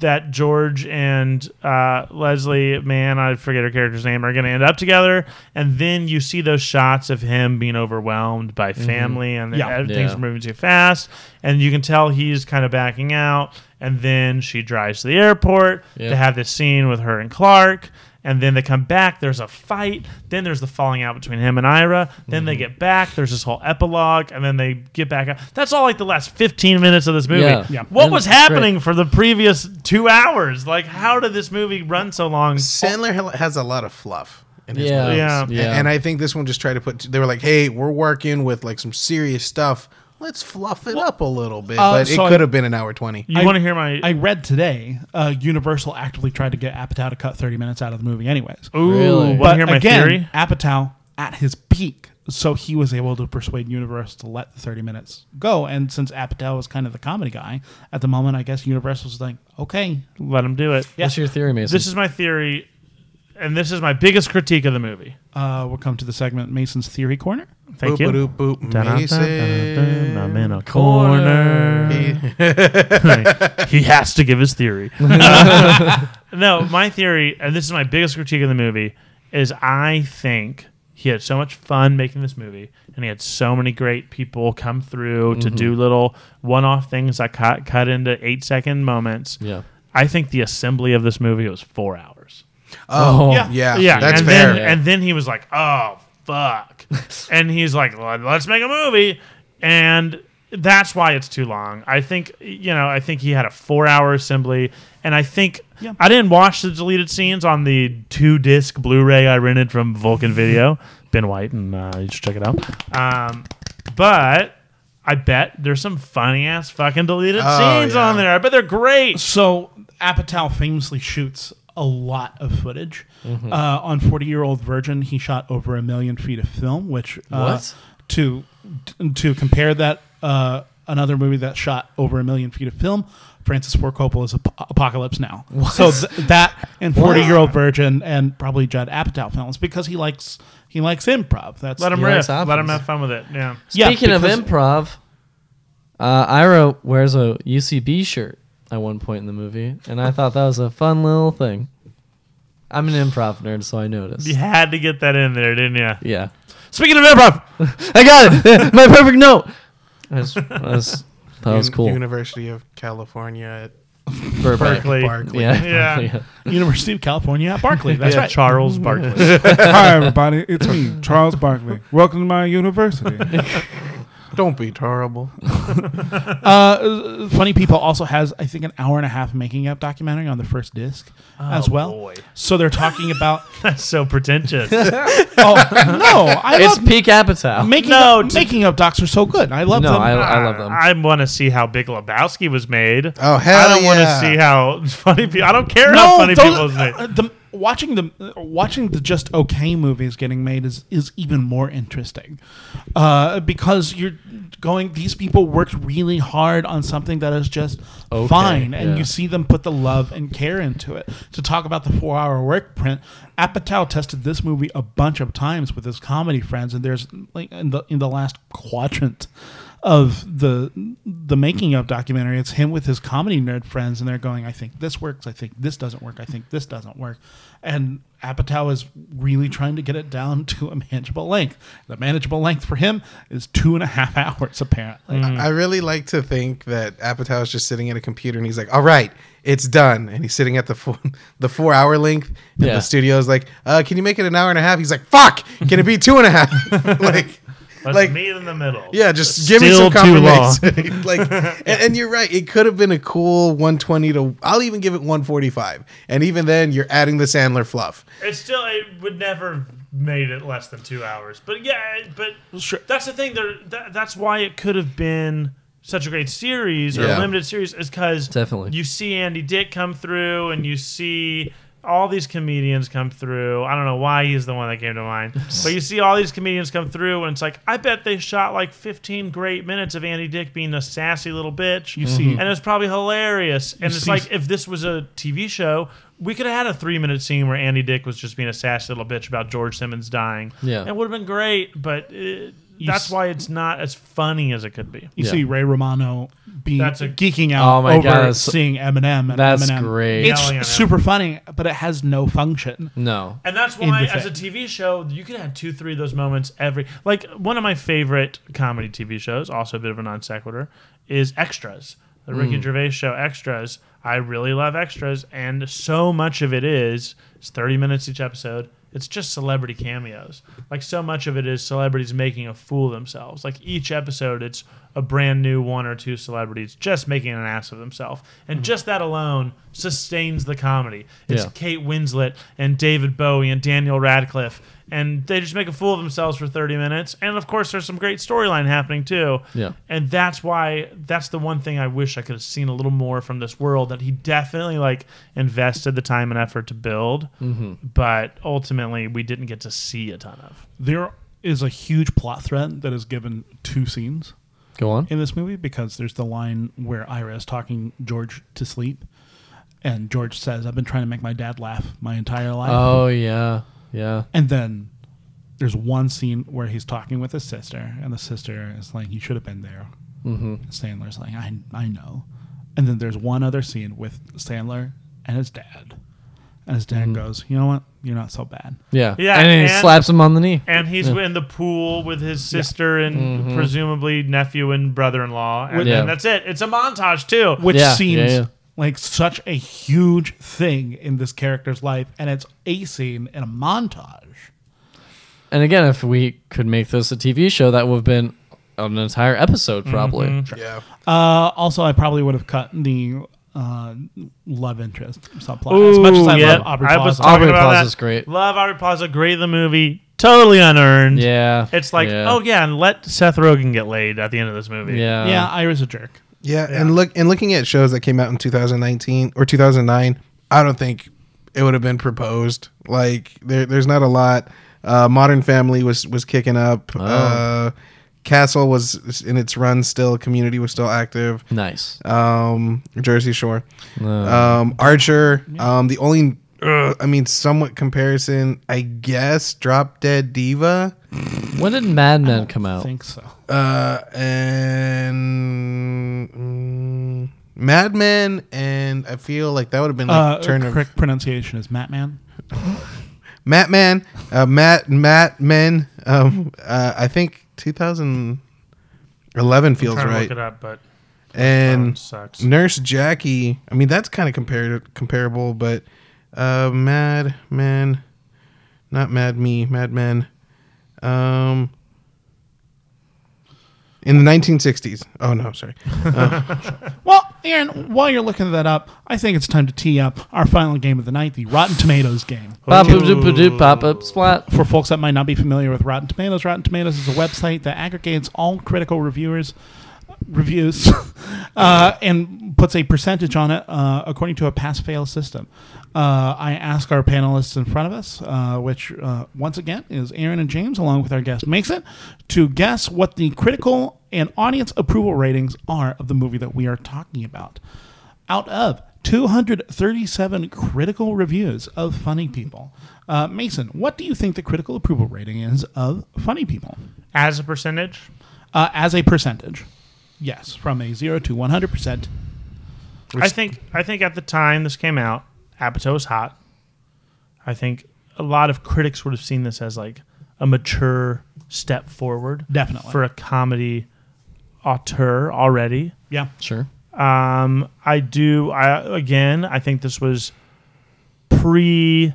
[SPEAKER 3] that george and uh, leslie man i forget her character's name are going to end up together and then you see those shots of him being overwhelmed by family and
[SPEAKER 1] Yeah.
[SPEAKER 3] everything's
[SPEAKER 2] Yeah.
[SPEAKER 3] moving too fast and you can tell he's kind of backing out and then she drives to the airport
[SPEAKER 2] Yeah.
[SPEAKER 3] to have this scene with her and clark and then they come back there's a fight then there's the falling out between him and ira then
[SPEAKER 2] Mm-hmm.
[SPEAKER 3] they get back there's this whole epilogue and then they get back up that's all like the last 15 minutes of this movie
[SPEAKER 2] Yeah. Yeah.
[SPEAKER 3] what
[SPEAKER 2] And
[SPEAKER 3] was
[SPEAKER 2] it's great.
[SPEAKER 3] happening for the previous two hours like how did this movie run so long
[SPEAKER 4] Sandler ha- has a lot of fluff. In his
[SPEAKER 2] Yeah.
[SPEAKER 4] movies.
[SPEAKER 3] Yeah.
[SPEAKER 4] A- And I think this one just tried to put. They were like, "Hey, we're working with like some serious stuff. Let's fluff it up a little bit."
[SPEAKER 1] uh,
[SPEAKER 4] but
[SPEAKER 1] so
[SPEAKER 4] it
[SPEAKER 1] I-
[SPEAKER 4] could have been an hour twenty.
[SPEAKER 3] you
[SPEAKER 1] I-
[SPEAKER 3] want to hear my
[SPEAKER 1] I read today, uh, Universal actively tried to get Apatow to cut 30 minutes out of the movie, anyways.
[SPEAKER 3] ooh
[SPEAKER 2] Really?
[SPEAKER 3] want to
[SPEAKER 1] but
[SPEAKER 3] hear my
[SPEAKER 1] again,
[SPEAKER 3] theory
[SPEAKER 1] Apatow at his peak, so he was able to persuade Universal to let the 30 minutes go. And since Apatow was kind of the comedy guy at the moment, I guess Universal's like, okay,
[SPEAKER 3] let him do it
[SPEAKER 1] yeah.
[SPEAKER 2] What's your theory, Mason?
[SPEAKER 3] this is my theory and this is my biggest critique of the movie
[SPEAKER 1] uh, we'll come to the segment Mason's Theory Corner.
[SPEAKER 3] thank you
[SPEAKER 4] Boop, boop, boop. Mason.
[SPEAKER 3] Dun-dun-dun-dun-dun, I'm in a
[SPEAKER 4] (laughs)
[SPEAKER 3] corner. (laughs) he has to give his theory. Uh, (laughs) no, my theory, and this is my biggest critique of the movie, is I think he had so much fun making this movie, and he had so many great people come through to do little one-off things that cut cut into eight-second moments.
[SPEAKER 2] yeah.
[SPEAKER 3] I think the assembly of this movie was four hours.
[SPEAKER 4] Oh,
[SPEAKER 1] Yeah.
[SPEAKER 4] yeah,
[SPEAKER 3] Yeah,
[SPEAKER 4] that's
[SPEAKER 3] and
[SPEAKER 4] fair.
[SPEAKER 3] Then, and then he was like, "Oh
[SPEAKER 4] (laughs)
[SPEAKER 3] fuck. and he's like, "Let- let's make a movie. And that's why it's too long. I think, you know, I think he had a four hour assembly. And I think
[SPEAKER 1] Yeah.
[SPEAKER 3] I didn't watch the deleted scenes on the two disc Blu ray I rented from Vulcan
[SPEAKER 4] (laughs)
[SPEAKER 3] Video, Ben White, and uh, you should check it out. Um, but. I bet there's some funny ass fucking deleted
[SPEAKER 4] Oh,
[SPEAKER 3] scenes
[SPEAKER 4] yeah.
[SPEAKER 3] on there. I bet they're great.
[SPEAKER 1] So Apatow famously shoots a lot of footage. Uh, on Forty Year Old Virgin, he shot over a million feet of film. Which uh,
[SPEAKER 2] What?
[SPEAKER 1] to to compare that uh, another movie that shot over a million feet of film. Francis Ford Coppola's Ap- Apocalypse Now. So th- that and Forty Year Old Virgin and probably Judd Apatow films because he likes he likes improv. That's
[SPEAKER 3] Let him
[SPEAKER 2] He likes
[SPEAKER 3] riff. Let him
[SPEAKER 2] options.
[SPEAKER 3] have fun with it. Yeah.
[SPEAKER 1] Yeah,
[SPEAKER 2] Speaking of
[SPEAKER 1] because-
[SPEAKER 2] improv, uh, Ira wears a UCB shirt at one point in the movie, and I thought that was a fun little thing. I'm an improv nerd, so I noticed.
[SPEAKER 3] You had to get that in there, didn't you?
[SPEAKER 2] Yeah.
[SPEAKER 3] Speaking of improv,
[SPEAKER 2] I got (laughs) it. My perfect note. I was, I was, that was
[SPEAKER 4] Un-
[SPEAKER 2] cool.
[SPEAKER 4] University of California
[SPEAKER 2] Burbank.
[SPEAKER 3] Berkeley.
[SPEAKER 2] (laughs)
[SPEAKER 4] Barclay.
[SPEAKER 2] Yeah.
[SPEAKER 3] Yeah.
[SPEAKER 1] (laughs) University of California at Berkeley. That's
[SPEAKER 3] (laughs) Yeah,
[SPEAKER 1] right.
[SPEAKER 3] Charles Barkley.
[SPEAKER 5] Hi, everybody. It's me, Charles Barkley. Welcome to my university.
[SPEAKER 4] Don't be terrible.
[SPEAKER 1] Uh, Funny People also has, I think, an hour and a half making up documentary on the first disc as well.
[SPEAKER 3] Oh, boy. (laughs)
[SPEAKER 1] So they're talking about.
[SPEAKER 3] That's so pretentious.
[SPEAKER 1] oh no, I
[SPEAKER 2] It's
[SPEAKER 1] love
[SPEAKER 2] peak Apatow.
[SPEAKER 1] making
[SPEAKER 3] No,
[SPEAKER 1] up,
[SPEAKER 3] t-
[SPEAKER 1] making up docs are so good. I love
[SPEAKER 2] No,
[SPEAKER 1] them.
[SPEAKER 2] I, I love them.
[SPEAKER 3] I want to see how Big Lebowski was made.
[SPEAKER 4] Oh, hell
[SPEAKER 3] I don't want to
[SPEAKER 4] yeah.
[SPEAKER 3] see how funny people. I don't care how
[SPEAKER 1] no,
[SPEAKER 3] funny
[SPEAKER 1] those-
[SPEAKER 3] people
[SPEAKER 1] (laughs)
[SPEAKER 3] was made.
[SPEAKER 1] uh, the, watching the uh, watching the just okay movies getting made is is even more interesting uh, because you're going. These people worked really hard on something that is just
[SPEAKER 2] Okay,
[SPEAKER 1] fine, and
[SPEAKER 2] yeah.
[SPEAKER 1] you see them put the love and care into it. To talk about the four hour work print, Apatow tested this movie a bunch of times with his comedy friends, and there's like in the in the last quadrant of the the making of documentary it's him with his comedy nerd friends and they're going i think this works i think this doesn't work i think this doesn't work and apatow is really trying to get it down to a manageable length the manageable length for him is two and a half (laughs) hours apparently
[SPEAKER 3] Hmm.
[SPEAKER 4] I really like to think that Apatow is just sitting at a computer and he's like, "All right, it's done," and he's sitting at the four, (laughs) the four hour length. And
[SPEAKER 2] Yeah.
[SPEAKER 4] the studio is like, uh, "Can you make it an hour and a half?" He's like, "Fuck, can it be two and a half?" (laughs) like,
[SPEAKER 3] Let's
[SPEAKER 4] like,
[SPEAKER 3] meet in the middle.
[SPEAKER 4] yeah, just give me
[SPEAKER 3] Still
[SPEAKER 4] some
[SPEAKER 3] too long.
[SPEAKER 4] confirmation. (laughs) like, and, and you're right. It could have been a cool 120 to. I'll even give it 145, and even then, you're adding the Sandler fluff.
[SPEAKER 3] It's still. It would never have made it less than two hours. But yeah. it- But
[SPEAKER 1] Sure.
[SPEAKER 3] that's the thing. There. That, that's why it could have been such a great series or a
[SPEAKER 4] Yeah.
[SPEAKER 3] limited series is because
[SPEAKER 2] Definitely.
[SPEAKER 3] you see Andy Dick come through and you see all these comedians come through. I don't know why he's the one that came to mind, but you see all these comedians come through, and it's like I bet they shot like 15 great minutes of Andy Dick being a sassy little bitch. You
[SPEAKER 1] see-
[SPEAKER 3] and it's probably hilarious. And it's
[SPEAKER 1] see-
[SPEAKER 3] like if this was a TV show, we could have had a three-minute scene where Andy Dick was just being a sassy little bitch about George Simmons dying.
[SPEAKER 2] Yeah.
[SPEAKER 3] it would have been great, but. It, that's
[SPEAKER 1] s-
[SPEAKER 3] why it's not as funny as it could be.
[SPEAKER 1] you
[SPEAKER 2] Yeah.
[SPEAKER 1] see ray romano being
[SPEAKER 3] That's a-
[SPEAKER 1] geeking out
[SPEAKER 2] Oh my
[SPEAKER 1] over
[SPEAKER 2] God, that's-
[SPEAKER 1] seeing eminem and
[SPEAKER 2] That's
[SPEAKER 1] eminem
[SPEAKER 2] great.
[SPEAKER 1] it's
[SPEAKER 3] Yelling at him.
[SPEAKER 1] super funny but it has no function
[SPEAKER 2] No.
[SPEAKER 3] And that's
[SPEAKER 1] in
[SPEAKER 3] why,
[SPEAKER 1] the
[SPEAKER 3] as a
[SPEAKER 1] fact.
[SPEAKER 3] TV show, you can have two, three of those moments every. Like one of my favorite comedy TV shows, also a bit of a non sequitur, is Extras, the Ricky
[SPEAKER 1] Mm.
[SPEAKER 3] Gervais show Extras. I really love Extras, and so much of it is it's thirty minutes each episode. It's just celebrity cameos. Like so much of it is celebrities making a fool of themselves. Like each episode, it's a brand new one or two celebrities just making an ass of themselves, and
[SPEAKER 1] Mm-hmm.
[SPEAKER 3] just that alone sustains the comedy. It's
[SPEAKER 2] Yeah.
[SPEAKER 3] Kate Winslet and David Bowie and Daniel Radcliffe, and they just make a fool of themselves for 30 minutes. And of course, there's some great storyline happening too.
[SPEAKER 2] Yeah.
[SPEAKER 3] And that's why that's the one thing I wish I could have seen a little more from this world that he definitely like invested the time and effort to build,
[SPEAKER 2] Mm-hmm.
[SPEAKER 3] but ultimately we didn't get to see a ton of.
[SPEAKER 1] there is a huge plot thread that is given two scenes
[SPEAKER 2] Go on.
[SPEAKER 1] in this movie because there's the line where Ira is talking George to sleep, and George says, "I've been trying to make my dad laugh my entire life."
[SPEAKER 2] Oh yeah. Yeah.
[SPEAKER 1] And then there's one scene where he's talking with his sister, and the sister is like, "You should have been there." Mm-hmm. Sandler's like, "I I know," and then there's one other scene with Sandler and his dad, and his dad goes, "You know what? You're not so bad."
[SPEAKER 2] Yeah.
[SPEAKER 3] Yeah,
[SPEAKER 2] And he
[SPEAKER 3] and-
[SPEAKER 2] slaps him on the knee.
[SPEAKER 3] And he's in the pool with his sister and presumably nephew and brother-in-law, and
[SPEAKER 2] Mm-hmm. Yeah.
[SPEAKER 3] then that's it. It's a montage too.
[SPEAKER 1] which
[SPEAKER 2] Yeah,
[SPEAKER 1] seems
[SPEAKER 2] yeah, yeah.
[SPEAKER 1] like such a huge thing in this character's life, and it's a scene in a montage.
[SPEAKER 2] And again, if we could make this a TV show, that would have been an entire episode
[SPEAKER 3] Mm-hmm.
[SPEAKER 2] probably.
[SPEAKER 4] Yeah.
[SPEAKER 1] Uh, also, I probably would have cut the uh, love interest subplot. as much as I
[SPEAKER 3] yeah.
[SPEAKER 1] love Aubrey
[SPEAKER 3] I was
[SPEAKER 1] Plaza.
[SPEAKER 2] talking- Aubrey
[SPEAKER 3] Aubrey about
[SPEAKER 2] Plaza's
[SPEAKER 3] that.
[SPEAKER 2] great.
[SPEAKER 3] Love Aubrey Plaza. Great in the movie. Totally unearned.
[SPEAKER 2] Yeah.
[SPEAKER 3] It's like,
[SPEAKER 2] yeah.
[SPEAKER 3] oh yeah, and let Seth Rogen get laid at the end of this movie.
[SPEAKER 2] Yeah.
[SPEAKER 1] yeah, Ira's a jerk.
[SPEAKER 4] yeah, And look, and looking at shows that came out in 2019 or 2009, I don't think it would have been proposed. Like there, there's not a lot. Uh, Modern Family was was kicking up. Uh, Castle was in its run still. Community was still active.
[SPEAKER 2] Nice.
[SPEAKER 4] Um, Jersey Shore.
[SPEAKER 2] No.
[SPEAKER 4] Um, Archer. Um, the only, uh, I mean, somewhat comparison, I guess. Drop Dead Diva.
[SPEAKER 2] when did Mad Men come
[SPEAKER 1] I
[SPEAKER 2] out?
[SPEAKER 1] think so.
[SPEAKER 4] Uh, and mm, Mad Men, and I feel like that would have been
[SPEAKER 1] Uh,
[SPEAKER 4] like turn of
[SPEAKER 1] correct pronunciation is Matman.
[SPEAKER 4] Matt Man, uh, Matt Matt Men. Um, uh, I think 2011 feels
[SPEAKER 3] Trying to
[SPEAKER 4] right,
[SPEAKER 3] look it up, but um,
[SPEAKER 4] and
[SPEAKER 3] sucks.
[SPEAKER 4] Nurse Jackie. I mean, that's kind of compared comparable, but uh, Mad Men, not Mad Me, Mad Men. Um, in the 1960s. Oh no, sorry.
[SPEAKER 1] Well, Aaron, while you're looking that up, I think it's time to tee up our final game of the night, the Rotten Tomatoes game.
[SPEAKER 2] Pop up, doop doop, pop up, splat.
[SPEAKER 1] For folks that might not be familiar with Rotten Tomatoes, Rotten Tomatoes is a website that aggregates all critical reviewers reviews (laughs) uh, and puts a percentage on it uh, according to a pass-fail system. Uh, I ask our panelists in front of us, uh, which uh, once again is Aaron and James, along with our guest Mason, to guess what the critical and audience approval ratings are of the movie that we are talking about. Out of 237 critical reviews of Funny People, uh, Mason, what do you think the critical approval rating is of Funny People?
[SPEAKER 3] As a percentage,
[SPEAKER 1] Uh, as a percentage, yes, from a zero to one hundred percent.
[SPEAKER 3] I think I think at the time this came out, Apatow was hot. I think a lot of critics would have seen this as like a mature step forward,
[SPEAKER 1] Definitely.
[SPEAKER 3] for a comedy auteur already.
[SPEAKER 1] Yeah,
[SPEAKER 2] Sure.
[SPEAKER 3] Um, I do. I again, I think this was pre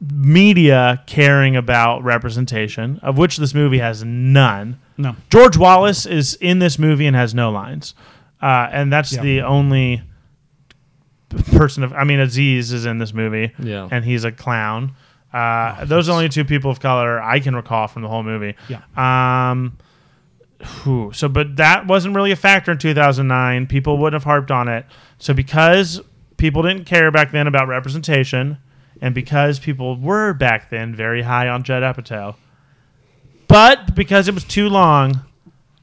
[SPEAKER 3] media caring about representation, of which this movie has none.
[SPEAKER 1] no,
[SPEAKER 3] George Wallace is in this movie and has no lines, uh, and that's
[SPEAKER 1] Yeah.
[SPEAKER 3] the only person of. I mean, Aziz is in this movie,
[SPEAKER 2] Yeah.
[SPEAKER 3] and he's a clown.
[SPEAKER 1] Oh,
[SPEAKER 3] Uh, those are the only two people of color I can recall from the whole movie.
[SPEAKER 1] yeah,
[SPEAKER 3] Um, whew. so, but that wasn't really a factor in 2009. People wouldn't have harped on it. So, because people didn't care back then about representation, and because people were back then very high on Judd Apatow, but because it was too long,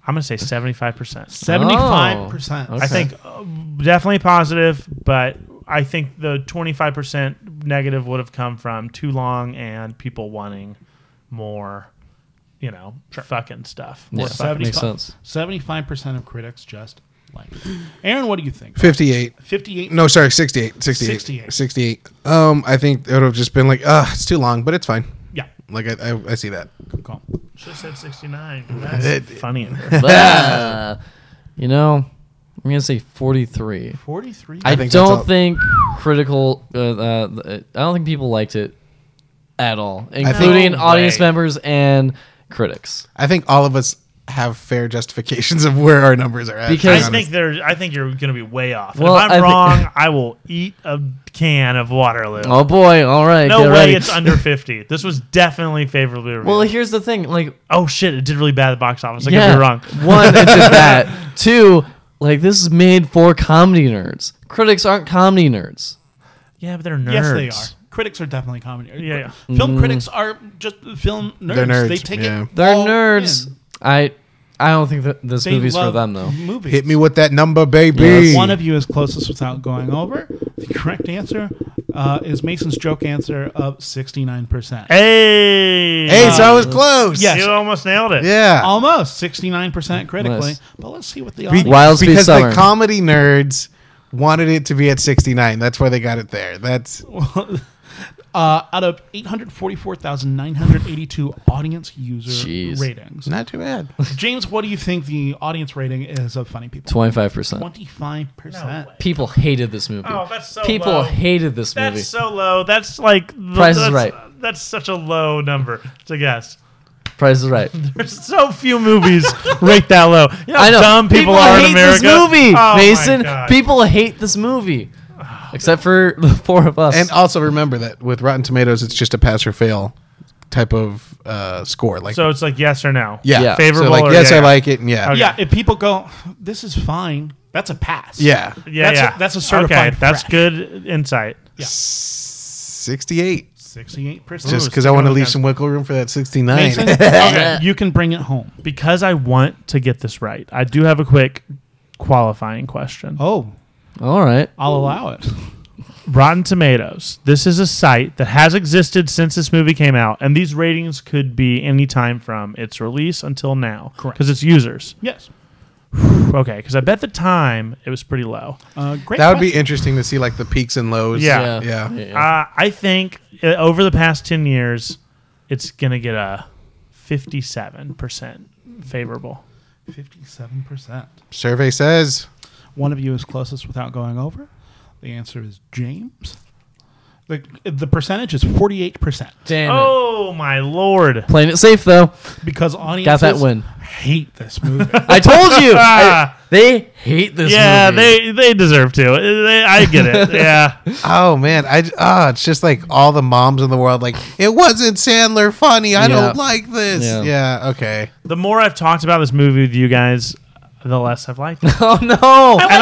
[SPEAKER 3] I'm going to say 75%.
[SPEAKER 1] seventy-five percent.
[SPEAKER 2] Oh,
[SPEAKER 3] I
[SPEAKER 2] okay.
[SPEAKER 3] think uh, definitely positive, but I think the 25% negative would have come from too long and people wanting more, you know, fucking stuff.
[SPEAKER 2] Yeah,
[SPEAKER 3] More fucking-
[SPEAKER 2] makes sense.
[SPEAKER 1] Seventy-five percent of critics just like. it. Aaron, what do you think?
[SPEAKER 4] 58.
[SPEAKER 1] Fifty-eight.
[SPEAKER 4] No, sorry, 68. 68.
[SPEAKER 1] 68.
[SPEAKER 4] 68. Um, I think it would have just been like, ah, it's too long, but it's fine.
[SPEAKER 1] Yeah,
[SPEAKER 4] Like, I, I, I see that.
[SPEAKER 1] good call.
[SPEAKER 3] Should have said 69. That's funny.
[SPEAKER 2] Ah. you know, I'm gonna say 43.
[SPEAKER 1] Forty-three.
[SPEAKER 2] I,
[SPEAKER 4] think that's
[SPEAKER 2] don't
[SPEAKER 4] all-
[SPEAKER 2] think critical. Uh, uh, I don't think people liked it at all,
[SPEAKER 4] think-
[SPEAKER 2] including
[SPEAKER 3] No
[SPEAKER 2] audience
[SPEAKER 3] way.
[SPEAKER 2] members and critics.
[SPEAKER 4] I think all of us have fair justifications of where our numbers are at. to be
[SPEAKER 2] Because-
[SPEAKER 3] I
[SPEAKER 4] honest.
[SPEAKER 3] think there. I think you're going to be way off. And
[SPEAKER 2] Well,
[SPEAKER 3] if
[SPEAKER 2] I
[SPEAKER 3] I'm
[SPEAKER 2] thi-
[SPEAKER 3] wrong, I will eat a can of Waterloo.
[SPEAKER 2] Oh boy! All right,
[SPEAKER 3] no
[SPEAKER 2] get
[SPEAKER 3] way,
[SPEAKER 2] ready.
[SPEAKER 3] it's under 50. This was definitely favorably reviewed.
[SPEAKER 2] well, here's the thing. Like,
[SPEAKER 3] oh shit, it did really bad at the box office. I
[SPEAKER 2] yeah,
[SPEAKER 3] could be wrong.
[SPEAKER 2] (laughs) one, it did
[SPEAKER 3] (laughs)
[SPEAKER 2] that. Two, like this is made for comedy nerds. Critics aren't comedy nerds.
[SPEAKER 3] Yeah, but they're nerds.
[SPEAKER 1] Yes, they are. Critics are definitely comedy.
[SPEAKER 3] Yeah,
[SPEAKER 1] Film critics are just film nerds.
[SPEAKER 4] They're nerds,
[SPEAKER 1] They take
[SPEAKER 4] yeah.
[SPEAKER 1] it.
[SPEAKER 2] Mm. They're
[SPEAKER 1] all
[SPEAKER 2] nerds.
[SPEAKER 1] in.
[SPEAKER 2] I, I don't think that this
[SPEAKER 1] They
[SPEAKER 2] movie's for
[SPEAKER 1] love
[SPEAKER 2] them though.
[SPEAKER 1] Movies.
[SPEAKER 4] Hit me with that number, baby.
[SPEAKER 2] Yes.
[SPEAKER 1] One of you is closest without going over. The correct answer uh, is Mason's joke answer of 69%.
[SPEAKER 3] Hey.
[SPEAKER 4] hey, so I was close.
[SPEAKER 1] Yes.
[SPEAKER 3] You almost nailed it.
[SPEAKER 4] Yeah.
[SPEAKER 1] Almost 69% critically.
[SPEAKER 2] Nice.
[SPEAKER 1] But let's see what the
[SPEAKER 4] Be-
[SPEAKER 1] audience.
[SPEAKER 2] Wild Speed
[SPEAKER 4] because
[SPEAKER 2] Summer.
[SPEAKER 4] the comedy nerds wanted it to be at 69. That's why they got it there. That's
[SPEAKER 1] (laughs) uh, out of 844,982 audience user
[SPEAKER 2] Jeez.
[SPEAKER 1] ratings.
[SPEAKER 4] not too bad.
[SPEAKER 1] (laughs) James, what do you think the audience rating is of funny people?
[SPEAKER 2] Twenty-five percent.
[SPEAKER 1] 25%.
[SPEAKER 2] People hated this movie.
[SPEAKER 3] Oh, that's so
[SPEAKER 2] People
[SPEAKER 3] low.
[SPEAKER 2] hated this
[SPEAKER 3] That's
[SPEAKER 2] movie.
[SPEAKER 3] so low. That's like the,
[SPEAKER 2] Price is Right.
[SPEAKER 3] that's- That's such a low number to guess. (laughs)
[SPEAKER 2] Price is right.
[SPEAKER 3] There's so few movies ranked that low. You know,
[SPEAKER 2] I know.
[SPEAKER 3] dumb people, are
[SPEAKER 2] hate
[SPEAKER 3] in America.
[SPEAKER 2] this movie,
[SPEAKER 3] Oh my
[SPEAKER 2] Mason.
[SPEAKER 3] God.
[SPEAKER 2] People hate this
[SPEAKER 3] (sighs)
[SPEAKER 2] movie, except for the four of us.
[SPEAKER 4] (laughs) And uh, also remember that with Rotten Tomatoes, it's just a pass or fail type of uh, score. Like,
[SPEAKER 3] So it's like yes or no.
[SPEAKER 4] yeah,
[SPEAKER 2] yeah.
[SPEAKER 4] So,
[SPEAKER 3] favorable
[SPEAKER 4] like,
[SPEAKER 3] or
[SPEAKER 4] yes,
[SPEAKER 3] yeah.
[SPEAKER 4] I like it, and yeah,
[SPEAKER 3] Okay.
[SPEAKER 1] Yeah, if people go, this is fine. That's a pass.
[SPEAKER 4] yeah,
[SPEAKER 3] Yeah,
[SPEAKER 1] That's a-
[SPEAKER 3] yeah.
[SPEAKER 1] that's a certified
[SPEAKER 3] Okay, that's
[SPEAKER 1] frack.
[SPEAKER 3] good insight.
[SPEAKER 4] sixty-eight.
[SPEAKER 1] sixty-eight percent.
[SPEAKER 4] Just
[SPEAKER 3] Ooh,
[SPEAKER 4] because I want to
[SPEAKER 3] okay.
[SPEAKER 4] leave some wiggle room for that sixty-nine.
[SPEAKER 1] Mason,
[SPEAKER 4] (laughs)
[SPEAKER 1] you can bring it home.
[SPEAKER 3] Because I want to get this right, I do have a quick qualifying question.
[SPEAKER 1] Oh,
[SPEAKER 2] All right.
[SPEAKER 1] I'll allow it.
[SPEAKER 3] Rotten Tomatoes. This is a site that has existed since this movie came out, and these ratings could be any time from its release until now.
[SPEAKER 1] Correct.
[SPEAKER 3] Because it's users.
[SPEAKER 1] Yes.
[SPEAKER 3] Okay, because I bet the time it was pretty low.
[SPEAKER 1] Uh, great.
[SPEAKER 4] that would be
[SPEAKER 1] question.
[SPEAKER 4] interesting to see, like the peaks and lows.
[SPEAKER 3] Yeah.
[SPEAKER 4] yeah.
[SPEAKER 3] Uh, I think uh, over the past 10 years, it's going to get a 57% favorable.
[SPEAKER 1] fifty-seven percent.
[SPEAKER 4] Survey says
[SPEAKER 1] One of you is closest without going over. The answer is James. The, the percentage is forty-eight percent
[SPEAKER 2] Damn it.
[SPEAKER 3] Oh, my lord.
[SPEAKER 2] Playing it safe though.
[SPEAKER 1] because audiences
[SPEAKER 2] Got that win.
[SPEAKER 1] hate
[SPEAKER 2] (laughs)
[SPEAKER 1] this movie.
[SPEAKER 2] I told
[SPEAKER 3] (laughs)
[SPEAKER 2] you. I- they hate this
[SPEAKER 3] Yeah,
[SPEAKER 2] movie.
[SPEAKER 3] they, they deserve to. Uh, They, I get
[SPEAKER 2] (laughs)
[SPEAKER 3] it. Yeah.
[SPEAKER 4] Oh man, I ah, it's just like all the moms in the world. Like it wasn't Sandler funny. I don't
[SPEAKER 2] Yeah.
[SPEAKER 4] like this.
[SPEAKER 2] Yeah.
[SPEAKER 4] Yeah. okay.
[SPEAKER 3] The more I've talked about this movie with you guys, the less I've liked it.
[SPEAKER 2] (laughs) Oh no.
[SPEAKER 3] And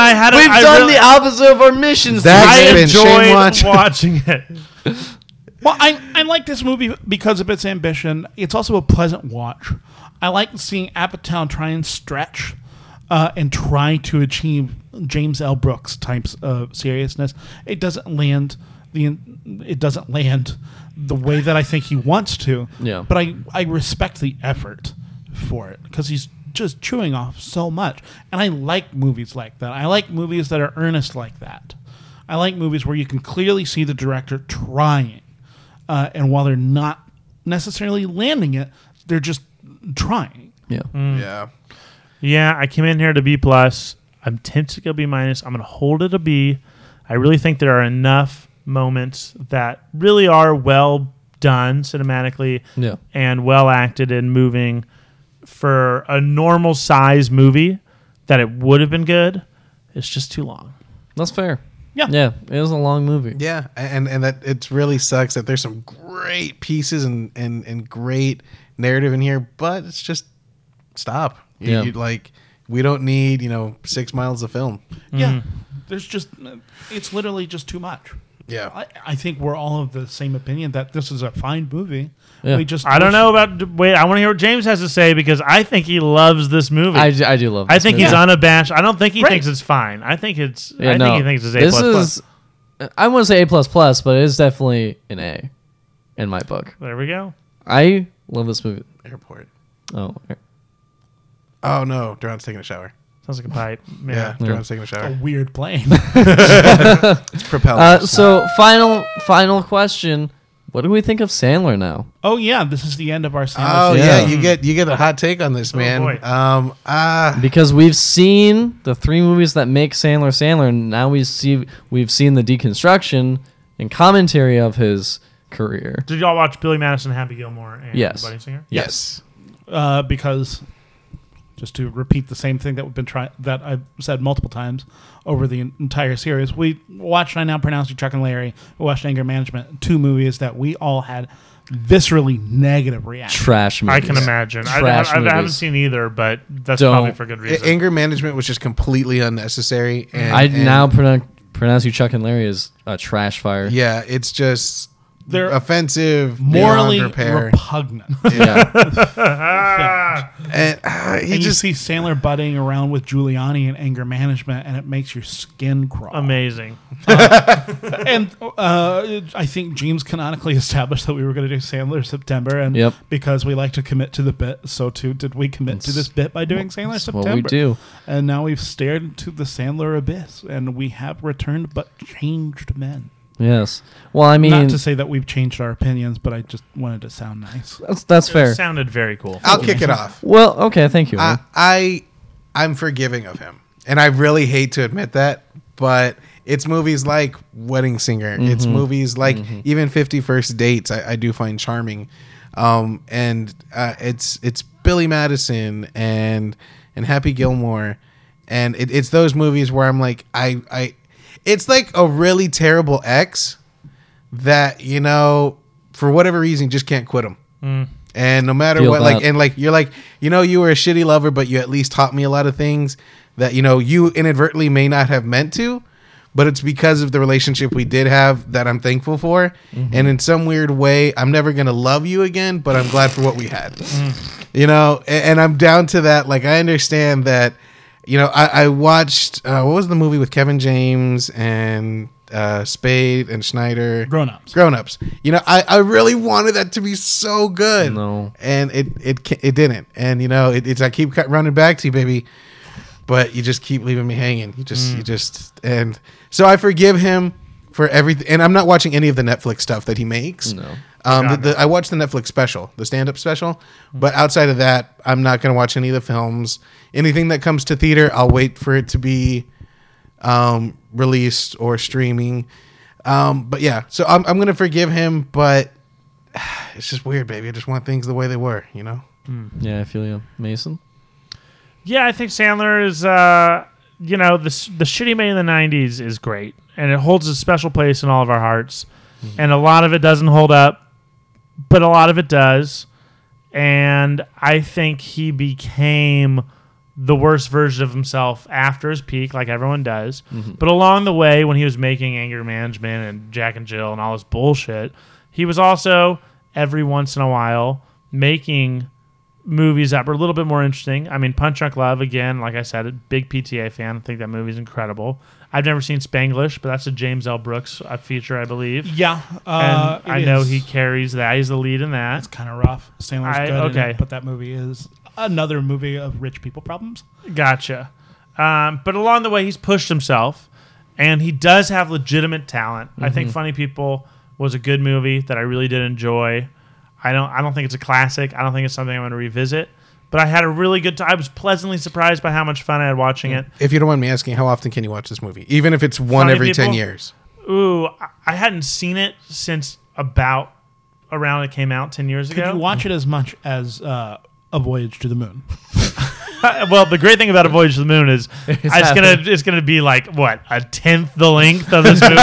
[SPEAKER 3] I had a,
[SPEAKER 2] We've
[SPEAKER 3] I
[SPEAKER 2] done
[SPEAKER 3] really-
[SPEAKER 2] the opposite of our missions.
[SPEAKER 4] That-
[SPEAKER 3] I
[SPEAKER 4] It's been
[SPEAKER 3] enjoyed
[SPEAKER 4] shame watch.
[SPEAKER 3] watching it.
[SPEAKER 1] Well, I, I like this movie because of its ambition. It's also a pleasant watch. I like seeing Apatow try and stretch uh, and try to achieve James L. Brooks types of seriousness. It doesn't land the it doesn't land the way that I think he wants to.
[SPEAKER 2] Yeah.
[SPEAKER 1] But I, I respect the effort for it because he's just chewing off so much. And I like movies like that. I like movies that are earnest like that. I like movies where you can clearly see the director trying uh, and while they're not necessarily landing it, they're just trying.
[SPEAKER 2] yeah.
[SPEAKER 3] Mm.
[SPEAKER 4] Yeah.
[SPEAKER 3] Yeah, I came in here to B plus. I'm tempted to go B minus. I'm gonna hold it a B. I really think there are enough moments that really are well done cinematically
[SPEAKER 2] Yeah.
[SPEAKER 3] and well acted and moving for a normal size movie that it would have been good. It's just too long.
[SPEAKER 2] That's fair.
[SPEAKER 1] Yeah.
[SPEAKER 2] Yeah. It was a long movie.
[SPEAKER 4] Yeah, and and that it really sucks that there's some great pieces and and and great narrative in here, but it's just stop. You,
[SPEAKER 2] Yeah.
[SPEAKER 4] you- like we don't need you know six miles of film.
[SPEAKER 1] Yeah,
[SPEAKER 3] Mm-hmm.
[SPEAKER 1] there's just uh, it's literally just too much.
[SPEAKER 4] Yeah.
[SPEAKER 1] I, I think we're all of the same opinion that this is a fine movie.
[SPEAKER 2] Yeah.
[SPEAKER 1] We just
[SPEAKER 3] I don't know about wait, I wanna hear what James has to say because I think he loves this movie.
[SPEAKER 2] I,
[SPEAKER 3] I,
[SPEAKER 2] do- I do love. This
[SPEAKER 3] think
[SPEAKER 2] movie.
[SPEAKER 3] he's unabashed. I don't think he
[SPEAKER 1] Right.
[SPEAKER 3] thinks it's fine. I think it's
[SPEAKER 2] Yeah,
[SPEAKER 3] I
[SPEAKER 2] no.
[SPEAKER 3] think he thinks it's A
[SPEAKER 2] this
[SPEAKER 3] plus plus.
[SPEAKER 2] is. I wouldn't say A plus plus, but it is definitely an A, in my book.
[SPEAKER 3] There we go.
[SPEAKER 2] I love this movie.
[SPEAKER 4] Airport.
[SPEAKER 2] Oh,
[SPEAKER 4] Oh no, Duran's taking a shower.
[SPEAKER 3] Sounds like a pipe.
[SPEAKER 4] Yeah,
[SPEAKER 3] Yeah.
[SPEAKER 2] Yeah.
[SPEAKER 4] Duran's taking a
[SPEAKER 1] a
[SPEAKER 4] shower.
[SPEAKER 1] weird plane. (laughs)
[SPEAKER 4] It's propelled.
[SPEAKER 2] uh, so final final question: What do we think of Sandler now?
[SPEAKER 1] oh yeah, this is the end of our
[SPEAKER 4] Oh
[SPEAKER 1] sandwich.
[SPEAKER 4] yeah.
[SPEAKER 2] Yeah.
[SPEAKER 4] you get you get a hot take on this, man.
[SPEAKER 3] boy.
[SPEAKER 4] um, ah,
[SPEAKER 2] Because we've seen the three movies that make Sandler Sandler, and now we see we've seen the deconstruction and commentary of his career.
[SPEAKER 3] Did y'all watch Billy Madison, Happy Gilmore, and
[SPEAKER 2] Yes.
[SPEAKER 3] Buddy Singer?
[SPEAKER 4] yes.
[SPEAKER 1] uh, because just to repeat the same thing that we've been trying that I've said multiple times over the en- entire series. We watched I Now Pronounce You Chuck and Larry, we watched Anger Management, two movies that we all had viscerally negative reactions.
[SPEAKER 2] Trash movies.
[SPEAKER 3] I can imagine. I,
[SPEAKER 2] Trash
[SPEAKER 3] I, I haven't
[SPEAKER 2] movies.
[SPEAKER 3] seen either, but that's
[SPEAKER 2] Don't.
[SPEAKER 3] probably for good
[SPEAKER 4] A-
[SPEAKER 3] reason.
[SPEAKER 4] anger management was just completely unnecessary. And,
[SPEAKER 2] I
[SPEAKER 4] and-
[SPEAKER 2] now pronounce pronounce you Chuck and Larry as a trash fire.
[SPEAKER 4] yeah, it's just
[SPEAKER 1] They're
[SPEAKER 4] offensive,
[SPEAKER 1] Morally
[SPEAKER 4] morally repair.
[SPEAKER 1] repugnant.
[SPEAKER 2] yeah.
[SPEAKER 4] and ah, he
[SPEAKER 1] and
[SPEAKER 4] just
[SPEAKER 1] you see Sandler butting around with Giuliani in anger management, and it makes your skin crawl.
[SPEAKER 3] Amazing.
[SPEAKER 1] and uh, I think James canonically (laughs) established that we were going to do Sandler September, and
[SPEAKER 2] Yep.
[SPEAKER 1] because we like to commit to the bit, so too did we commit to this bit by doing Sandler (laughs)
[SPEAKER 2] that's what
[SPEAKER 1] September.
[SPEAKER 2] we do.
[SPEAKER 1] and now we've stared into the Sandler abyss, and we have returned but changed men.
[SPEAKER 2] Yes. Well, I mean,
[SPEAKER 1] Not to say that we've changed our opinions, but I just wanted to sound nice.
[SPEAKER 2] that's that's fair.
[SPEAKER 3] It sounded very cool.
[SPEAKER 4] I'll kick it off.
[SPEAKER 2] Well, okay, thank you.
[SPEAKER 4] I,
[SPEAKER 2] man.
[SPEAKER 4] I I'm forgiving of him, and I really hate to admit that, but it's movies like Wedding Singer. It's movies like even Fifty First Dates. I, I do find charming, um, and uh, it's it's Billy Madison and and Happy Gilmore, and it, it's those movies where I'm like I I, it's like a really terrible ex that you know for whatever reason just can't quit them. And no matter
[SPEAKER 2] Feel
[SPEAKER 4] what, like
[SPEAKER 2] that.
[SPEAKER 4] and like you're like you know you were a shitty lover, but you at least taught me a lot of things that you know you inadvertently may not have meant to, but it's because of the relationship we did have that I'm thankful for. And in some weird way, I'm never gonna love you again, but I'm glad for what we had. You know, A- and, I'm down to that. Like I understand that. You know, I, I watched uh, what was the movie with Kevin James and uh, Spade and Schneider
[SPEAKER 1] Grown ups.
[SPEAKER 4] grown ups. You know, I, I really wanted that to be so good.
[SPEAKER 2] No.
[SPEAKER 4] And it it ca- it didn't. And you know, it, it's I keep cut- running back to you, baby, but you just keep leaving me hanging. You just you just and so I forgive him for everything. And I'm not watching any of the Netflix stuff that he makes.
[SPEAKER 2] No.
[SPEAKER 4] Um, the, the, I watched the Netflix special, the stand-up special, but outside of that, I'm not going to watch any of the films. Anything that comes to theater, I'll wait for it to be um, released or streaming. Um, but yeah, so I'm, I'm gonna forgive him, but (sighs) it's just weird, baby. I just want things the way they were, you know.
[SPEAKER 2] Yeah, I feel you, Mason.
[SPEAKER 3] Yeah, I think Sandler is, uh, you know, the s- the shit he made in the '90s is great, and it holds a special place in all of our hearts. And a lot of it doesn't hold up, but a lot of it does. And I think he became the worst version of himself after his peak, like everyone does. But along the way, when he was making Anger Management and Jack and Jill and all this bullshit, he was also every once in a while making movies that were a little bit more interesting. I mean, Punch Drunk Love again. Like I said, a big PTA fan. I think that movie's incredible. I've never seen Spanglish, but that's a James L. Brooks uh, feature, I believe.
[SPEAKER 1] Yeah. Uh,
[SPEAKER 3] and I know he carries that. He's the lead in that.
[SPEAKER 1] It's kind of rough. Sandler's
[SPEAKER 3] I-
[SPEAKER 1] good, in it,
[SPEAKER 3] okay.
[SPEAKER 1] but that movie is another movie of rich people problems.
[SPEAKER 3] Gotcha. Um, but along the way, he's pushed himself, and he does have legitimate talent. I think Funny People was a good movie that I really did enjoy. I don't. I don't think it's a classic. I don't think it's something I'm going to revisit. But I had a really good time. I was pleasantly surprised by how much fun I had watching it.
[SPEAKER 4] If you don't mind me asking, how often can you watch this movie? Even if it's one
[SPEAKER 3] Funny
[SPEAKER 4] every ten
[SPEAKER 3] people?
[SPEAKER 4] years.
[SPEAKER 3] Ooh, I- I hadn't seen it since about around it came out ten years
[SPEAKER 1] Could
[SPEAKER 3] ago.
[SPEAKER 1] you watch it as much as uh, A Voyage to the Moon?
[SPEAKER 3] (laughs) well, the great thing about A Voyage to the Moon is it's, gonna
[SPEAKER 2] happening.
[SPEAKER 3] it's gonna be like what a tenth the length of this movie.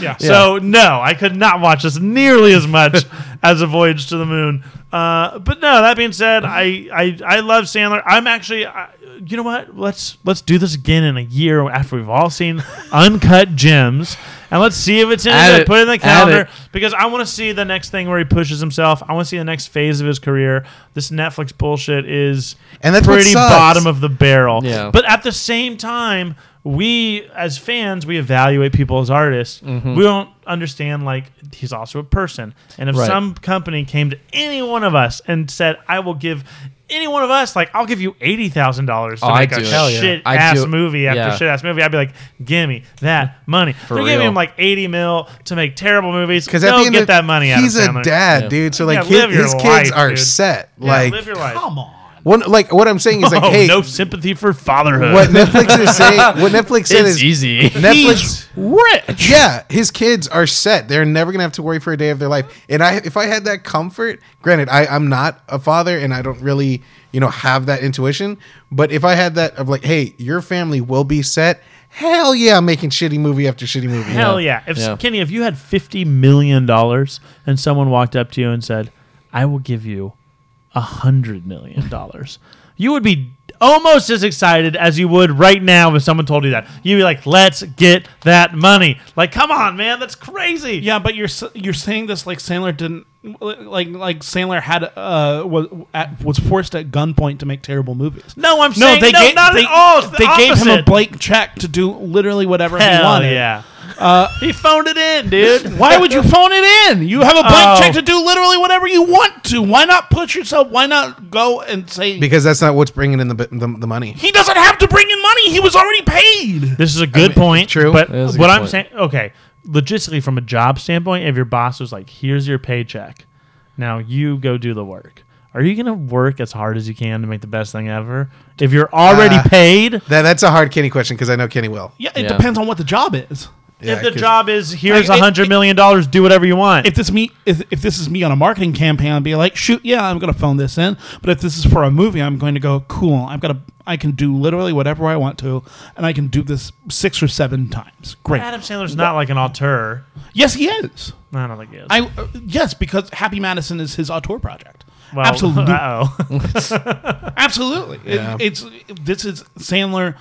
[SPEAKER 3] yeah. So no, I could not watch this nearly as much as A Voyage to the Moon. Uh, but no, that being said, I I, I love Sandler. I'm actually. I, you know what? Let's let's do this again in a year after we've all seen Uncut Gems, and let's see if it's in.
[SPEAKER 2] Add
[SPEAKER 3] good.
[SPEAKER 2] it.
[SPEAKER 3] Put it in the
[SPEAKER 2] Add
[SPEAKER 3] calendar
[SPEAKER 2] it.
[SPEAKER 3] because I want to see the next thing where he pushes himself. I want to see the next phase of his career. This Netflix bullshit is
[SPEAKER 4] And that's what
[SPEAKER 3] pretty
[SPEAKER 4] sucks.
[SPEAKER 3] bottom of the barrel.
[SPEAKER 2] Yeah.
[SPEAKER 3] But at the same time, we as fans we evaluate people as artists.
[SPEAKER 2] Mm-hmm.
[SPEAKER 3] We don't understand like he's also a person. And if
[SPEAKER 2] Right.
[SPEAKER 3] some company came to any one of us and said, "I will give." Any one of us, like, I'll give you eighty thousand dollars to
[SPEAKER 2] Oh, I'd
[SPEAKER 3] make a
[SPEAKER 2] do it. Hell yeah.
[SPEAKER 3] shit
[SPEAKER 2] I'd
[SPEAKER 3] ass
[SPEAKER 2] do it.
[SPEAKER 3] movie after
[SPEAKER 2] Yeah.
[SPEAKER 3] shit ass movie. I'd be like, "Gimme that money." They're giving
[SPEAKER 2] real.
[SPEAKER 3] him like eighty mil to make terrible movies.
[SPEAKER 4] Because
[SPEAKER 3] Because
[SPEAKER 4] at the
[SPEAKER 3] they'll
[SPEAKER 4] end
[SPEAKER 3] get
[SPEAKER 4] of-
[SPEAKER 3] that money out
[SPEAKER 4] he's
[SPEAKER 3] of
[SPEAKER 4] a
[SPEAKER 3] Sandler.
[SPEAKER 4] dad, dude. So like
[SPEAKER 3] Yeah, live
[SPEAKER 4] his,
[SPEAKER 3] your
[SPEAKER 4] his kids
[SPEAKER 3] life,
[SPEAKER 4] are
[SPEAKER 3] dude.
[SPEAKER 4] set.
[SPEAKER 3] Yeah,
[SPEAKER 4] like
[SPEAKER 3] live your life.
[SPEAKER 1] Come on.
[SPEAKER 4] one, like what I'm saying is
[SPEAKER 3] (laughs)
[SPEAKER 4] like,
[SPEAKER 3] oh,
[SPEAKER 4] hey,
[SPEAKER 3] no sympathy for fatherhood.
[SPEAKER 4] what Netflix is saying, what Netflix said
[SPEAKER 2] It's
[SPEAKER 3] (laughs)
[SPEAKER 4] is (laughs)
[SPEAKER 2] easy.
[SPEAKER 4] Netflix.
[SPEAKER 3] Rich.
[SPEAKER 4] Yeah, his kids are set. They're never gonna have to worry for a day of their life. And I, if I had that comfort, granted, I, I'm not a father, and I don't really, you know, have that intuition. But if I had that of like, hey, your family will be set. Hell yeah, I'm making shitty movie after shitty movie.
[SPEAKER 3] Hell yeah. If
[SPEAKER 2] Yeah.
[SPEAKER 3] Kenny, if you had fifty million dollars and someone walked up to you and said, "I will give you a hundred million dollars," you would be almost as excited as you would right now if someone told you that. You'd be like, "Let's get that money!" Like, come on, man, that's crazy.
[SPEAKER 1] Yeah, but you're s- you're saying this like Sandler didn't like like Sandler had uh was at, was forced at gunpoint to make terrible movies.
[SPEAKER 3] No, I'm saying no,
[SPEAKER 1] gave-
[SPEAKER 3] not
[SPEAKER 1] they-
[SPEAKER 3] at all. It's the
[SPEAKER 1] they gave him a
[SPEAKER 3] opposite.
[SPEAKER 1] blank check to do literally whatever he
[SPEAKER 3] Hell
[SPEAKER 1] wanted. Uh,
[SPEAKER 3] yeah. he phoned it in,
[SPEAKER 1] (laughs)
[SPEAKER 3] dude.
[SPEAKER 1] Why would you phone it in? You have a blank
[SPEAKER 3] Oh.
[SPEAKER 1] check to do literally whatever you want to. Why not push yourself? Why not go and say
[SPEAKER 4] Because that's not what's bringing in the the, the money.
[SPEAKER 1] he doesn't have to bring in money? He was already paid.
[SPEAKER 3] This is a good point.
[SPEAKER 4] true.
[SPEAKER 3] But
[SPEAKER 2] That is a
[SPEAKER 3] what
[SPEAKER 2] good
[SPEAKER 3] I'm
[SPEAKER 2] point.
[SPEAKER 3] saying, okay, logistically, from a job standpoint, if your boss was like, here's your paycheck, now you go do the work. Are you going to work as hard as you can to make the best thing ever? If you're already
[SPEAKER 4] Uh,
[SPEAKER 3] paid,
[SPEAKER 4] That that's a hard Kenny question because I know Kenny will.
[SPEAKER 1] Yeah, it
[SPEAKER 2] Yeah.
[SPEAKER 1] depends on what the job is.
[SPEAKER 4] Yeah,
[SPEAKER 3] if the
[SPEAKER 4] 'cause-
[SPEAKER 3] job is here's
[SPEAKER 1] Like,
[SPEAKER 3] a
[SPEAKER 1] it-
[SPEAKER 3] hundred million dollars, do whatever you want.
[SPEAKER 1] if this me if, if this is me on a marketing campaign, I'd be like, shoot, yeah, I'm gonna phone this in. But if this is for a movie, I'm going to go, cool. I've got a I can do literally whatever I want to, and I can do this six or seven times. Great.
[SPEAKER 3] Adam Sandler's not like an auteur.
[SPEAKER 1] Yes, he is.
[SPEAKER 3] No, I don't think he is.
[SPEAKER 1] I uh, yes, because Happy Madison is his auteur project.
[SPEAKER 3] well, (laughs)
[SPEAKER 1] absolutely,
[SPEAKER 3] uh-oh. (laughs)
[SPEAKER 1] absolutely. It-
[SPEAKER 4] Yeah.
[SPEAKER 1] it's this is Sandler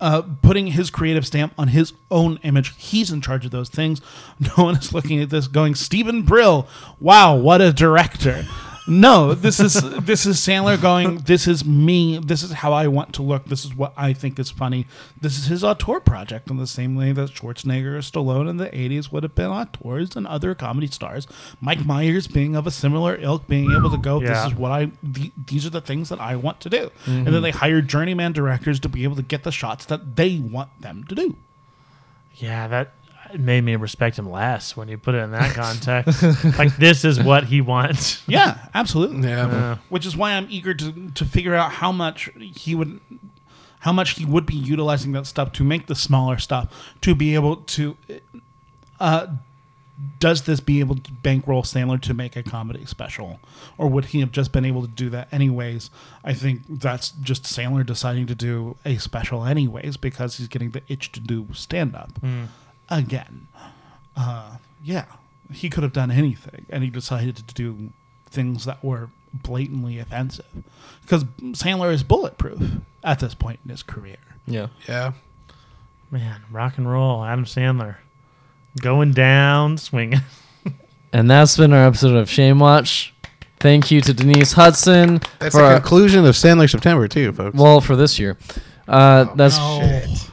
[SPEAKER 1] uh, putting his creative stamp on his own image. He's in charge of those things. (laughs) No one is looking at this going, Stephen Brill. Wow, what a director. No, this is (laughs) this is Sandler going. This is me. This is how I want to look. This is what I think is funny. This is his auteur project, in the same way that Schwarzenegger or Stallone in the '80s would have been auteurs and other comedy stars. Mike Myers being of a similar ilk, being able to go,
[SPEAKER 3] Yeah.
[SPEAKER 1] "This is what I. th- these are the things that I want to do," and then they hire journeyman directors to be able to get the shots that they want them to do.
[SPEAKER 3] yeah, that it made me respect him less when you put it in (laughs) that context. like this is what he wants.
[SPEAKER 1] Yeah, absolutely.
[SPEAKER 4] Yeah.
[SPEAKER 1] Which is why I'm eager to to figure out how much he would how much he would be utilizing that stuff to make the smaller stuff to be able to uh does this be able to bankroll Sandler to make a comedy special or would he have just been able to do that anyways? I think that's just Sandler deciding to do a special anyways because he's getting the itch to do stand up again yeah, he could have done anything, and he decided to do things that were blatantly offensive. Because Sandler is bulletproof at this point in his career.
[SPEAKER 2] Yeah.
[SPEAKER 4] Yeah.
[SPEAKER 3] Man, rock and roll, Adam Sandler. Going down, swinging. (laughs)
[SPEAKER 2] And that's been our episode of Shame Watch. Thank you to Denise Hudson
[SPEAKER 4] That's
[SPEAKER 2] for
[SPEAKER 4] the
[SPEAKER 2] our-
[SPEAKER 4] conclusion of Sandler September too, folks.
[SPEAKER 2] well for this year. Uh,
[SPEAKER 4] Oh,
[SPEAKER 2] that's
[SPEAKER 1] Shit.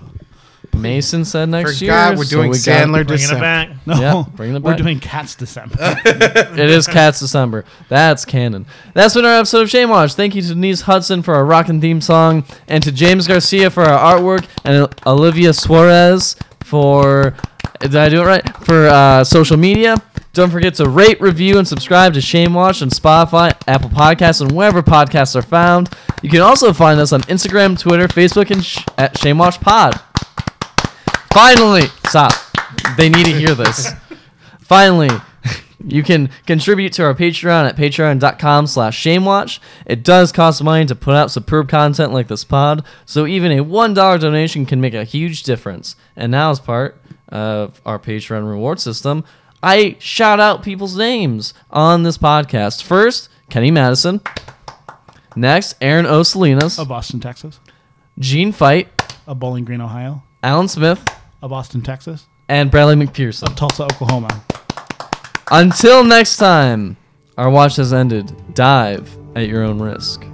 [SPEAKER 2] Mason said next
[SPEAKER 4] Forgot
[SPEAKER 2] year.
[SPEAKER 4] we're
[SPEAKER 2] so
[SPEAKER 4] doing
[SPEAKER 2] we got-
[SPEAKER 4] Sandler
[SPEAKER 3] Bringing it
[SPEAKER 4] December.
[SPEAKER 3] back.
[SPEAKER 1] No,
[SPEAKER 2] Yeah, bringing it
[SPEAKER 1] we're
[SPEAKER 2] back.
[SPEAKER 1] doing Cats December.
[SPEAKER 2] It is Cats December. That's canon. That's been our episode of Shame Watch. Thank you to Denise Hudson for our rockin' theme song, and to James Garcia for our artwork, and Olivia Suarez for. Did I do it right? For uh, social media. Don't forget to rate, review, and subscribe to Shame Watch on Spotify, Apple Podcasts, and wherever podcasts are found. You can also find us on Instagram, Twitter, Facebook, and sh- at Shame Watch Pod. Finally, stop. They need to hear this. Finally, you can contribute to our Patreon at patreon.com slash shamewatch. It does cost money to put out superb content like this pod, so even a $1 donation can make a huge difference. And now as part of our Patreon reward system, I shout out people's names on this podcast. First, Kenny Madison. Next, Aaron O. Salinas.
[SPEAKER 1] of Austin, Texas.
[SPEAKER 2] Gene Fight.
[SPEAKER 1] Of Bowling Green, Ohio.
[SPEAKER 2] Alan Smith.
[SPEAKER 1] Of Austin, Texas.
[SPEAKER 2] And Bradley McPherson.
[SPEAKER 1] Of Tulsa, Oklahoma.
[SPEAKER 2] Until next time, our watch has ended. Dive at your own risk.